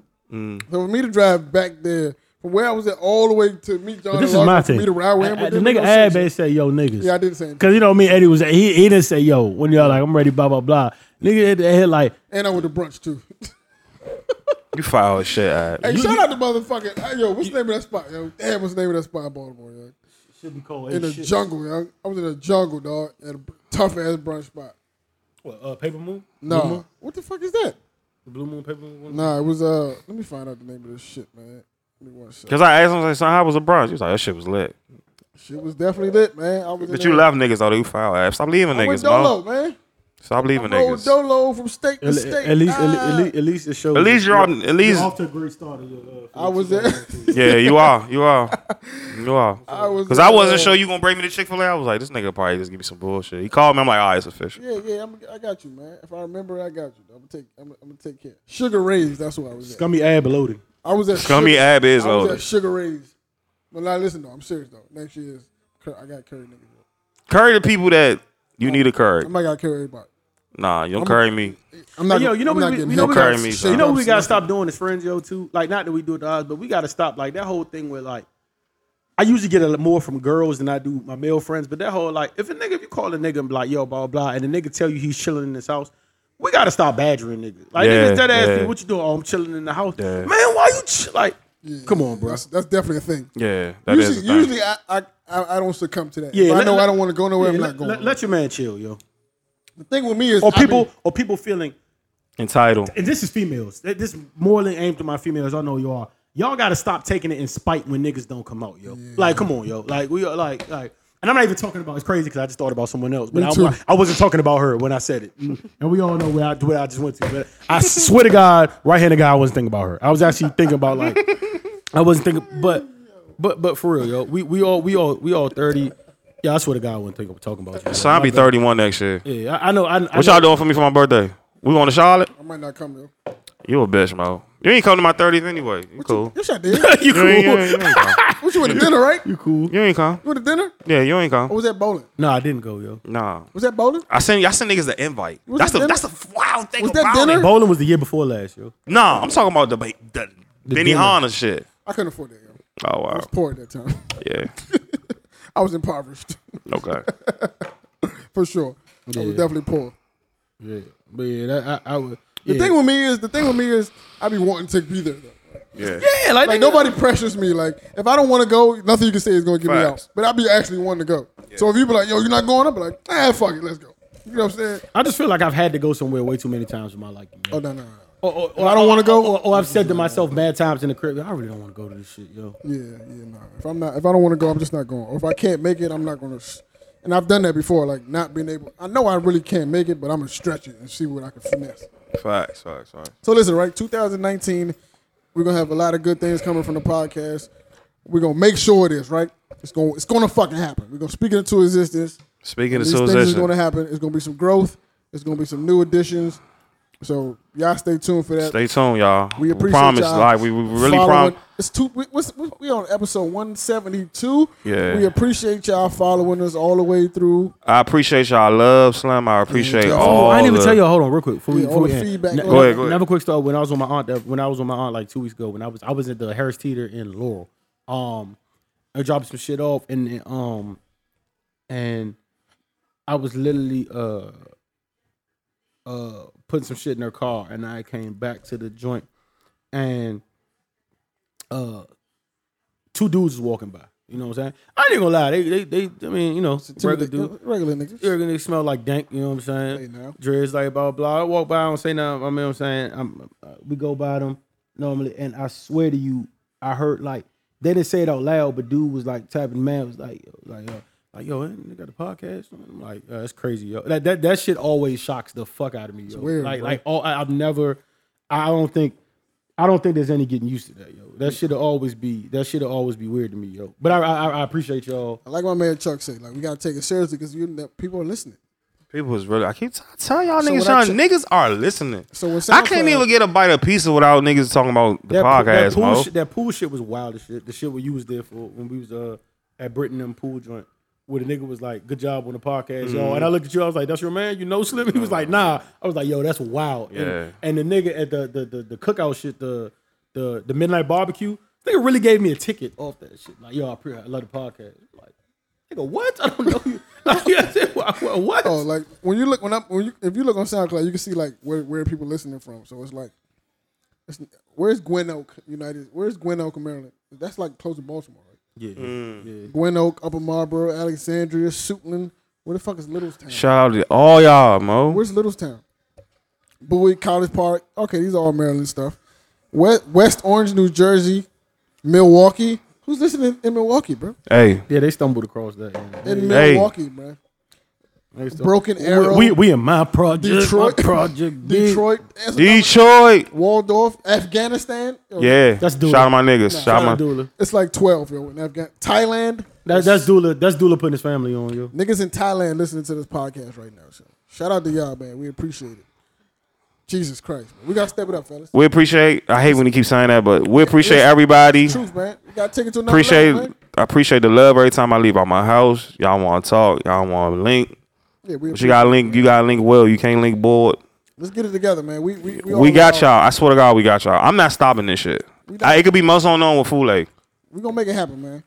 Speaker 2: So for me to drive back there from where I was at all the way to meet John,
Speaker 4: But this
Speaker 2: and
Speaker 4: is my
Speaker 2: Larkin, for
Speaker 4: thing.
Speaker 2: me to ride with him,
Speaker 4: I- I-
Speaker 2: but
Speaker 4: the
Speaker 2: then
Speaker 4: nigga
Speaker 2: no
Speaker 4: ad
Speaker 2: shit.
Speaker 4: base say yo niggas.
Speaker 2: Yeah, I didn't say anything.
Speaker 4: Cause you know me, Eddie was he, he didn't say yo when y'all like I'm ready blah blah blah. Nigga hit the head like
Speaker 2: and I went to brunch too.
Speaker 5: You foul as shit. Ab.
Speaker 2: hey, shout out to motherfucking hey, yo, what's the name of that spot? Yo, damn, what's the name of that spot in Baltimore? Yo?
Speaker 4: should be cold
Speaker 2: In the jungle, yo. I was in the jungle, dog, at a tough ass brunch spot.
Speaker 4: What, uh, paper moon?
Speaker 2: No, what the fuck is that?
Speaker 4: The blue moon paper moon.
Speaker 2: Nah, it was uh. Let me find out the name of this shit, man. Give me one second.
Speaker 5: Cause I asked him, I was like, son, how was the brunch? He was like, that shit was lit.
Speaker 2: Shit was definitely lit, man. I was in
Speaker 5: But you
Speaker 2: there.
Speaker 5: love niggas, though. You foul ass. Stop leaving
Speaker 2: I went
Speaker 5: niggas, bro.
Speaker 2: dolo, man.
Speaker 5: Stop leaving
Speaker 2: Roll
Speaker 5: niggas.
Speaker 2: Dolo from state to
Speaker 9: At,
Speaker 2: state.
Speaker 9: at least, at,
Speaker 2: Ah.
Speaker 9: at least, at least it shows.
Speaker 5: At least you're on. At least
Speaker 10: off to a great start. Of your, uh, for
Speaker 2: I was
Speaker 10: your
Speaker 2: there.
Speaker 10: team.
Speaker 5: yeah, you are. You are. You are.
Speaker 2: I was
Speaker 5: Cause I wasn't
Speaker 2: uh,
Speaker 5: sure you gonna bring me to Chick Fil A. I was like, this nigga probably just give me some bullshit. He called me. I'm like, ah, it's official.
Speaker 2: Yeah, yeah, I'm, I got you, man. If I remember, I got you. I'm gonna take, I'm, I'm gonna take care. Sugar Ray's, that's what I was at.
Speaker 4: Scummy ab loaded.
Speaker 2: I was at
Speaker 5: Gummy
Speaker 2: Sugar,
Speaker 5: Ab is
Speaker 2: I was at
Speaker 5: loaded.
Speaker 2: Sugar Ray's. But now listen though, I'm serious though. Next year is, Cur- I got curry niggas.
Speaker 5: Curry the people that you need to curry.
Speaker 2: I might got curry everybody.
Speaker 5: Nah, you don't curry me.
Speaker 2: I'm not.
Speaker 4: Yo, you know
Speaker 2: I'm
Speaker 4: we-
Speaker 2: not
Speaker 4: we-
Speaker 2: getting
Speaker 4: you know
Speaker 2: hit
Speaker 4: we
Speaker 2: by
Speaker 5: got-
Speaker 2: some
Speaker 5: you
Speaker 2: shit.
Speaker 5: Stop.
Speaker 4: You know
Speaker 2: I'm
Speaker 4: what we gotta
Speaker 2: sniffing.
Speaker 4: stop doing is friends, yo, too. Like, not that we do it to us, but we gotta stop. Like that whole thing where like I usually get a lot more from girls than I do my male friends, but that whole like if a nigga if you call a nigga and be like, yo, blah blah, and the nigga tell you he's chilling in his house, we gotta stop badgering niggas. Like
Speaker 5: Yeah,
Speaker 4: niggas that ass
Speaker 5: yeah.
Speaker 4: me, what you doing? Oh, I'm chilling in the house.
Speaker 5: Yeah.
Speaker 4: Man, why you ch-? like come on, bro.
Speaker 2: That's, that's definitely a thing.
Speaker 5: Yeah, that is
Speaker 2: Usually,
Speaker 5: the thing.
Speaker 2: usually I, I, I, I don't succumb to that.
Speaker 4: Yeah,
Speaker 2: Yeah, I
Speaker 4: let-
Speaker 2: know
Speaker 4: let-
Speaker 2: I don't want to go nowhere. I'm
Speaker 4: Yeah,
Speaker 2: not
Speaker 4: let,
Speaker 2: going.
Speaker 4: let- let your man chill, yo.
Speaker 2: the thing with me is,
Speaker 4: Or
Speaker 2: I be-
Speaker 4: people or people feeling
Speaker 5: entitled.
Speaker 4: and this is females. Th- This more than aimed to my females. I know you all Y'all gotta stop taking it in spite when niggas don't come out, yo. Like, come on, yo. Like, we are like, like, and I'm not even talking about. It's crazy because I just thought about someone else, but
Speaker 2: Me
Speaker 4: I'm
Speaker 2: too. Mm.
Speaker 4: not- I wasn't talking about her when I said it. And we all know where I where I just went to. But I swear to God, right handed guy, I wasn't thinking about her. I was actually thinking about like, I wasn't thinking, but, but, but for real, yo. We we all we all we all thirty. Yeah, I swear to God, I wasn't thinking talking about you.
Speaker 5: So I'll be 31 next year.
Speaker 4: Yeah, I, I know. I, I
Speaker 5: What
Speaker 4: know.
Speaker 5: y'all doing for me for my birthday? We going to Charlotte?
Speaker 2: I might not come though.
Speaker 5: You a bitch, Mo. You ain't come to my 30th anyway. You cool.
Speaker 2: Yes, I did.
Speaker 5: You ain't, you ain't, you ain't come.
Speaker 2: what you went to dinner, right? You
Speaker 5: You ain't come.
Speaker 2: went to dinner?
Speaker 5: Yeah, you ain't
Speaker 2: Or
Speaker 5: come.
Speaker 2: was that bowling?
Speaker 4: No, I didn't go, yo.
Speaker 5: Nah.
Speaker 2: Was that bowling?
Speaker 5: I send I send niggas the invite.
Speaker 2: Was
Speaker 5: that's
Speaker 2: that
Speaker 5: the
Speaker 2: dinner?
Speaker 5: that's the wild thing
Speaker 2: Was that
Speaker 5: about
Speaker 2: dinner?
Speaker 5: it.
Speaker 4: Bowling was the year before last, yo.
Speaker 5: Nah, I'm talking about the ba- the, the Benny
Speaker 4: dinner.
Speaker 5: Hanna shit.
Speaker 2: I couldn't afford that. Yo.
Speaker 5: Oh
Speaker 2: I
Speaker 5: wow.
Speaker 2: was poor at that time.
Speaker 5: Yeah.
Speaker 2: I was impoverished
Speaker 5: Okay.
Speaker 2: for sure. I was definitely poor.
Speaker 4: Yeah, but yeah, that, I, I would.
Speaker 2: The
Speaker 4: Yeah.
Speaker 2: thing with me is, the thing with me is, I be wanting to be there. Though.
Speaker 5: Yeah.
Speaker 4: yeah, like,
Speaker 2: Like nobody pressures me. Like if I don't want to go, nothing you can say is gonna get me out.
Speaker 5: Facts.
Speaker 2: But I be actually wanting to go. So if you be like, "Yo, you're not going," I be like, "Ah, fuck it, let's go." You know what I'm saying?
Speaker 4: I just feel like I've had to go somewhere way too many times in my life.
Speaker 2: Oh no, no, no.
Speaker 4: Or, or,
Speaker 2: I don't wanna go-
Speaker 4: Or, or I've said to myself mad times in the crib, I really don't want to go to this shit, yo.
Speaker 2: Yeah, yeah, no. If I'm not, if I don't want to go, I'm just not going. Or if I can't make it, I'm not going to. And I've done that before, like not being able. I know I really can't make it, but I'm gonna stretch it and see what I can finesse.
Speaker 5: Facts, facts, facts.
Speaker 2: So listen, right, 2019, we're gonna have a lot of good things coming from the podcast. We're gonna make sure it is right. It's gonna, it's gonna fucking happen. We're gonna speak it into existence.
Speaker 5: Speaking of
Speaker 2: These things is
Speaker 5: civilization,
Speaker 2: gonna happen. It's gonna be some growth. It's gonna be some new additions. So y'all stay tuned for that.
Speaker 5: stay tuned, y'all.
Speaker 2: We appreciate
Speaker 5: promise,
Speaker 2: y'all.
Speaker 5: like we, we really
Speaker 2: following-
Speaker 5: promise.
Speaker 2: It's two. We, what's- we, we on episode one seventy two.
Speaker 5: Yeah.
Speaker 2: We appreciate y'all following us all the way through.
Speaker 5: I appreciate y'all love, Slim. I appreciate
Speaker 2: Yeah.
Speaker 5: all.
Speaker 4: I didn't even
Speaker 5: the-
Speaker 4: tell y'all. Hold on, real quick. Before we,
Speaker 2: Yeah,
Speaker 4: before
Speaker 2: all
Speaker 4: we
Speaker 2: the
Speaker 4: end.
Speaker 2: feedback.
Speaker 4: Ne-
Speaker 2: Go
Speaker 5: ahead, go ahead.
Speaker 4: Another quick story. When I was with my aunt, that- when I was with my aunt like two weeks ago, when I was I was at the Harris Theater in Laurel. Um, I dropped some shit off, and then, um, and I was literally uh uh putting some shit in her car, and I came back to the joint, and uh, two dudes was walking by. You know what I'm saying? I ain't gonna lie. They they they. I mean, you know, regular dude.
Speaker 2: regular niggas.
Speaker 4: Yeah, they smell like dank, you know what I'm saying?
Speaker 2: Hey, now.
Speaker 4: Dreads like blah blah. I walk by, I don't say nothing. I mean, I'm saying I'm, uh, we go by them normally, and I swear to you, I heard like they didn't say it out loud, but dude was like tapping man was like yo, like yo, like yo, eh, they got the podcast. I'm like uh, that's crazy, yo. That, that that shit always shocks the fuck out of me, yo.
Speaker 2: weird,
Speaker 4: like
Speaker 2: bro.
Speaker 4: like all I, I've never, I don't think. I don't think there's any getting used to that, yo. That shit'll always be that shit'll always be weird to me, yo. But I I, I appreciate y'all.
Speaker 2: Like my man Chuck said, like we gotta take it seriously because you ne- people are listening.
Speaker 5: People is really. I keep t- telling y'all
Speaker 2: So
Speaker 5: niggas,
Speaker 2: when I
Speaker 5: y'all
Speaker 2: check-
Speaker 5: niggas are listening.
Speaker 2: So when
Speaker 5: I can't
Speaker 2: SoundCloud-
Speaker 5: even get a bite of pizza without niggas talking about the
Speaker 4: pool-
Speaker 5: podcast,
Speaker 4: pool
Speaker 5: Mo.
Speaker 4: shit, that pool shit was wild as shit. The shit where you was there for when we was uh at Britain and pool joint. Where the nigga was like, "Good job on the podcast,
Speaker 5: Mm-hmm.
Speaker 4: yo," and I looked at you, I was like, "That's your man, you know, Slim." He was like, "Nah," I was like, "Yo, that's wild."
Speaker 5: Uh-huh. Yeah.
Speaker 4: And, and the nigga at the the, the the cookout shit, the the the midnight barbecue, nigga really gave me a ticket off that shit. Like, yo, I, pre- I love the podcast. Like, nigga, what? I don't know you. Like, yeah, what?
Speaker 2: Oh, like when you look when I when you if you look on SoundCloud, you can see like where where people listening from. So it's like, it's, where's Gwen Oak United? Where's Gwen Oak, Maryland? That's like close to Baltimore, right?
Speaker 4: yeah,
Speaker 5: Mm.
Speaker 2: Gwen Oak, Upper Marlboro, Alexandria, Suitland. Where the fuck is Littlestown?
Speaker 5: Shout out to all y'all, Mo.
Speaker 2: Where's Littlestown? Bowie, College Park. Okay, these are all Maryland stuff. West, West Orange, New Jersey, Milwaukee. Who's listening in Milwaukee, bro?
Speaker 5: hey,
Speaker 4: yeah. They stumbled across that. yeah.
Speaker 2: In
Speaker 5: Hey.
Speaker 2: Milwaukee, bro. Broken Arrow,
Speaker 4: We we in my project.
Speaker 2: Detroit,
Speaker 4: my project. bitch.
Speaker 2: Detroit, that's another-
Speaker 5: Detroit.
Speaker 2: Waldorf, Afghanistan. Yo,
Speaker 5: Yeah.
Speaker 4: That's Dula.
Speaker 5: Shout out my niggas. Shout
Speaker 4: Shout out
Speaker 5: out my.
Speaker 4: Dula.
Speaker 2: it's like twelve, yo. In Afghan, Thailand,
Speaker 4: That, that's Dula. That's Dula putting his family on yo.
Speaker 2: niggas in Thailand listening to this podcast right now. So shout out to y'all, man. We appreciate it. Jesus Christ, man. we gotta step it up, fellas.
Speaker 5: We appreciate. I hate when you keep saying that, but we appreciate everybody.
Speaker 2: Truth, man. We gotta take it to another
Speaker 5: Appreciate.
Speaker 2: level, man.
Speaker 5: I appreciate the love every time I leave out my house. Y'all want to talk. Y'all want to link.
Speaker 2: Yeah, we
Speaker 5: But you got to link. You got to link well. You can't link bored.
Speaker 2: Let's get it together, man. We we we,
Speaker 5: We
Speaker 2: all
Speaker 5: got
Speaker 2: involved.
Speaker 5: y'all. I swear to God, we got y'all. I'm not stopping this shit. I, it could be months on on with Fule.
Speaker 2: We gonna make it happen, man.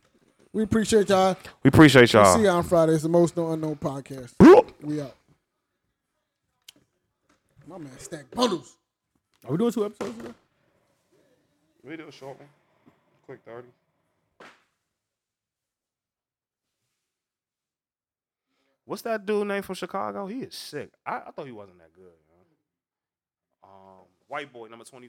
Speaker 2: We appreciate y'all.
Speaker 5: We appreciate y'all.
Speaker 2: See y'all on Friday. It's the most known unknown podcast. We out. My man stack bundles.
Speaker 4: Are we doing two episodes? Today?
Speaker 5: We do a short one. Quick 30. What's that dude name from Chicago? He is sick. I, I thought he wasn't that good. man. Um, white boy, number 24.